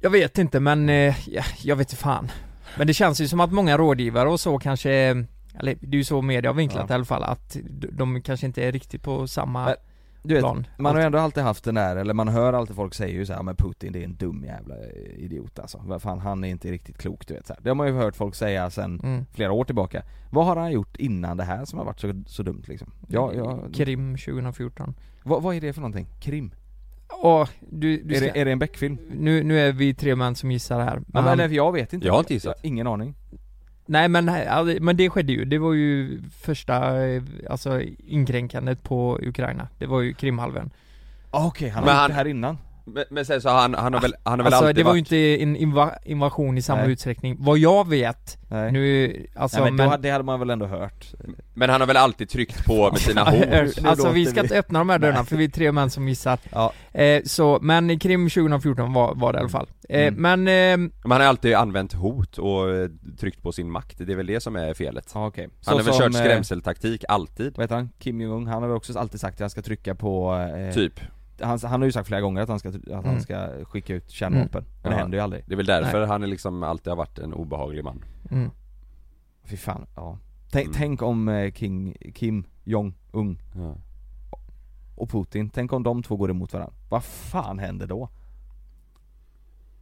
[SPEAKER 3] Jag vet inte men, eh, ja, jag vet inte fan. Men det känns ju som att många rådgivare och så kanske, eh, eller det är ju så media har vinklat
[SPEAKER 1] Ja.
[SPEAKER 3] i alla fall, att d- de kanske inte är riktigt på samma
[SPEAKER 1] Men, Du vet,
[SPEAKER 3] plan.
[SPEAKER 1] man har ju ändå alltid haft den där, eller man hör alltid folk säger ju så här, "Ja, men Putin det är en dum jävla idiot alltså. Vad fan, han är inte riktigt klok du vet så här. Det har man ju hört folk säga sen
[SPEAKER 3] Mm.
[SPEAKER 1] flera år tillbaka. Vad har han gjort innan det här som har varit så, så dumt liksom? Ja, jag,
[SPEAKER 3] Krim 2014.
[SPEAKER 1] vad, vad är det för någonting? Krim?
[SPEAKER 3] Och du, du
[SPEAKER 1] Är
[SPEAKER 3] ska,
[SPEAKER 1] det, är det en Beck-film?
[SPEAKER 3] nu, nu är vi tre män som gissar här.
[SPEAKER 1] Ja,
[SPEAKER 3] Men-
[SPEAKER 1] men, eller, jag vet inte.
[SPEAKER 2] Jag har inte gissat.
[SPEAKER 1] Ingen aning.
[SPEAKER 3] nej men, nej, men det skedde ju, det var ju första, eh, alltså inkränkandet på Ukraina. Det var ju Krimhalvön.
[SPEAKER 1] Ah, Okej, han
[SPEAKER 2] Men
[SPEAKER 1] har gjort
[SPEAKER 2] han-
[SPEAKER 1] det här innan.
[SPEAKER 2] Men, men sen så har han, han har väl, han har väl
[SPEAKER 3] Alltså
[SPEAKER 2] alltid
[SPEAKER 3] det var
[SPEAKER 2] varit...
[SPEAKER 3] ju inte en inva- invasion i samma
[SPEAKER 1] Nej.
[SPEAKER 3] utsträckning, vad jag vet
[SPEAKER 1] Nej.
[SPEAKER 3] nu, alltså
[SPEAKER 1] Nej, men,
[SPEAKER 3] men,
[SPEAKER 1] Då, hade- det hade man väl ändå hört?
[SPEAKER 2] Men han har väl alltid tryckt på med sina hot?
[SPEAKER 1] Nu
[SPEAKER 3] Alltså vi
[SPEAKER 1] låter
[SPEAKER 3] ska
[SPEAKER 1] vi-
[SPEAKER 3] inte öppna de här dörrarna för vi är tre män som gissar
[SPEAKER 1] Ja.
[SPEAKER 3] eh, Så, men Krim 2014 var, var det i alla fall eh,
[SPEAKER 1] Mm.
[SPEAKER 3] Men, eh,
[SPEAKER 2] Men han har alltid använt hot och eh, tryckt på sin makt, det är väl det som är felet?
[SPEAKER 1] Ja okej.
[SPEAKER 2] Han har väl
[SPEAKER 1] som,
[SPEAKER 2] kört
[SPEAKER 1] eh,
[SPEAKER 2] skrämseltaktik, alltid?
[SPEAKER 1] Vad heter han? Kim Jong-Un, han har väl också alltid sagt att han ska trycka på... Eh,
[SPEAKER 2] Typ.
[SPEAKER 1] han, han har ju sagt flera gånger att han ska, att han ska skicka ut kärnvapen. Men det
[SPEAKER 2] Ja.
[SPEAKER 1] händer ju aldrig.
[SPEAKER 2] Det är väl därför han är liksom alltid har varit en obehaglig man
[SPEAKER 3] mm,
[SPEAKER 1] Fy fan, ja. Tänk, tänk om eh, King, Kim Jong-Un
[SPEAKER 2] ja.
[SPEAKER 1] och Putin, tänk om de två går emot varandra. Vad fan händer då?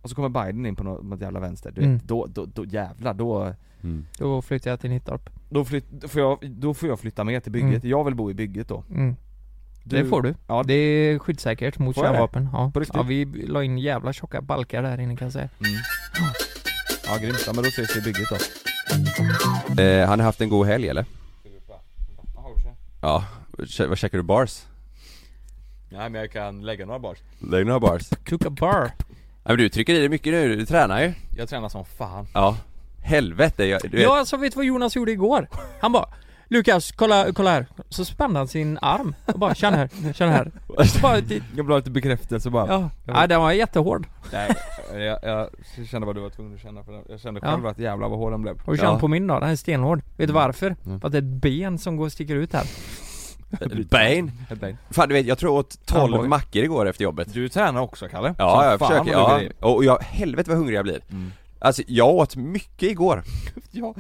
[SPEAKER 1] Och så kommer Biden in på något, något jävla vänster, du
[SPEAKER 3] Mm.
[SPEAKER 1] vet, då, då, då jävlar, då,
[SPEAKER 2] Mm.
[SPEAKER 3] då flyttar jag till Nittorp
[SPEAKER 1] då, flytt, då får jag, då får jag flytta med till bygget, jag vill bo i bygget då.
[SPEAKER 3] mm. Det
[SPEAKER 1] Mm. Du-
[SPEAKER 3] får du,
[SPEAKER 1] Ja.
[SPEAKER 3] det är skyddssäkert mot
[SPEAKER 1] Får jag det?
[SPEAKER 3] kärnvapen ja.
[SPEAKER 1] På riktigt?
[SPEAKER 3] ja, vi la in jävla tjocka balkar där inne kan jag säga
[SPEAKER 1] Ja grymt, ja, men då ses vi i bygget då.
[SPEAKER 2] eh, Han har haft en god helg eller? Ja, Kä- vad käkar du bars?
[SPEAKER 1] Nej men jag kan lägga några bars.
[SPEAKER 2] Lägg några bars Nej
[SPEAKER 3] Cook a bar
[SPEAKER 2] men du trycker i dig mycket nu, du tränar ju
[SPEAKER 1] Jag tränar som fan.
[SPEAKER 2] Ja Helvete, jag, du vet,
[SPEAKER 3] Ja alltså vet du vad Jonas gjorde igår? Han bara Lukas, kolla, kolla här. Så spände han sin arm och bara känn här, känn här. Så bara,
[SPEAKER 1] Jag vill ha lite bekräftelse bara.
[SPEAKER 3] ja, ja den var jättehård.
[SPEAKER 1] Nej, jag, jag kände vad du var tvungen att känna för den. Jag kände själv
[SPEAKER 3] Ja.
[SPEAKER 1] att jävlar vad hård den blev.
[SPEAKER 3] Har du känt på min då? Den är stenhård. Vet
[SPEAKER 2] Mm.
[SPEAKER 3] du varför? För att det är ett ben som går och sticker ut här.
[SPEAKER 2] Eh, Bane
[SPEAKER 1] Helt enkelt.
[SPEAKER 2] Fan du vet, jag tror jag åt 12
[SPEAKER 1] Cowboy.
[SPEAKER 2] mackor igår efter jobbet
[SPEAKER 1] Du tränar också Kalle?
[SPEAKER 2] Ja,
[SPEAKER 1] Som
[SPEAKER 2] jag
[SPEAKER 1] fan
[SPEAKER 2] försöker,
[SPEAKER 1] vad du
[SPEAKER 2] ja.
[SPEAKER 1] grejer. Mm.
[SPEAKER 2] Och och jag, helvete vad hungrig jag blir Alltså jag åt mycket igår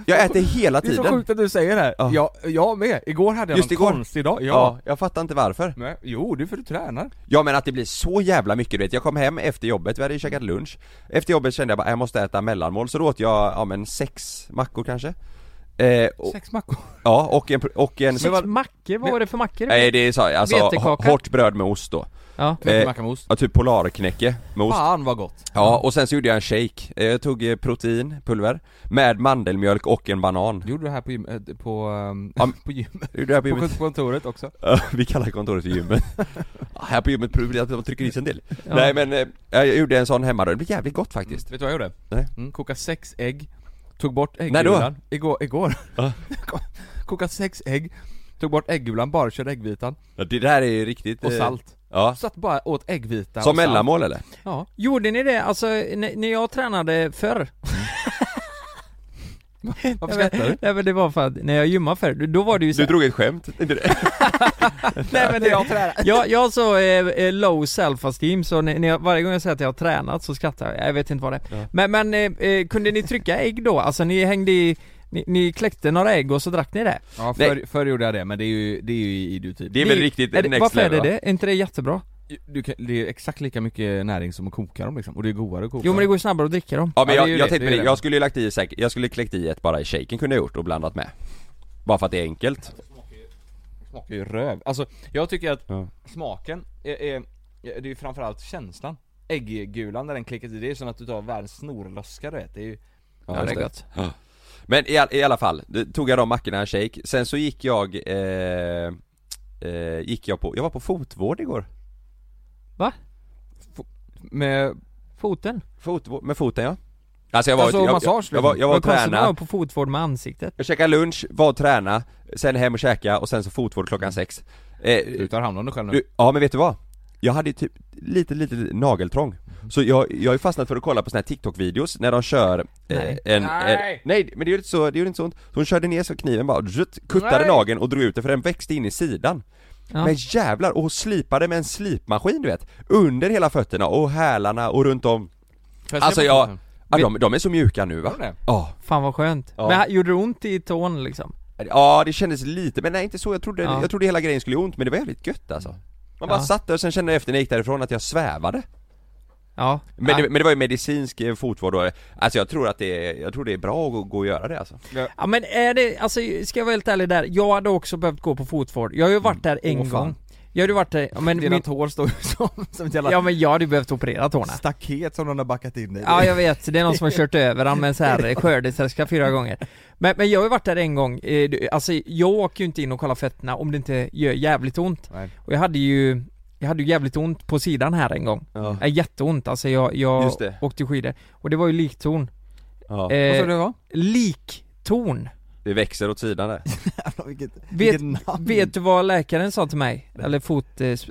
[SPEAKER 2] Jag äter hela
[SPEAKER 1] Det är så
[SPEAKER 2] tiden
[SPEAKER 1] sjukt att du säger det här.
[SPEAKER 2] Ja.
[SPEAKER 1] Ja. Jag, med, igår hade jag
[SPEAKER 2] Just
[SPEAKER 1] någon
[SPEAKER 2] igår.
[SPEAKER 1] konstig dag, ja.
[SPEAKER 2] Ja, jag fattar inte varför
[SPEAKER 1] Nej, jo, det är för att du tränar.
[SPEAKER 2] Ja men att det blir så jävla mycket du vet, jag kom hem efter jobbet, vi hade ju käkat lunch Efter jobbet kände jag bara, jag måste äta mellanmål, så då åt jag, ja men sex mackor kanske Eh, och,
[SPEAKER 1] Sex mackor.
[SPEAKER 2] ja, och en, och en
[SPEAKER 3] Sex mackor, vad var det för mackor?
[SPEAKER 2] Nej det är så, alltså
[SPEAKER 3] Vetekaka.
[SPEAKER 2] h- hårt bröd med ost då
[SPEAKER 3] Ja.
[SPEAKER 2] Eh,
[SPEAKER 1] macka med ost.
[SPEAKER 2] Ja, typ polarknäcke med ost
[SPEAKER 1] Fan vad gott.
[SPEAKER 2] Ja, och sen så gjorde jag en shake, Eh, jag tog eh, protein, pulver, med mandelmjölk och en banan
[SPEAKER 1] Det gjorde du här på, gym, eh, på, ehm,
[SPEAKER 2] Ja, men-
[SPEAKER 1] på gymmet,
[SPEAKER 2] Det gjorde jag på
[SPEAKER 1] på
[SPEAKER 2] gymmet,
[SPEAKER 1] kontoret också.
[SPEAKER 2] Ja, vi kallar kontoret för gymmet Ja, Här på gymmet provar vi att de trycker i sig en del Nej men, eh, jag gjorde en sån hemma då, det blev jävligt gott faktiskt
[SPEAKER 1] Vet du vad jag gjorde?
[SPEAKER 2] Nej.
[SPEAKER 1] Mm, koka sex ägg, tog bort
[SPEAKER 2] När då?
[SPEAKER 1] äggulan. Igår, igår. koka sex ägg, tog bort äggulan, bara körde äggvitan.
[SPEAKER 2] Ja, det där är ju riktigt...
[SPEAKER 1] Och
[SPEAKER 2] eh,
[SPEAKER 1] salt.
[SPEAKER 2] Ja.
[SPEAKER 1] Satt bara åt äggvita
[SPEAKER 2] Som
[SPEAKER 1] och salt.
[SPEAKER 2] mellanmål eller?
[SPEAKER 1] Ja.
[SPEAKER 3] Gjorde ni det, alltså n- när jag tränade förr?
[SPEAKER 1] Varför skrattar du?
[SPEAKER 3] Nej men det var för att, när jag gymmade förr, då var det ju så
[SPEAKER 2] Du drog ett skämt, inte det?
[SPEAKER 3] Nej men det, jag tränar. Jag, jag har så eh, eh, low self-esteem så när, när jag, varje gång jag säger att jag har tränat så skrattar jag, jag vet inte vad det är. Men, men eh, eh, kunde ni trycka ägg då? Alltså ni hängde i, ni, ni kläckte några ägg och så drack ni det?
[SPEAKER 1] Ja,
[SPEAKER 2] Nej.
[SPEAKER 1] förr, förr gjorde jag det, men det är ju, det är ju idiotip.
[SPEAKER 2] Det är väl riktigt
[SPEAKER 3] är det,
[SPEAKER 2] next
[SPEAKER 3] Varför
[SPEAKER 2] level,
[SPEAKER 3] är det
[SPEAKER 2] va?
[SPEAKER 3] det? Är inte det jättebra?
[SPEAKER 1] typ. Du kan, det är exakt lika mycket näring som att koka dem liksom, och det är godare att koka
[SPEAKER 3] Jo men det
[SPEAKER 1] dem.
[SPEAKER 3] går ju snabbare att dricka dem.
[SPEAKER 2] Ja men
[SPEAKER 1] Ja, det är
[SPEAKER 2] jag,
[SPEAKER 1] ju
[SPEAKER 2] jag
[SPEAKER 1] det,
[SPEAKER 2] tänkte
[SPEAKER 1] det är
[SPEAKER 2] på det,
[SPEAKER 1] det.
[SPEAKER 2] jag skulle ju lagt i säkert, jag skulle kläckt i ett bara i shaken kunde jag gjort och blandat med Bara för att det är enkelt
[SPEAKER 1] smakar ju röv. Alltså, jag tycker att
[SPEAKER 2] Ja.
[SPEAKER 1] smaken är, är, det är ju framförallt känslan. Ägggulan när den klickas i, det är som att du tar världens snorlöska du vet. Det är ju,
[SPEAKER 2] Ja,
[SPEAKER 3] det
[SPEAKER 2] just
[SPEAKER 3] är gott.
[SPEAKER 2] Men i, all, i alla fall, då tog jag de mackorna en shake, sen så gick jag eh, eh, Gick jag på, jag var på fotvård igår
[SPEAKER 3] Va?
[SPEAKER 1] med,
[SPEAKER 3] Foten?
[SPEAKER 2] Fotvård, med foten ja Alltså jag var,
[SPEAKER 1] Alltså,
[SPEAKER 2] jag,
[SPEAKER 1] massage,
[SPEAKER 3] liksom.
[SPEAKER 1] liksom.
[SPEAKER 2] jag, jag var, jag var och
[SPEAKER 3] Vad konstigt man var
[SPEAKER 2] tränade
[SPEAKER 3] på fotvård med ansiktet.
[SPEAKER 2] Jag käkade lunch, var och tränade, sen hem och käka och sen så fotvård klockan sex eh,
[SPEAKER 1] du tar hand om dig själv nu.
[SPEAKER 2] Du, ja men vet du vad? Jag hade ju typ lite, lite nageltrång. Så jag, jag har ju fastnat för att kolla på såna här TikTok-videos när de kör eh,
[SPEAKER 3] Nej.
[SPEAKER 2] en...
[SPEAKER 3] Nej.
[SPEAKER 2] Eh, nej! men det gjorde inte så, det gjorde inte så ont. Så hon körde ner så kniven bara, zzt, kuttade
[SPEAKER 3] Nej.
[SPEAKER 2] nageln och drog ut den för den växte in i sidan.
[SPEAKER 3] Ja.
[SPEAKER 2] Men jävlar, och hon slipade med en slipmaskin du vet, under hela fötterna och hälarna och runt om.
[SPEAKER 1] Får se
[SPEAKER 2] Alltså
[SPEAKER 1] på
[SPEAKER 2] jag,
[SPEAKER 1] foten?
[SPEAKER 2] ja, de, de är så mjuka nu va?
[SPEAKER 1] Har du det?
[SPEAKER 2] Ja.
[SPEAKER 3] Fan vad skönt.
[SPEAKER 2] Ja.
[SPEAKER 3] Men ha- gjorde det ont i tån liksom?
[SPEAKER 2] Ja det kändes lite, men nej inte så, jag trodde,
[SPEAKER 3] Ja.
[SPEAKER 2] jag trodde hela grejen skulle göra ont men det var jävligt gött alltså Man bara
[SPEAKER 3] Ja.
[SPEAKER 2] satt där och sen kände jag efter när jag gick därifrån att jag svävade
[SPEAKER 3] Ja.
[SPEAKER 2] Men,
[SPEAKER 3] Ja.
[SPEAKER 2] det, men det var ju medicinsk eh, fotvård då, alltså jag tror att det är, jag tror det är bra att gå, gå och göra det alltså
[SPEAKER 3] Ja men är det, alltså ska jag vara helt ärlig där, jag hade också behövt gå på fotvård. Jag har ju varit
[SPEAKER 2] Mm.
[SPEAKER 3] där en
[SPEAKER 1] Åh, fan.
[SPEAKER 3] gång. Jag hade ju varit där, ja, men
[SPEAKER 1] Dina
[SPEAKER 3] min,
[SPEAKER 1] tår står ju som, som ett jävla
[SPEAKER 3] Ja men jag hade ju behövt operera tårna.
[SPEAKER 1] staket som någon har backat in i.
[SPEAKER 3] Ja jag vet, det är någon som har kört över han med en så här skördeträska fyra gånger. Men, men jag har ju varit där en gång, Eh, du- alltså jag åker ju inte in och kollar fötterna om det inte gör jävligt ont.
[SPEAKER 1] Nej.
[SPEAKER 3] Och jag hade ju Jag hade ju jävligt ont på sidan här en gång
[SPEAKER 2] Ja.
[SPEAKER 3] äh, Jätteont alltså, jag, jag
[SPEAKER 2] Just det.
[SPEAKER 3] åkte skidor Och det var ju liktorn
[SPEAKER 2] Ja.
[SPEAKER 1] Vad
[SPEAKER 3] eh,
[SPEAKER 1] sa du det var?
[SPEAKER 3] Liktorn!
[SPEAKER 2] Det växer åt sidan där.
[SPEAKER 1] Alltså,
[SPEAKER 8] Jävlar, vilket,
[SPEAKER 3] Vet,
[SPEAKER 8] vilket namn.
[SPEAKER 3] vet du vad läkaren sa till mig? Eller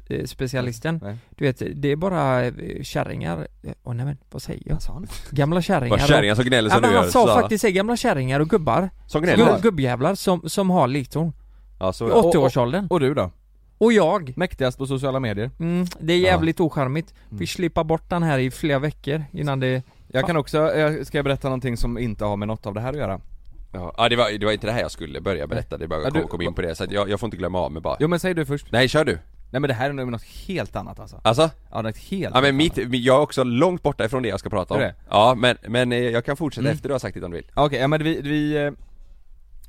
[SPEAKER 3] fotspecialisten?
[SPEAKER 1] Nej.
[SPEAKER 3] Du vet, det är bara eh, kärringar Eh, Åh nej men, vad säger jag?
[SPEAKER 8] Vad sa han?
[SPEAKER 3] Gamla kärringar
[SPEAKER 2] Alltså. Bara
[SPEAKER 3] och-
[SPEAKER 2] kärringar som gnäller
[SPEAKER 3] Ja,
[SPEAKER 2] som
[SPEAKER 3] men
[SPEAKER 2] du gör
[SPEAKER 3] han sa
[SPEAKER 2] Susanna.
[SPEAKER 3] faktiskt det, gamla kärringar och gubbar
[SPEAKER 2] Som
[SPEAKER 3] Gubb,
[SPEAKER 2] gnäller?
[SPEAKER 3] Gubbjävlar som, som har liktorn
[SPEAKER 2] Ja, så
[SPEAKER 3] I
[SPEAKER 2] är det.
[SPEAKER 3] 80-årsåldern
[SPEAKER 1] Och du då?
[SPEAKER 3] Och jag
[SPEAKER 1] Mäktigast på sociala medier?
[SPEAKER 3] Mm, det är jävligt ocharmigt.
[SPEAKER 1] Mm.
[SPEAKER 3] Vi slipar bort den här i flera veckor innan det...
[SPEAKER 1] Jag kan också, jag ska jag berätta någonting som inte har med något av det här att göra?
[SPEAKER 2] Ja, ja det, var, det var inte det här jag skulle börja berätta, det är bara jag
[SPEAKER 1] Ja, du-
[SPEAKER 2] kom, kom in på det så att jag, jag får inte glömma av mig bara
[SPEAKER 1] Jo men säg du först.
[SPEAKER 2] Nej kör du!
[SPEAKER 1] Nej men det här är nog något helt annat alltså.
[SPEAKER 2] Alltså?
[SPEAKER 1] Ja något helt
[SPEAKER 2] Ja men
[SPEAKER 1] annat.
[SPEAKER 2] mitt, jag är också långt borta ifrån det jag ska prata
[SPEAKER 1] Är
[SPEAKER 2] om
[SPEAKER 1] det?
[SPEAKER 2] Ja men, men eh, jag kan fortsätta efter du har sagt ditt om du vill
[SPEAKER 1] Ja, Okej, ja men vi, vi, eh,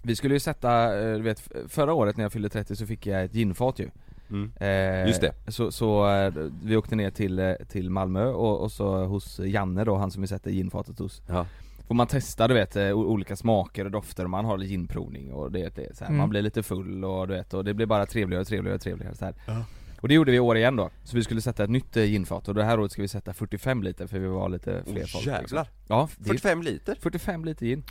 [SPEAKER 1] vi skulle ju sätta, eh, du vet f- förra året när jag fyllde 30 så fick jag ett ginfat ju Eh,
[SPEAKER 2] Mm. Just det.
[SPEAKER 1] Så, så eh, vi åkte ner till, eh, till Malmö och, och så hos Janne då, han som vi sätter ginfatet hos
[SPEAKER 2] Ja.
[SPEAKER 1] Får man testa du vet eh, o- olika smaker och dofter och man har ginprovning och det, det är så här,
[SPEAKER 3] Mm.
[SPEAKER 1] man blir lite full och du vet och det blir bara trevligare och trevligare och trevligare så här. Och det gjorde vi i år igen då, så vi skulle sätta ett nytt eh, ginfat och det här året ska vi sätta 45 liter för vi var lite fler folk liksom.
[SPEAKER 2] jävlar.
[SPEAKER 1] Ja, det är
[SPEAKER 2] 45 liter?
[SPEAKER 1] 45 liter gin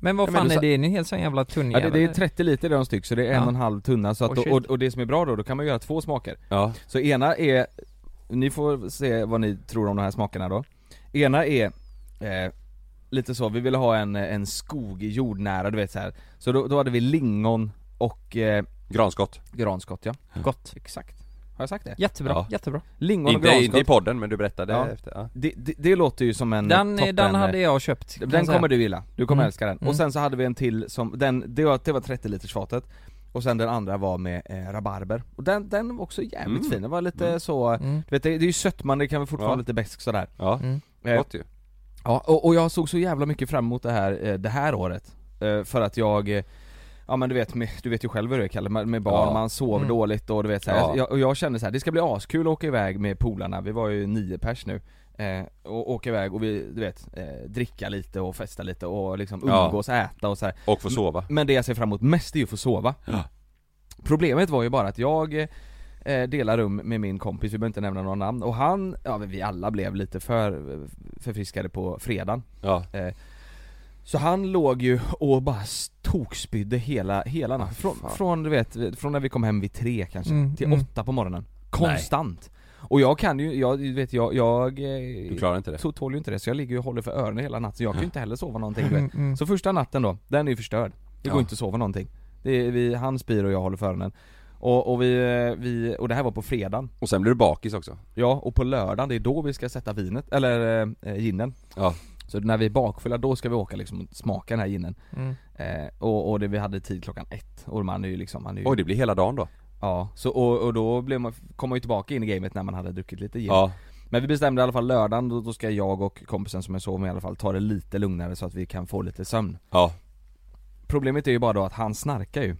[SPEAKER 3] Men vad
[SPEAKER 2] Ja,
[SPEAKER 3] fan
[SPEAKER 2] men du
[SPEAKER 3] är
[SPEAKER 2] sa-
[SPEAKER 3] det? Är ni helt sån jävla tunna
[SPEAKER 1] Ja, det, det är 30 liter i de styck så det är en
[SPEAKER 3] Ja.
[SPEAKER 1] och en halv tunna så att,
[SPEAKER 3] Åh,
[SPEAKER 1] då-
[SPEAKER 3] shit.
[SPEAKER 1] och, och det som är bra då, då kan man göra två smaker
[SPEAKER 2] Ja,
[SPEAKER 1] Så ena är, ni får se vad ni tror om de här smakerna då Ena är eh, lite så, vi ville ha en, eh, en skog jordnära du vet så här. Så då, då hade vi lingon och eh,
[SPEAKER 2] granskott
[SPEAKER 1] granskott ja
[SPEAKER 3] Gott.
[SPEAKER 1] Exakt Har jag sagt det?
[SPEAKER 3] Jättebra,
[SPEAKER 2] Ja.
[SPEAKER 3] jättebra.
[SPEAKER 1] Lingon och
[SPEAKER 2] inte, inte i
[SPEAKER 1] granskott
[SPEAKER 2] podden men du berättade
[SPEAKER 1] Ja.
[SPEAKER 2] efter ja.
[SPEAKER 1] det, det, det låter ju som en
[SPEAKER 3] Den, eh,
[SPEAKER 1] toppen,
[SPEAKER 3] den hade jag köpt. kan
[SPEAKER 1] Den
[SPEAKER 3] jag säga.
[SPEAKER 1] kommer du gilla, du kommer
[SPEAKER 3] Mm.
[SPEAKER 1] älska den.
[SPEAKER 3] Mm.
[SPEAKER 1] Och sen så hade vi en till som, den, det var, det var 30 liters fatet Och sen den andra var med eh, rabarber, och den, den var också jävligt
[SPEAKER 2] Mm.
[SPEAKER 1] fin, den var lite så,
[SPEAKER 3] Mm.
[SPEAKER 1] du vet det, det är ju sötman, det kan väl fortfarande
[SPEAKER 2] Ja.
[SPEAKER 1] vara lite bäsk sådär
[SPEAKER 2] Ja,
[SPEAKER 3] Mm.
[SPEAKER 1] Eh,
[SPEAKER 2] gott ju
[SPEAKER 1] Ja, och, och jag såg så jävla mycket fram emot det här, eh, det här året eh, För att jag eh, Ja men du vet, med- du vet ju själv hur det är Kalle, med med barn,
[SPEAKER 2] Ja.
[SPEAKER 1] man sover
[SPEAKER 3] Mm.
[SPEAKER 1] dåligt och du vet så här,
[SPEAKER 2] Ja.
[SPEAKER 1] jag, Och jag kände så här, det ska bli askul att åka iväg med polarna, vi var ju nio pers nu eh, Och åka iväg och vi, du vet, eh, dricka lite och festa lite och liksom
[SPEAKER 2] Ja.
[SPEAKER 1] umgås, äta och så här.
[SPEAKER 2] Och få sova
[SPEAKER 1] Men det jag ser fram emot mest är ju att få sova
[SPEAKER 2] Ja.
[SPEAKER 1] Problemet var ju bara att jag eh, delar rum med min kompis, vi behöver inte nämna några namn, och han, ja men vi alla blev lite för förfriskade på fredagen
[SPEAKER 2] Ja,
[SPEAKER 1] så han låg ju och bara tokspydde hela, hela natten. Från, från, du vet, från när vi kom hem vid tre kanske,
[SPEAKER 3] Mm,
[SPEAKER 1] till
[SPEAKER 3] mm.
[SPEAKER 1] åtta på morgonen. Konstant. Och jag kan ju, jag du vet, jag, jag eh,
[SPEAKER 2] du klarar inte det?
[SPEAKER 1] to- tål ju inte det så jag ligger ju och håller för öronen hela natten så jag kan ju inte heller sova någonting du
[SPEAKER 3] Mm,
[SPEAKER 1] vet.
[SPEAKER 3] mm.
[SPEAKER 1] Så första natten då, den är ju förstörd. Det går
[SPEAKER 2] Ja.
[SPEAKER 1] inte att sova någonting. Det är, vi, han spyr och jag håller för öronen. Och, och vi, eh, vi, och det här var på fredagen.
[SPEAKER 2] Och sen blir du bakis också
[SPEAKER 1] Ja, och på lördagen, det är då vi ska sätta vinet, eller eh, ginen.
[SPEAKER 2] Ja.
[SPEAKER 1] Så när vi är bakfulla, då ska vi åka liksom och smaka den här ginen.
[SPEAKER 3] Mm.
[SPEAKER 1] Eh, och, och det, vi hade tid klockan ett, och man är ju liksom, man är ju,
[SPEAKER 2] Oj det blir hela dagen då?
[SPEAKER 1] ja, så, och, och då blev man, kom man ju tillbaka in i gamet när man hade druckit lite gin
[SPEAKER 2] Ja,
[SPEAKER 1] Men vi bestämde i alla fall lördagen, då, då ska jag och kompisen som jag sov med i alla fall ta det lite lugnare så att vi kan få lite sömn
[SPEAKER 2] ja,
[SPEAKER 1] Problemet är ju bara då att han snarkar ju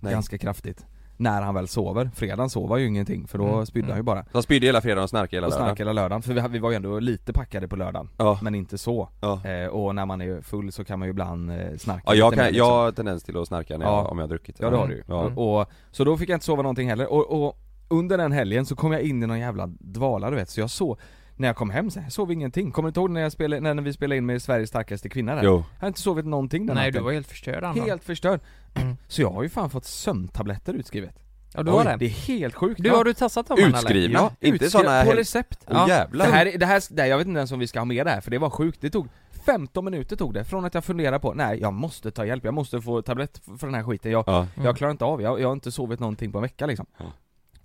[SPEAKER 2] Nej.
[SPEAKER 1] Ganska kraftigt När han väl sover, fredagen sover han ju ingenting för då
[SPEAKER 3] Mm,
[SPEAKER 1] spydde han ju bara
[SPEAKER 2] så han spydde hela fredagen och snarkade hela
[SPEAKER 1] Och
[SPEAKER 2] lördagen?
[SPEAKER 1] snarkade hela lördagen, för vi, vi var ju ändå lite packade på lördagen
[SPEAKER 2] Ja,
[SPEAKER 1] Men inte så
[SPEAKER 2] ja
[SPEAKER 1] eh, Och när man är full så kan man ju ibland eh, snarka
[SPEAKER 2] Ja, jag,
[SPEAKER 1] lite mer,
[SPEAKER 2] kan, jag
[SPEAKER 1] liksom.
[SPEAKER 2] har tendens till att snarka när jag,
[SPEAKER 1] Ja.
[SPEAKER 2] om jag har druckit
[SPEAKER 1] Ja det har du ju. Mm.
[SPEAKER 2] Ja,
[SPEAKER 1] Och, så då fick jag inte sova någonting heller, och, och under den helgen så kom jag in i någon jävla dvala du vet, så jag sov när jag kom hem sen, jag sov ingenting. Kommer du inte ihåg när, jag spelade, när vi spelade in med Sveriges starkaste kvinna där?
[SPEAKER 2] jo
[SPEAKER 1] Jag har inte sovit någonting den
[SPEAKER 3] Nej, du
[SPEAKER 1] natten.
[SPEAKER 3] var helt förstörd Anna.
[SPEAKER 1] Helt förstörd.
[SPEAKER 3] Mm.
[SPEAKER 1] Så jag har ju fan fått sömntabletter utskrivet.
[SPEAKER 3] Ja, du har
[SPEAKER 1] det.
[SPEAKER 3] det.
[SPEAKER 1] är helt sjukt.
[SPEAKER 3] Du, har du tassat om den, eller?
[SPEAKER 2] Utskrivna?
[SPEAKER 1] Ja,
[SPEAKER 2] inte
[SPEAKER 1] utskri-
[SPEAKER 2] såna
[SPEAKER 1] På
[SPEAKER 2] här...
[SPEAKER 1] recept.
[SPEAKER 2] Åh jävlar!
[SPEAKER 1] Det här, det här, nej, jag vet inte ens om vi ska ha med det här för det var sjukt, det tog 15 minuter tog det från att jag funderade på, nej jag måste ta hjälp, jag måste få tablett f- för den här skiten, jag,
[SPEAKER 2] Ja,
[SPEAKER 3] Mm.
[SPEAKER 1] jag klarar inte av, jag, jag har inte sovit någonting på en vecka liksom
[SPEAKER 2] Ja.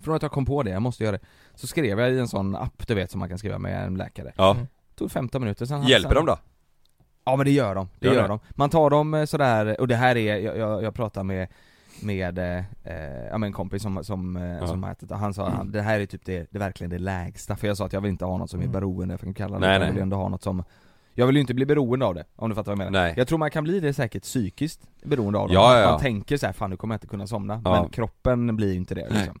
[SPEAKER 1] Från att jag kom på det, jag måste göra det, så skrev jag i en sån app du vet som man kan skriva med en läkare
[SPEAKER 2] ja.
[SPEAKER 3] Mm.
[SPEAKER 1] Tog 15 minuter sen
[SPEAKER 2] Hjälper
[SPEAKER 1] sen,
[SPEAKER 2] de då?
[SPEAKER 1] Ja men det gör de, det
[SPEAKER 2] Gör
[SPEAKER 1] gör,
[SPEAKER 2] det?
[SPEAKER 1] de Man tar dem eh, sådär, och det här är, jag, jag, jag pratar med med, eh, eh, ja men en kompis som, som, eh,
[SPEAKER 2] Ja.
[SPEAKER 1] som har ätit, och han sa han, det här är typ det, det är verkligen det lägsta, för jag sa att jag vill inte ha något som är
[SPEAKER 3] Mm.
[SPEAKER 1] beroende, för jag kan kalla det,
[SPEAKER 2] Nej,
[SPEAKER 1] utan
[SPEAKER 2] nej.
[SPEAKER 1] jag vill ju ändå ha något som Jag vill ju inte bli beroende av det, om du fattar vad jag menar
[SPEAKER 2] Nej.
[SPEAKER 1] Jag tror man kan bli det säkert psykiskt beroende av det,
[SPEAKER 2] Ja, ja, ja.
[SPEAKER 1] man tänker så här, fan nu kommer jag inte kunna somna,
[SPEAKER 2] Ja.
[SPEAKER 1] men kroppen blir ju inte det liksom.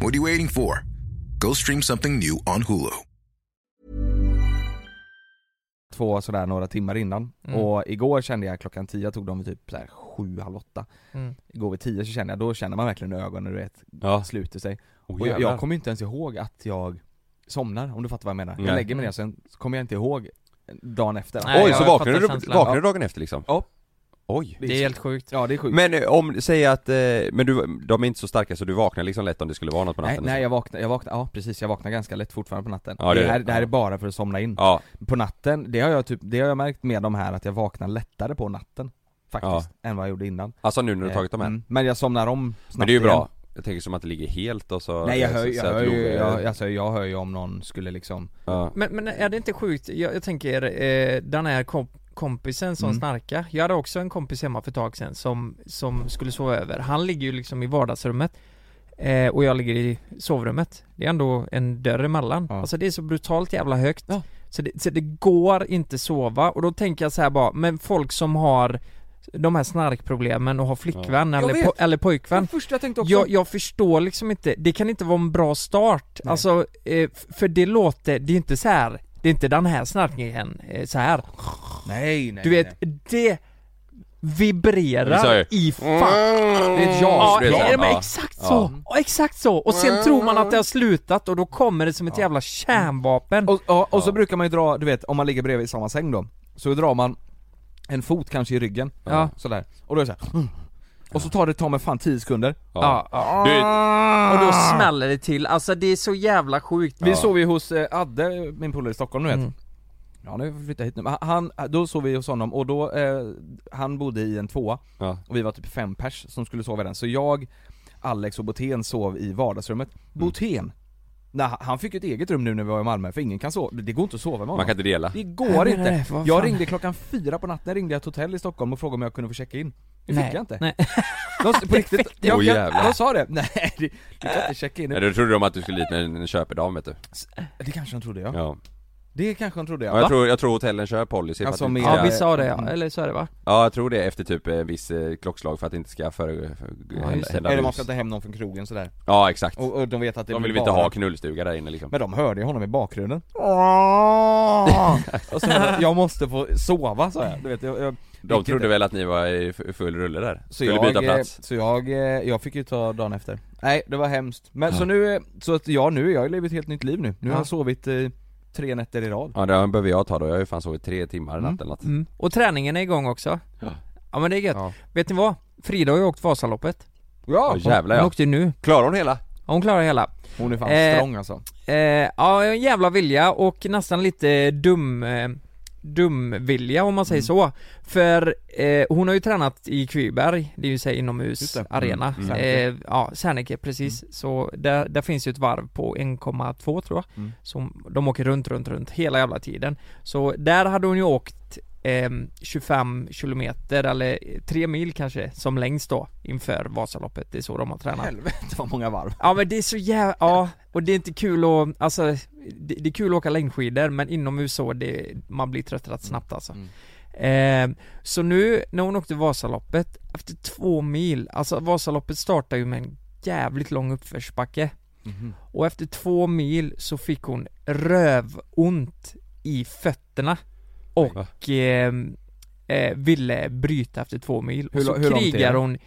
[SPEAKER 5] what are you waiting for? Go stream something new on Hulu.
[SPEAKER 1] två sådär några timmar innan
[SPEAKER 3] Mm.
[SPEAKER 1] och igår kände jag klockan 10 tog de typ såhär sju, halv åtta
[SPEAKER 3] Mm.
[SPEAKER 1] Igår vid 10 så kände jag, då känner man verkligen hur ögonen du vet,
[SPEAKER 2] Ja.
[SPEAKER 1] sluter sig
[SPEAKER 2] Oh,
[SPEAKER 1] Och jag,
[SPEAKER 2] jävlar.
[SPEAKER 1] jag kommer ju inte ens ihåg att jag somnar om du fattar vad jag menar
[SPEAKER 2] Nej.
[SPEAKER 1] Jag lägger mig ner sen så kommer jag inte ihåg dagen efter
[SPEAKER 3] Nej,
[SPEAKER 2] Oj,
[SPEAKER 3] jag
[SPEAKER 2] så vaknade du,
[SPEAKER 3] fattar känslan.
[SPEAKER 2] vaknade du dagen efter liksom?
[SPEAKER 1] Ja.
[SPEAKER 2] Oj
[SPEAKER 3] Det är helt sjukt.
[SPEAKER 1] Ja det är sjukt
[SPEAKER 2] Men eh, om, säg att, eh, men du, de är inte så starka så du vaknar liksom lätt om det skulle vara något på
[SPEAKER 1] Nej,
[SPEAKER 2] natten?
[SPEAKER 1] nej jag vaknar, jag vaknar, ja precis jag vaknar ganska lätt fortfarande på natten
[SPEAKER 2] Ja, det
[SPEAKER 1] det,
[SPEAKER 2] är det.
[SPEAKER 1] här, det här är
[SPEAKER 2] Ja.
[SPEAKER 1] bara för att somna in
[SPEAKER 2] liksom? Ja,
[SPEAKER 1] På natten, det har jag typ, det har jag märkt med de här att jag vaknar lättare på natten Faktiskt, än vad jag gjorde innan
[SPEAKER 2] alltså nu när du
[SPEAKER 1] Eh,
[SPEAKER 2] tagit dem här?
[SPEAKER 1] mm. Men jag somnar om snabbt
[SPEAKER 2] Men det är ju
[SPEAKER 1] igen.
[SPEAKER 2] bra, jag tänker som att det ligger helt och så
[SPEAKER 1] Nej jag hör,
[SPEAKER 2] så-
[SPEAKER 1] jag
[SPEAKER 2] så att
[SPEAKER 1] hör ju,
[SPEAKER 2] Love-
[SPEAKER 1] jag, alltså, jag hör ju om någon skulle liksom
[SPEAKER 2] ja.
[SPEAKER 3] Men, men är det inte sjukt, jag, jag tänker eh, den här komp- kompisen som
[SPEAKER 1] Mm.
[SPEAKER 3] snarkar, jag hade också en kompis hemma för ett tag sedan som, som skulle sova över, han ligger ju liksom i vardagsrummet eh, och jag ligger i sovrummet, det är ändå en dörr emellan,
[SPEAKER 1] Ja.
[SPEAKER 3] alltså det är så brutalt jävla högt så, det, så det går inte sova och då tänker jag så här bara, men folk som har de här snarkproblemen och har flickvän
[SPEAKER 1] Jag
[SPEAKER 3] eller,
[SPEAKER 1] vet.
[SPEAKER 3] po- eller pojkvän
[SPEAKER 1] första jag tänkte
[SPEAKER 3] jag, jag förstår liksom inte, det kan inte vara en bra start,
[SPEAKER 1] Nej.
[SPEAKER 3] alltså, eh, f- för det låter, det är inte så här. det är inte den här snarkningen eh, så här.
[SPEAKER 1] Nej nej
[SPEAKER 3] du vet, det
[SPEAKER 2] Vi sa ju-
[SPEAKER 3] vibrerar i fan
[SPEAKER 1] det är ett liksom.
[SPEAKER 3] Ja,
[SPEAKER 1] jag
[SPEAKER 2] det
[SPEAKER 3] ja,
[SPEAKER 2] är sant.
[SPEAKER 3] men
[SPEAKER 2] Ja.
[SPEAKER 3] exakt
[SPEAKER 2] Ja.
[SPEAKER 3] så! Ja. Exakt så! Och sen tror man att det har slutat och då kommer det som ett jävla kärnvapen
[SPEAKER 1] Och, och, och så brukar man ju dra, du vet om man ligger bredvid i samma säng då Så drar man en fot kanske i ryggen,
[SPEAKER 3] Ja.
[SPEAKER 1] sådär, och då är det såhär mm. Och så tar det ta mig fan 10 sekunder
[SPEAKER 2] Ja.
[SPEAKER 3] ja. Och då
[SPEAKER 1] Ah.
[SPEAKER 3] smäller det till, alltså det är så jävla sjukt
[SPEAKER 1] Vi sov ju hos eh, Adde, min polare i Stockholm du vet
[SPEAKER 3] Mm.
[SPEAKER 1] Ja nu flyttar jag hit nu, Men han, då sov vi hos honom och då, eh, han bodde i en tvåa
[SPEAKER 2] Ja.
[SPEAKER 1] Och vi var typ fem pers som skulle sova i den, så jag, Alex och Botén sov i vardagsrummet Botén! Nej, han fick ju ett eget rum nu när vi var i Malmö, för ingen kan sova, det går inte att sova med honom
[SPEAKER 2] Man kan inte dela?
[SPEAKER 1] Det
[SPEAKER 3] Jag
[SPEAKER 1] går
[SPEAKER 3] menar
[SPEAKER 1] inte!
[SPEAKER 3] det, vad
[SPEAKER 1] jag
[SPEAKER 3] fan.
[SPEAKER 1] ringde klockan fyra på natten, ringde jag ett hotell i Stockholm och frågade om jag kunde få checka in Det
[SPEAKER 3] Nej.
[SPEAKER 1] fick jag inte
[SPEAKER 3] Nej.
[SPEAKER 1] De, på riktigt, jag,
[SPEAKER 2] Åh,
[SPEAKER 1] jag,
[SPEAKER 2] jävlar.
[SPEAKER 1] de sa det, nej du du kan inte checka in
[SPEAKER 2] Nej
[SPEAKER 1] nu.
[SPEAKER 2] då trodde de att du skulle dit när, när Köpedam vet du
[SPEAKER 1] Det kanske de trodde ja,
[SPEAKER 2] Ja,
[SPEAKER 1] det kanske de trodde ja,
[SPEAKER 2] ja jag,
[SPEAKER 1] Va?
[SPEAKER 2] tror, jag tror hotellen kör policy för
[SPEAKER 1] Alltså,
[SPEAKER 2] att inte
[SPEAKER 1] med-
[SPEAKER 2] ska-
[SPEAKER 3] Ja vi sa det
[SPEAKER 1] Mm.
[SPEAKER 3] ja, eller så är det va?
[SPEAKER 2] Ja jag tror det efter typ en viss eh, klockslag för att det inte ska för, eh, för
[SPEAKER 3] Ja, just det.
[SPEAKER 2] hända
[SPEAKER 1] Eller
[SPEAKER 2] rus.
[SPEAKER 1] man ska ta hem någon från krogen sådär,
[SPEAKER 2] Ja exakt,
[SPEAKER 1] och, och de vet att det
[SPEAKER 2] de
[SPEAKER 1] blir
[SPEAKER 2] vill väl inte
[SPEAKER 1] bara-
[SPEAKER 2] ha knullstuga där inne liksom
[SPEAKER 1] Men de hörde ju honom i bakgrunden Och så jag, jag måste få sova sa jag, du vet jag, jag
[SPEAKER 2] De
[SPEAKER 1] vilket-
[SPEAKER 2] trodde väl att ni var i f- full rulle där?
[SPEAKER 1] så
[SPEAKER 2] Skulle
[SPEAKER 1] jag,
[SPEAKER 2] byta
[SPEAKER 1] eh,
[SPEAKER 2] plats?
[SPEAKER 1] Så jag, eh, jag fick ju ta dagen efter Nej det var hemskt, men så nu, eh, så att jag nu, jag har ju levt ett helt nytt liv nu Nu har jag sovit eh, tre nätter i rad
[SPEAKER 2] Ja det behöver jag ta då, jag har ju fan sovit tre timmar i natt eller något
[SPEAKER 3] Mm. Och träningen är igång också Ja, men det är gött.
[SPEAKER 1] Ja.
[SPEAKER 3] Vet ni vad? Frida har ju åkt Vasaloppet
[SPEAKER 1] Ja!
[SPEAKER 2] Ja jävlar
[SPEAKER 3] Hon
[SPEAKER 2] ja,
[SPEAKER 3] åkte ju nu,
[SPEAKER 2] klarar hon hela?
[SPEAKER 3] Ja, hon klarar hela
[SPEAKER 1] Hon är fan
[SPEAKER 3] Eh,
[SPEAKER 1] strong alltså
[SPEAKER 3] eh, Ja, en jävla vilja och nästan lite dum eh, Dumvilja om man
[SPEAKER 1] Mm.
[SPEAKER 3] säger så För eh, hon har ju tränat i Kviberg Det är ju sig
[SPEAKER 1] Just det.
[SPEAKER 3] inomhusarena
[SPEAKER 1] Mm.
[SPEAKER 3] eh, Ja, Serneke precis Så där, där finns ju ett varv på 1,2 tror jag
[SPEAKER 1] Mm.
[SPEAKER 3] Som de åker runt, runt, runt hela jävla tiden Så där hade hon ju åkt eh, 25 kilometer eller 3 mil kanske som längst då Inför Vasaloppet, det är så de har tränat
[SPEAKER 1] Helvete vad många varv
[SPEAKER 3] Ja men det är så jävla, ja, och det är inte kul att, alltså det, det är kul att åka längdskidor men inomhus så, det, man blir trött rätt snabbt alltså
[SPEAKER 1] Mm.
[SPEAKER 3] eh, Så nu, när hon åkte Vasaloppet, efter två mil, alltså Vasaloppet startar ju med en jävligt lång uppförsbacke
[SPEAKER 1] Mhm.
[SPEAKER 3] Och efter två mil så fick hon rövont i fötterna och eh, eh, ville bryta efter två mil
[SPEAKER 1] Hur
[SPEAKER 3] och så
[SPEAKER 1] lo- hur långt är
[SPEAKER 3] krigar
[SPEAKER 1] det?
[SPEAKER 3] hon,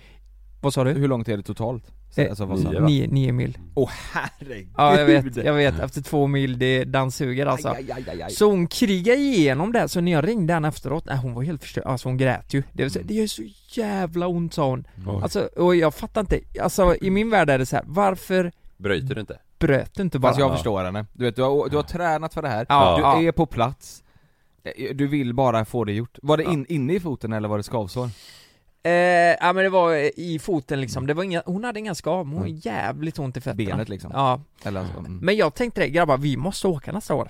[SPEAKER 3] vad sa du?
[SPEAKER 1] Hur långt är det totalt?
[SPEAKER 3] Eh,
[SPEAKER 1] Alltså vad sa
[SPEAKER 2] nio,
[SPEAKER 1] du?
[SPEAKER 2] va?
[SPEAKER 3] Nio, nio mil
[SPEAKER 1] Åh herregud!
[SPEAKER 3] Ja jag vet, jag vet, efter två mil, det dammsuger alltså
[SPEAKER 1] Aj, aj, aj, aj.
[SPEAKER 3] Så hon krigade igenom det, så när jag ringde henne efteråt, nej hon var helt förstörd, alltså hon grät ju Det, var
[SPEAKER 1] Mm.
[SPEAKER 3] så, det gör så jävla ont sa hon
[SPEAKER 2] Oj.
[SPEAKER 3] Alltså, och jag fattar inte, alltså i min värld är det så här, varför
[SPEAKER 2] Bryter du inte?
[SPEAKER 3] bröt du inte bara?
[SPEAKER 1] Fast Alltså, jag förstår henne, du vet du har, du har tränat för det här,
[SPEAKER 3] Ja,
[SPEAKER 1] du
[SPEAKER 3] ja.
[SPEAKER 1] är på plats Eh, Du vill bara få det gjort. Var det in, inne i foten eller var det skavsår?
[SPEAKER 3] Eh, ja men det var eh, i foten liksom, det var inga, hon hade inga skav, men hon hade jävligt ont i fötterna
[SPEAKER 1] Mm. Benet liksom.
[SPEAKER 3] Ja,
[SPEAKER 1] Eller alltså, mm.
[SPEAKER 3] men jag tänkte det, grabbar vi måste åka nästa år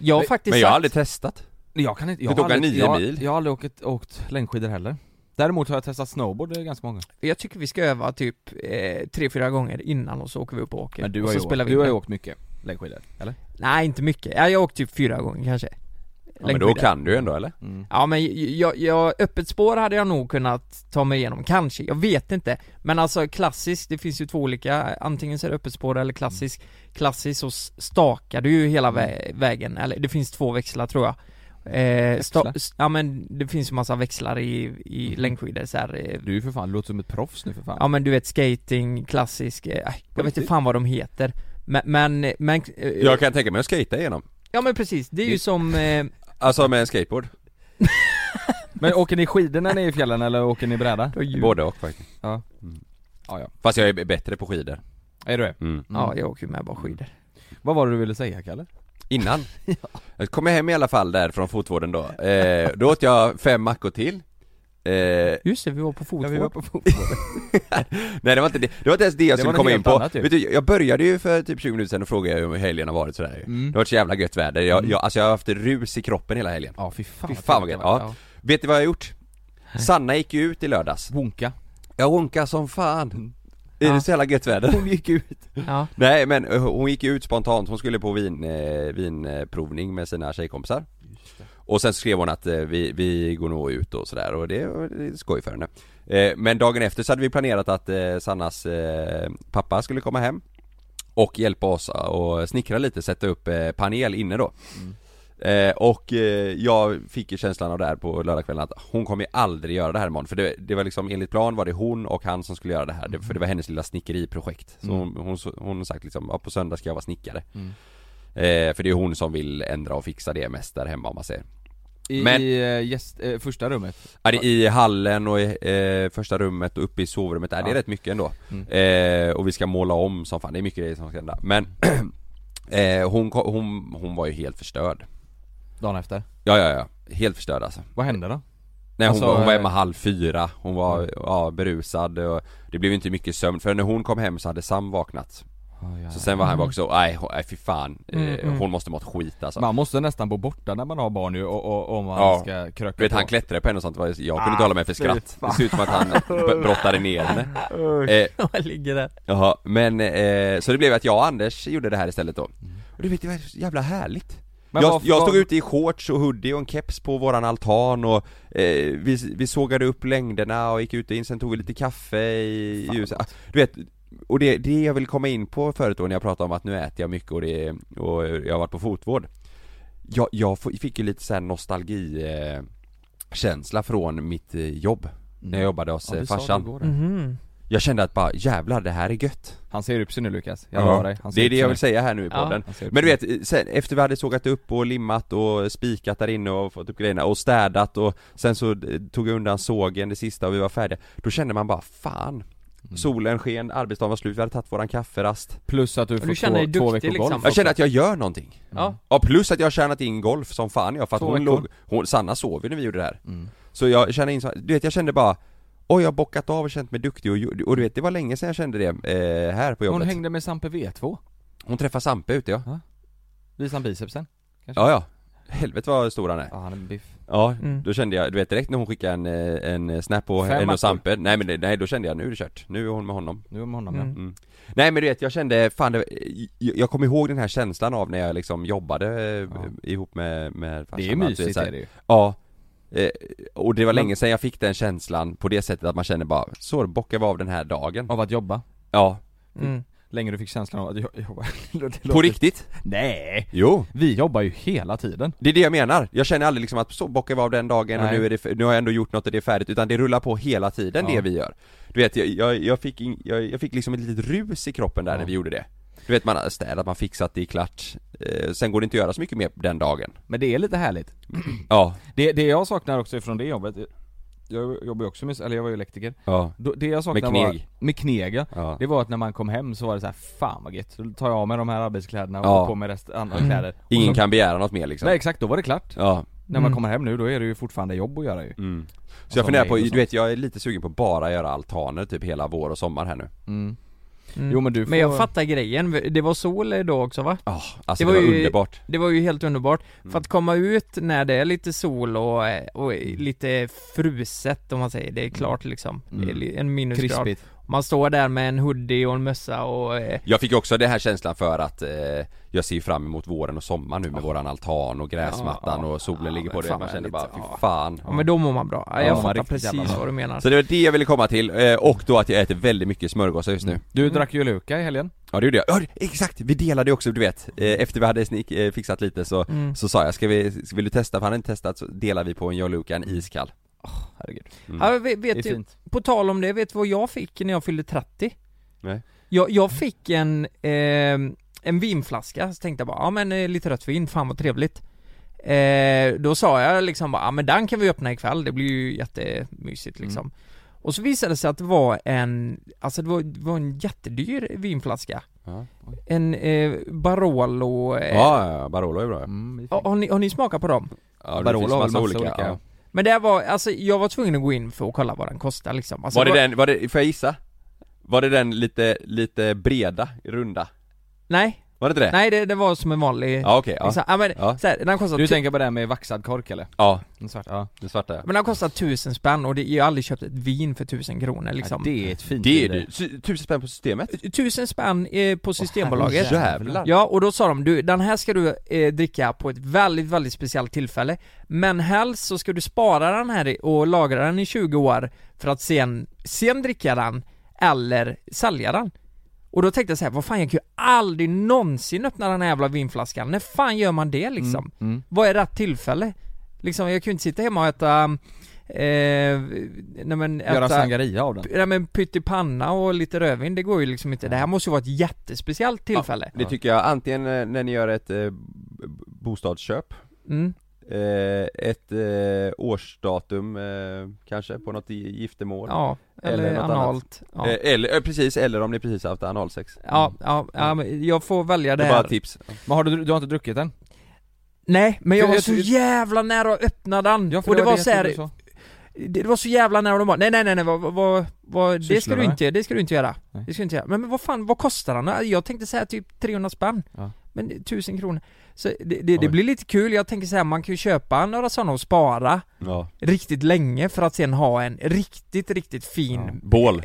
[SPEAKER 3] Jag har faktiskt
[SPEAKER 2] Men jag har
[SPEAKER 3] sagt-
[SPEAKER 2] aldrig testat
[SPEAKER 1] Jag kan inte, jag
[SPEAKER 2] Du
[SPEAKER 1] har
[SPEAKER 2] åker
[SPEAKER 1] aldrig,
[SPEAKER 2] nio
[SPEAKER 1] jag,
[SPEAKER 2] mil.
[SPEAKER 1] Jag har aldrig åkt, åkt längdskidor heller Däremot har jag testat snowboard det är ganska många
[SPEAKER 3] Jag tycker vi ska öva typ eh, tre, fyra gånger innan och så åker vi upp och åker.
[SPEAKER 1] Men du
[SPEAKER 3] och
[SPEAKER 1] har,
[SPEAKER 3] så
[SPEAKER 1] ju
[SPEAKER 3] spelar
[SPEAKER 1] åkt,
[SPEAKER 3] vi
[SPEAKER 1] du har ju
[SPEAKER 3] in.
[SPEAKER 1] åkt mycket längdskidor, eller?
[SPEAKER 3] Nej, inte mycket. Ja, Jag har åkt typ fyra gånger kanske.
[SPEAKER 2] Ja, men då
[SPEAKER 3] Längdskidor.
[SPEAKER 2] kan du ju ändå eller?
[SPEAKER 3] Ja men j- jag, jag, öppet spår hade jag nog kunnat ta mig igenom, kanske, jag vet inte Men alltså klassiskt, det finns ju två olika, antingen så är det öppet spår eller klassiskt Klassiskt så s- stakar du ju hela vä-
[SPEAKER 2] Mm.
[SPEAKER 3] vägen, eller det finns två växlar tror jag eh, sta-
[SPEAKER 1] Växlar?
[SPEAKER 3] s- Ja men det finns ju massa växlar i, i
[SPEAKER 2] Mm.
[SPEAKER 3] längdskidor så här. eh,
[SPEAKER 1] Du är ju för fan, du låter som ett proffs nu för fan
[SPEAKER 3] Ja men du vet skating, klassisk, eh, jag vet inte fan vad de heter Men, men, men eh,
[SPEAKER 2] Jag kan tänka mig att skata igenom
[SPEAKER 3] ja men precis, det är ju som eh,
[SPEAKER 2] Alltså med en skateboard,
[SPEAKER 1] Men åker ni skidor när ni är i fjällen eller åker ni bräda?
[SPEAKER 2] både och faktiskt
[SPEAKER 1] Ja.
[SPEAKER 2] Mm.
[SPEAKER 1] Ja, ja.
[SPEAKER 2] Fast jag är bättre på skidor
[SPEAKER 1] Är du det?
[SPEAKER 2] mm.
[SPEAKER 3] Ja jag åker ju med bara skidor
[SPEAKER 1] Vad var det du ville säga Kalle?
[SPEAKER 2] Innan? Jag kom hem i alla fall där från fotvården då, eh, då åt jag fem mackor till eh,
[SPEAKER 3] Just det, vi var på fotvård
[SPEAKER 1] på fotboll
[SPEAKER 2] Nej det var inte det, det var inte ens det jag
[SPEAKER 1] Det
[SPEAKER 2] skulle
[SPEAKER 1] var något
[SPEAKER 2] komma in
[SPEAKER 1] helt
[SPEAKER 2] på.
[SPEAKER 1] annat, typ.
[SPEAKER 2] Vet du, jag började ju för typ 20 minuter sedan och frågade hur helgen har varit sådär
[SPEAKER 1] Mm.
[SPEAKER 2] Det har varit så jävla gött väder, jag, jag, alltså jag har haft rus i kroppen hela helgen.
[SPEAKER 1] Ja fy Mm. fan
[SPEAKER 2] Fy fan vad gött, ja. Vet du vad jag har gjort? Sanna gick ju ut i lördags.
[SPEAKER 1] Wonka
[SPEAKER 2] Jag honkade som fan. Är
[SPEAKER 3] Ja.
[SPEAKER 2] det så jävla gött väder?
[SPEAKER 1] Mm. Hon gick ut
[SPEAKER 3] Ja,
[SPEAKER 2] Nej men eh, hon gick ju ut spontant, hon skulle på vin, eh, vinprovning med sina tjejkompisar Och sen så skrev hon att eh, vi, vi går nog ut och sådär och det, och det är skoj för henne eh, Men dagen efter så hade vi planerat att eh, Sannas eh, pappa skulle komma hem Och hjälpa oss och snickra lite, sätta upp eh, panel inne då Eh, och eh, jag fick ju känslan av det här på lördagskvällen att hon kommer ju aldrig göra det här imorgon för det, det var liksom enligt plan var det hon och han som skulle göra det här det, för det var hennes lilla snickeriprojekt så hon, hon, hon har sagt liksom ja, på söndag ska jag vara snickare eh, För det är hon som vill ändra och fixa det mest där hemma om man säger
[SPEAKER 1] I,
[SPEAKER 2] Men-
[SPEAKER 1] i eh, gäst, eh, första rummet
[SPEAKER 2] Ja, det är I hallen och i eh, första rummet och uppe i sovrummet där, det är
[SPEAKER 1] Ja.
[SPEAKER 2] rätt mycket ändå. Eh, och vi ska måla om som fan, det är mycket grejer som ska hända. Men eh, hon, ko- hon, hon var ju helt förstörd.
[SPEAKER 1] dagen efter
[SPEAKER 2] Ja, ja, ja. Helt förstörd alltså.
[SPEAKER 1] Vad hände då?
[SPEAKER 2] Nej hon,
[SPEAKER 1] Alltså,
[SPEAKER 2] var, hon var
[SPEAKER 1] eh,
[SPEAKER 2] hemma halv fyra, hon var
[SPEAKER 1] Mm.
[SPEAKER 2] ja, berusad och det blev inte mycket sömn för när hon kom hem så hade Sam vaknat Så sen var han
[SPEAKER 1] Mm.
[SPEAKER 2] vaken så, nej hon- nej, fy fan, eh, hon måste mått skit alltså
[SPEAKER 1] Man måste nästan bo borta när man har barn ju och, och, om man
[SPEAKER 2] Ja.
[SPEAKER 1] ska kröka
[SPEAKER 2] Du vet
[SPEAKER 1] på. Ah,
[SPEAKER 2] han klättrade på henne och sånt, det var- jag kunde inte hålla mig för skratt Det ser ut som att han b- brottade ner henne eh,
[SPEAKER 3] jag ligger där
[SPEAKER 2] Jaha, men eh, så det blev att jag och Anders gjorde det här istället då
[SPEAKER 1] Mm.
[SPEAKER 2] Och du vet, det var så jävla härligt
[SPEAKER 1] Men
[SPEAKER 2] jag,
[SPEAKER 1] varför-
[SPEAKER 2] jag stod
[SPEAKER 1] var-
[SPEAKER 2] ute i shorts och hoodie och en keps på våran altan och eh, vi, vi sågade upp längderna och gick ut och in, sen tog vi lite kaffe i ljuset Du vet, och det, det jag vill komma in på förut då när jag pratade om att nu äter jag mycket och, det, och jag har varit på fotvård Jag, jag f- fick ju lite såhär nostalgi eh, känsla från mitt eh, jobb När jag jobbade hos
[SPEAKER 1] Ja,
[SPEAKER 2] eh,
[SPEAKER 1] du sa det
[SPEAKER 2] farsan
[SPEAKER 1] igår.
[SPEAKER 3] Mm,
[SPEAKER 2] Jag kände att bara jävlar det här är gött
[SPEAKER 1] Han ser upp sig nu Lukas, jag lovar dig Han ser
[SPEAKER 2] det är
[SPEAKER 1] upp
[SPEAKER 2] det
[SPEAKER 1] sig
[SPEAKER 2] jag
[SPEAKER 1] nu.
[SPEAKER 2] vill säga här nu i podden.
[SPEAKER 1] Han ser upp
[SPEAKER 2] Men du
[SPEAKER 1] sig.
[SPEAKER 2] vet, sen, efter vi hade sågat upp och limmat och spikat där inne och fått upp grejerna och städat och sen så eh, tog jag undan sågen det sista och vi var färdiga. Då kände man bara fan, solen sken, arbetsdagen var slut, vi hade tagit våran kafferast.
[SPEAKER 1] Mm. Plus att du får
[SPEAKER 3] känner dig
[SPEAKER 1] två, två
[SPEAKER 3] duktig,
[SPEAKER 1] veckor
[SPEAKER 3] liksom.
[SPEAKER 1] golf
[SPEAKER 2] Jag kände att jag gör någonting.
[SPEAKER 3] Ja,
[SPEAKER 2] Ja plus att jag har tjänat in golf som fan jag för att
[SPEAKER 1] Två
[SPEAKER 2] hon
[SPEAKER 1] veckor.
[SPEAKER 2] låg, hon, Sanna sov ju när vi gjorde det här
[SPEAKER 1] Mm.
[SPEAKER 2] Så jag tjänade in, så- du vet jag kände bara Oj jag har bockat av och känt mig duktig och, gjorde- och du vet det var länge sedan jag kände det eh, här på jobbet
[SPEAKER 1] Hon
[SPEAKER 2] Hon,
[SPEAKER 1] hängde med Sampe V2,
[SPEAKER 2] träffade Sampe ute ja
[SPEAKER 1] visade han bicepsen?
[SPEAKER 2] Ja ja, helvete vad stor han är
[SPEAKER 1] Ja han är en biff
[SPEAKER 2] Ja,
[SPEAKER 3] Mm.
[SPEAKER 2] då kände jag, du vet direkt när hon skickade en, eh, en snap på
[SPEAKER 1] Fem
[SPEAKER 2] henne
[SPEAKER 1] mackor.
[SPEAKER 2] och Sampe, nej men det- nej då kände jag nu är det kört, nu är hon med honom
[SPEAKER 1] Nu är med honom
[SPEAKER 3] Mm.
[SPEAKER 1] ja
[SPEAKER 2] Nej men du vet jag kände, fan det, jag, jag kom ihåg den här känslan av när jag liksom jobbade eh, ihop med, med farsan
[SPEAKER 1] Det är
[SPEAKER 2] och allt,
[SPEAKER 1] mysigt
[SPEAKER 2] så här-
[SPEAKER 1] är det ju
[SPEAKER 2] Ja Eh, och det var länge sedan jag fick den känslan på det sättet att man känner bara, så bockar vi av den här dagen
[SPEAKER 1] Av att jobba,
[SPEAKER 2] Ja,
[SPEAKER 3] mm.
[SPEAKER 1] länge du fick känslan av att jo- jobba Det
[SPEAKER 2] på
[SPEAKER 1] låter-
[SPEAKER 2] riktigt?
[SPEAKER 1] Nej!
[SPEAKER 2] Jo
[SPEAKER 1] Vi jobbar ju hela tiden
[SPEAKER 2] Det är det jag menar, jag känner aldrig liksom att så bockar vi av den dagen
[SPEAKER 1] Nej.
[SPEAKER 2] och nu, är det, f- nu har jag ändå gjort något och det är färdigt utan det rullar på hela tiden
[SPEAKER 1] Ja.
[SPEAKER 2] det vi gör Du vet, jag, jag, jag, fick, in, jag, jag fick liksom ett litet rus i kroppen där när vi gjorde det Du vet man har städat, man fixat, det är klart eh, Sen går det inte att göra så mycket mer den dagen
[SPEAKER 1] Men det är lite härligt
[SPEAKER 2] Ja,
[SPEAKER 1] Det, det jag saknar också från det jobbet Jag jobbar ju också med, eller jag var ju elektriker
[SPEAKER 2] ja,
[SPEAKER 1] Då- Det jag saknar
[SPEAKER 2] Med
[SPEAKER 1] var,
[SPEAKER 2] kneg.
[SPEAKER 1] med knega,
[SPEAKER 2] Ja.
[SPEAKER 1] det var att när man kom hem så var det så här, fan vad gött, då tar jag av mig de här arbetskläderna och
[SPEAKER 2] Ja.
[SPEAKER 1] på mig rest, andra
[SPEAKER 3] Mm.
[SPEAKER 1] kläder Och
[SPEAKER 2] ingen
[SPEAKER 1] så,
[SPEAKER 2] kan begära något mer liksom
[SPEAKER 1] Nej exakt, då var det klart
[SPEAKER 2] Ja,
[SPEAKER 1] När
[SPEAKER 3] Mm.
[SPEAKER 1] man kommer hem nu, då är det ju fortfarande jobb att göra ju
[SPEAKER 2] mm. Så
[SPEAKER 1] som
[SPEAKER 2] jag funderar
[SPEAKER 1] mig
[SPEAKER 2] på,
[SPEAKER 1] och
[SPEAKER 2] du
[SPEAKER 1] sånt.
[SPEAKER 2] vet jag är lite sugen på att bara göra altaner typ hela vår och sommar här nu
[SPEAKER 1] mm.
[SPEAKER 3] Mm.
[SPEAKER 1] Jo men du får...
[SPEAKER 3] Men jag fattar grejen, det var sol idag också va?
[SPEAKER 2] Ja, alltså
[SPEAKER 3] Det
[SPEAKER 2] det
[SPEAKER 3] var
[SPEAKER 2] var,
[SPEAKER 3] ju-
[SPEAKER 2] underbart
[SPEAKER 3] Det var ju helt underbart. För att komma ut när det är lite sol och, eh, och lite fruset om man säger, det är klart liksom. Det är li- En minusgrad.
[SPEAKER 1] Krispigt.
[SPEAKER 3] Man står där med en hoodie och en mössa och eh,
[SPEAKER 2] Jag fick också den här känslan för att eh, jag ser fram emot våren och sommaren nu med våran altan och gräsmattan
[SPEAKER 3] Ja, ja.
[SPEAKER 2] och solen
[SPEAKER 3] Ja,
[SPEAKER 2] ligger
[SPEAKER 3] men
[SPEAKER 2] på det
[SPEAKER 3] fan
[SPEAKER 2] Man
[SPEAKER 3] vad
[SPEAKER 2] känner
[SPEAKER 3] härligt.
[SPEAKER 2] bara, fy
[SPEAKER 3] Ja.
[SPEAKER 2] fan
[SPEAKER 3] Ja men då mår man bra, ja,
[SPEAKER 1] Ja,
[SPEAKER 3] jag
[SPEAKER 1] man
[SPEAKER 3] fattar
[SPEAKER 1] riktigt jävla
[SPEAKER 3] precis
[SPEAKER 1] bra.
[SPEAKER 3] vad du menar
[SPEAKER 2] Så det var det jag ville komma till, eh, och då att jag äter väldigt mycket smörgåsar just
[SPEAKER 3] Mm.
[SPEAKER 2] nu
[SPEAKER 1] Du drack ju Luka i helgen.
[SPEAKER 2] Ja det gjorde jag, ja, exakt! Vi delade ju också du vet, Eh, efter vi hade snick, eh, fixat lite så,
[SPEAKER 3] Mm.
[SPEAKER 2] så sa jag, ska vi, ska, vill du testa? För han hade inte testat så delar vi på en jag och Luka en iskall
[SPEAKER 1] Herregud.
[SPEAKER 2] Mm.
[SPEAKER 3] ja, vet,
[SPEAKER 1] Det är
[SPEAKER 3] vet du,
[SPEAKER 1] fint.
[SPEAKER 3] på tal om det, vet du vad jag fick när jag fyllde 30?
[SPEAKER 2] Nej.
[SPEAKER 3] Jag, jag fick en, eh, en vinflaska, så tänkte jag bara, ja men eh, lite rött vin, fan vad trevligt eh, Då sa jag liksom bara, ja men den kan vi öppna ikväll, det blir ju jättemysigt
[SPEAKER 2] Mm.
[SPEAKER 3] liksom Och så visade det sig att det var en, alltså det var, det var en jättedyr vinflaska
[SPEAKER 2] Ja,
[SPEAKER 3] En eh, Barolo eh,
[SPEAKER 2] ja, ja, Barolo är bra ja.
[SPEAKER 1] Mm, det är fint.
[SPEAKER 3] har, har ni, har ni smakat på dem?
[SPEAKER 2] ja
[SPEAKER 1] Barolo
[SPEAKER 2] finns
[SPEAKER 1] har väl massa olika,
[SPEAKER 2] ja.
[SPEAKER 3] Men det var, alltså jag var tvungen att gå in för att kolla vad den kostar liksom alltså,
[SPEAKER 2] Var det
[SPEAKER 3] det
[SPEAKER 2] den, var det, får jag gissa? Var det den lite, lite breda, runda?
[SPEAKER 3] Nej,
[SPEAKER 2] Var det inte det?
[SPEAKER 3] nej det, det var som en vanlig
[SPEAKER 2] Ja okej, ja.
[SPEAKER 3] liksom, ja. men,
[SPEAKER 2] Ja.
[SPEAKER 3] Så här, den kostar
[SPEAKER 1] Du
[SPEAKER 3] tu-
[SPEAKER 1] tänker på det här med vaxad kork eller?
[SPEAKER 2] ja,
[SPEAKER 1] Den svarta? Ja.
[SPEAKER 2] den svarta ja.
[SPEAKER 3] men den kostar tusen spänn och det, jag har aldrig köpt ett vin för tusen kronor liksom
[SPEAKER 1] Ja, det är ett fint
[SPEAKER 2] Det är
[SPEAKER 1] vin.
[SPEAKER 2] du, Sy- tusen spänn på systemet?
[SPEAKER 3] Tusen spänn eh, på Systembolaget
[SPEAKER 2] Jävlar!
[SPEAKER 3] Ja, och då sa de du, den här ska du eh, dricka på ett väldigt, väldigt speciellt tillfälle Men helst så ska du spara den här i- och lagra den i 20 år för att sen, sen dricka den eller sälja den Och då tänkte jag så här, vad fan jag kan ju aldrig någonsin öppna den här jävla vinflaskan, när fan gör man det liksom?
[SPEAKER 1] Mm.
[SPEAKER 3] Vad är rätt tillfälle? Liksom, jag kunde inte sitta hemma och äta eh, nej men,
[SPEAKER 1] Göra
[SPEAKER 3] äta
[SPEAKER 1] sangaria av den.
[SPEAKER 3] p- nej men pyttipanna och lite rödvin, det går ju liksom inte. Det här måste ju vara ett jättespeciellt tillfälle.
[SPEAKER 2] Det tycker jag, antingen eh, när ni gör ett eh, b- bostadsköp,
[SPEAKER 3] Mm.
[SPEAKER 2] eh, ett eh, årsdatum eh, kanske på något i- giftermål
[SPEAKER 3] Ja, eller,
[SPEAKER 2] Eller något annat.
[SPEAKER 3] analt. Ja.
[SPEAKER 2] eh, Eller, eh, precis, eller om ni precis haft analsex
[SPEAKER 3] Ja, ja, ja, men jag får välja
[SPEAKER 2] Det
[SPEAKER 3] det
[SPEAKER 2] är bara ett
[SPEAKER 3] här.
[SPEAKER 2] tips
[SPEAKER 1] Men har du, du har inte druckit den?
[SPEAKER 3] Nej, men jag
[SPEAKER 1] Jag-
[SPEAKER 3] var
[SPEAKER 1] jag
[SPEAKER 3] så
[SPEAKER 1] tror-
[SPEAKER 3] jävla nära att öppna den. och det var, så här,
[SPEAKER 1] så.
[SPEAKER 3] det var så jävla nära de var, nej nej nej, nej vad, vad, vad det ska
[SPEAKER 1] Sysslar
[SPEAKER 3] du
[SPEAKER 1] med?
[SPEAKER 3] inte, det ska du inte göra.
[SPEAKER 1] Nej.
[SPEAKER 3] Det ska du inte göra. Men, men vad fan, vad kostar den? Jag tänkte säga typ 300 spänn.
[SPEAKER 1] Ja.
[SPEAKER 3] Men 1000 kronor. Så det, det, det
[SPEAKER 1] Oj.
[SPEAKER 3] blir lite kul, jag tänker så här, man kan ju köpa några sådana och spara
[SPEAKER 2] Ja
[SPEAKER 3] riktigt länge för att sen ha en riktigt, riktigt fin
[SPEAKER 2] Bål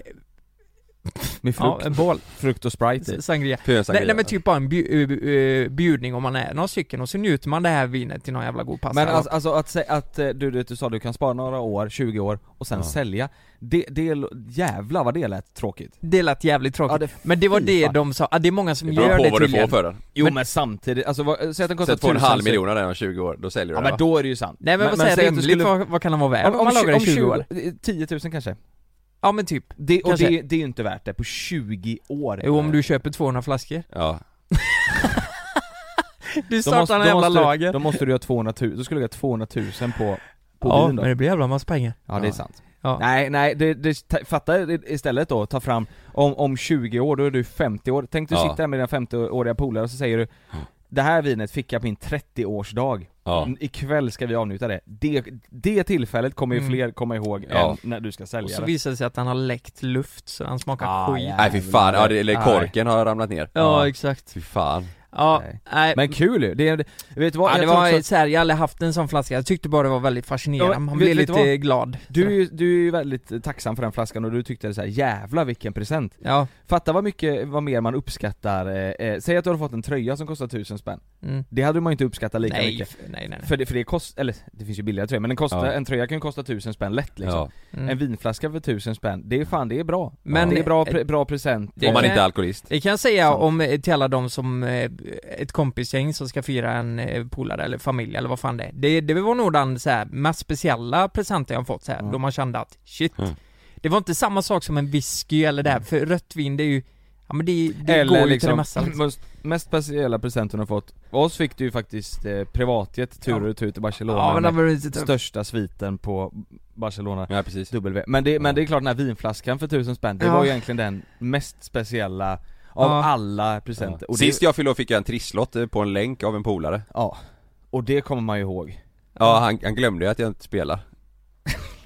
[SPEAKER 1] Med
[SPEAKER 3] ja,
[SPEAKER 1] frukt,
[SPEAKER 3] en bål,
[SPEAKER 1] frukt och sprite i.
[SPEAKER 3] sangria. Nej,
[SPEAKER 2] Pönsangria
[SPEAKER 3] nej men typ bara en bju- eh, eh, bjudning om man är några stycken och så njuter man det här vinet till någon jävla god pasta
[SPEAKER 1] Men alltså, alltså att, sä- att eh, du, du, du sa du kan spara några år, 20 år, och sen
[SPEAKER 2] Ja.
[SPEAKER 1] sälja. Det, det, jävlar vad det lät tråkigt.
[SPEAKER 3] Det lät jävligt tråkigt.
[SPEAKER 1] Ja, det-
[SPEAKER 3] men det var
[SPEAKER 1] fy
[SPEAKER 3] det
[SPEAKER 1] fan.
[SPEAKER 3] de sa, ah, det är många som
[SPEAKER 2] Det
[SPEAKER 3] gör
[SPEAKER 2] beror
[SPEAKER 3] det
[SPEAKER 2] på vad du
[SPEAKER 3] tydligen.
[SPEAKER 2] får för den
[SPEAKER 1] Jo
[SPEAKER 3] Men-
[SPEAKER 1] men, samtidigt, alltså vad, säg att den kostar
[SPEAKER 2] Sätt på en
[SPEAKER 1] tusen,
[SPEAKER 2] halv
[SPEAKER 1] så-
[SPEAKER 2] miljon av den om 20 år, då säljer
[SPEAKER 1] Ja
[SPEAKER 2] du
[SPEAKER 1] men
[SPEAKER 2] den va?
[SPEAKER 1] då är det ju sant.
[SPEAKER 3] Nej men, vad
[SPEAKER 1] säg
[SPEAKER 3] säg
[SPEAKER 1] att du
[SPEAKER 3] rimligt,
[SPEAKER 1] skulle-
[SPEAKER 3] vad, vad kan den vara värd? Om, man lagar i 20, år?
[SPEAKER 1] 10 000 Eh, kanske.
[SPEAKER 3] Ja men typ.
[SPEAKER 1] Det, och
[SPEAKER 3] Kanske.
[SPEAKER 1] det, det är ju inte värt det på 20 år.
[SPEAKER 3] Jo om du köper 200 flaskor.
[SPEAKER 2] Ja,
[SPEAKER 3] Du
[SPEAKER 1] Då
[SPEAKER 3] startar en jävla
[SPEAKER 1] måste,
[SPEAKER 3] lager.
[SPEAKER 1] Då måste du göra 200 000, då skulle du göra 200 000 på, på
[SPEAKER 3] ja,
[SPEAKER 1] vin då.
[SPEAKER 3] men det blir jävla massa pengar.
[SPEAKER 1] Ja det är sant.
[SPEAKER 3] Ja.
[SPEAKER 1] Nej, nej, det, det, ta- fatta i- istället då, ta fram, om, om 20 år, då är du 50 år. Tänk du
[SPEAKER 2] Ja.
[SPEAKER 1] sitter här med dina 50-åriga polare och så säger du Det här vinet fick jag på min 30-årsdag.
[SPEAKER 2] ja
[SPEAKER 1] N- Ikväll ska vi avnjuta det. Det, det tillfället kommer ju
[SPEAKER 3] Mm.
[SPEAKER 1] fler komma ihåg
[SPEAKER 2] Ja.
[SPEAKER 1] än när du ska
[SPEAKER 3] Och
[SPEAKER 1] sälja
[SPEAKER 3] så
[SPEAKER 1] det.
[SPEAKER 3] visar det sig att han har läckt luft så han smakar
[SPEAKER 1] Ah,
[SPEAKER 3] skit.
[SPEAKER 1] jävlar.
[SPEAKER 2] Nej fy fan, ja, det, eller
[SPEAKER 1] Nej.
[SPEAKER 2] korken har ramlat ner
[SPEAKER 3] Ja exakt.
[SPEAKER 2] Fy fan
[SPEAKER 3] Ja,
[SPEAKER 1] Nej.
[SPEAKER 3] nej.
[SPEAKER 1] Men kul ju! Det, är- vet du vad?
[SPEAKER 3] Ja,
[SPEAKER 1] Jag
[SPEAKER 3] det
[SPEAKER 1] tror också
[SPEAKER 3] var
[SPEAKER 1] att
[SPEAKER 3] så här, jag har aldrig haft en sån flaska, jag tyckte bara det var väldigt
[SPEAKER 1] Ja,
[SPEAKER 3] fascinerande,
[SPEAKER 1] men
[SPEAKER 3] man
[SPEAKER 1] vet-
[SPEAKER 3] blev
[SPEAKER 1] vet du
[SPEAKER 3] lite glad
[SPEAKER 1] du, är ju- du är ju väldigt tacksam för den flaskan och du tyckte så här, jävla vilken present.
[SPEAKER 3] Ja,
[SPEAKER 1] Fatta vad mycket, vad mer man uppskattar, eh, eh, säg att du hade fått en tröja som kostar 1000 spänn.
[SPEAKER 3] mm.
[SPEAKER 1] Det hade man ju inte uppskattat lika
[SPEAKER 3] nej,
[SPEAKER 1] mycket.
[SPEAKER 3] f- nej, nej, nej.
[SPEAKER 1] För det, för det kostar, eller det finns ju billigare tröjor men den kostar,
[SPEAKER 2] Ja.
[SPEAKER 1] en tröja kan ju kosta tusen spänn lätt liksom.
[SPEAKER 2] ja.
[SPEAKER 3] Mm.
[SPEAKER 1] En vinflaska för tusen spänn, det är fan det är bra.
[SPEAKER 3] Men-
[SPEAKER 1] det är bra, pre, bra present.
[SPEAKER 3] Det-
[SPEAKER 2] Om man
[SPEAKER 3] Nej.
[SPEAKER 2] inte är alkoholist
[SPEAKER 3] Det kan jag säga
[SPEAKER 1] Sant.
[SPEAKER 3] om, till alla de som, eh, ett kompisgäng som ska fira en eh, polare eller familj eller vad fan det är. Det, det var nog den så här, mest speciella presenten jag fått så här,
[SPEAKER 1] Mm.
[SPEAKER 3] då man kände att shit.
[SPEAKER 2] Mm.
[SPEAKER 3] Det var inte samma sak som en whisky eller det här, för rött vin det är ju, ja men det, det
[SPEAKER 1] Eller
[SPEAKER 3] går ju till det
[SPEAKER 1] liksom,
[SPEAKER 3] mesta liksom.
[SPEAKER 1] Mest, mest speciella presenten du har fått, av oss fick du ju faktiskt eh, privatjet tur och
[SPEAKER 3] Ja.
[SPEAKER 1] retur till Barcelona
[SPEAKER 3] Ja men det
[SPEAKER 1] med
[SPEAKER 3] var ju inte
[SPEAKER 1] största sviten på Barcelona
[SPEAKER 2] Ja precis
[SPEAKER 1] W. Men det, men det är klart den här vinflaskan för tusen spänn, det
[SPEAKER 3] Ja.
[SPEAKER 1] var ju egentligen den mest speciella av
[SPEAKER 3] Ja.
[SPEAKER 1] alla presenter.
[SPEAKER 2] Och
[SPEAKER 1] Och
[SPEAKER 2] Sist
[SPEAKER 1] det,
[SPEAKER 2] jag fyllde år fick jag en trisslott eh, på en länk av en polare
[SPEAKER 1] ja. Och det kommer man ju ihåg.
[SPEAKER 2] Ja han, han glömde ju att jag inte spelar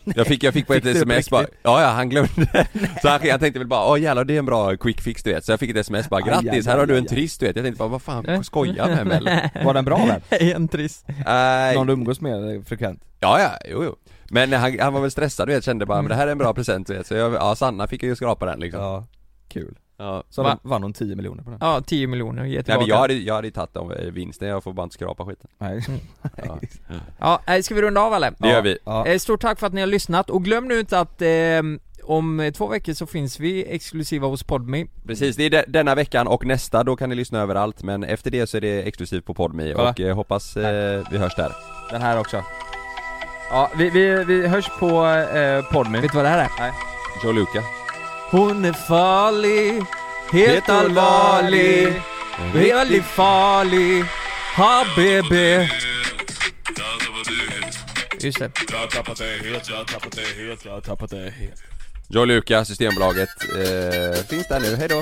[SPEAKER 2] Jag fick, jag fick på
[SPEAKER 1] Fick du
[SPEAKER 2] ett
[SPEAKER 1] det på
[SPEAKER 2] sms bara,
[SPEAKER 1] riktigt?
[SPEAKER 2] ja ja han glömde Så han, jag tänkte väl bara, åh jävlar det är en bra quick fix du vet Så jag fick ett sms bara,
[SPEAKER 1] Aj, aj,
[SPEAKER 2] grattis här
[SPEAKER 1] aj,
[SPEAKER 2] har du en
[SPEAKER 1] aj,
[SPEAKER 2] trist du vet Jag tänkte bara, vad fan skojar han med mig eller?
[SPEAKER 1] Var den bra vän?
[SPEAKER 3] En trist.
[SPEAKER 2] Nej,
[SPEAKER 1] Någon du umgås med eh, frekvent?
[SPEAKER 2] ja ja, jo jo Men han, han var väl stressad du vet, kände bara, men det här är en bra present du vet Så jag, ja Sanna fick ju skrapa den liksom
[SPEAKER 1] Mm. Ja, kul.
[SPEAKER 2] Ja,
[SPEAKER 1] Så
[SPEAKER 3] Va?
[SPEAKER 1] Va? vann hon 10 miljoner på den?
[SPEAKER 3] Ja, 10 miljoner, ge
[SPEAKER 2] Nej
[SPEAKER 3] tillbaka.
[SPEAKER 2] men jag hade, jag hade ju tagit om eh, vinsten, jag får bara inte skrapa skiten
[SPEAKER 1] Nej.
[SPEAKER 2] ja.
[SPEAKER 3] Ja, eh, ska vi runda av eller?
[SPEAKER 2] Det gör vi
[SPEAKER 1] Ja.
[SPEAKER 3] Eh, Stort tack för att ni har lyssnat och glöm nu inte att eh, om eh, två veckor så finns vi exklusiva hos Podmi
[SPEAKER 2] Precis, det är de- denna veckan och nästa, då kan ni lyssna överallt Men efter det så är det exklusivt på Podmi
[SPEAKER 1] Va?
[SPEAKER 2] och eh, hoppas eh, vi hörs där
[SPEAKER 1] Den här också. Ja, vi, vi, vi hörs på eh, Podme.
[SPEAKER 3] Vet du vad det här är?
[SPEAKER 2] Joe Luca
[SPEAKER 3] Hon är farlig, helt
[SPEAKER 2] Helt
[SPEAKER 3] allvarlig, väldigt farlig, HBB Just det,
[SPEAKER 2] Joe Luca, Systembolaget, eh, finns där nu, hejdå!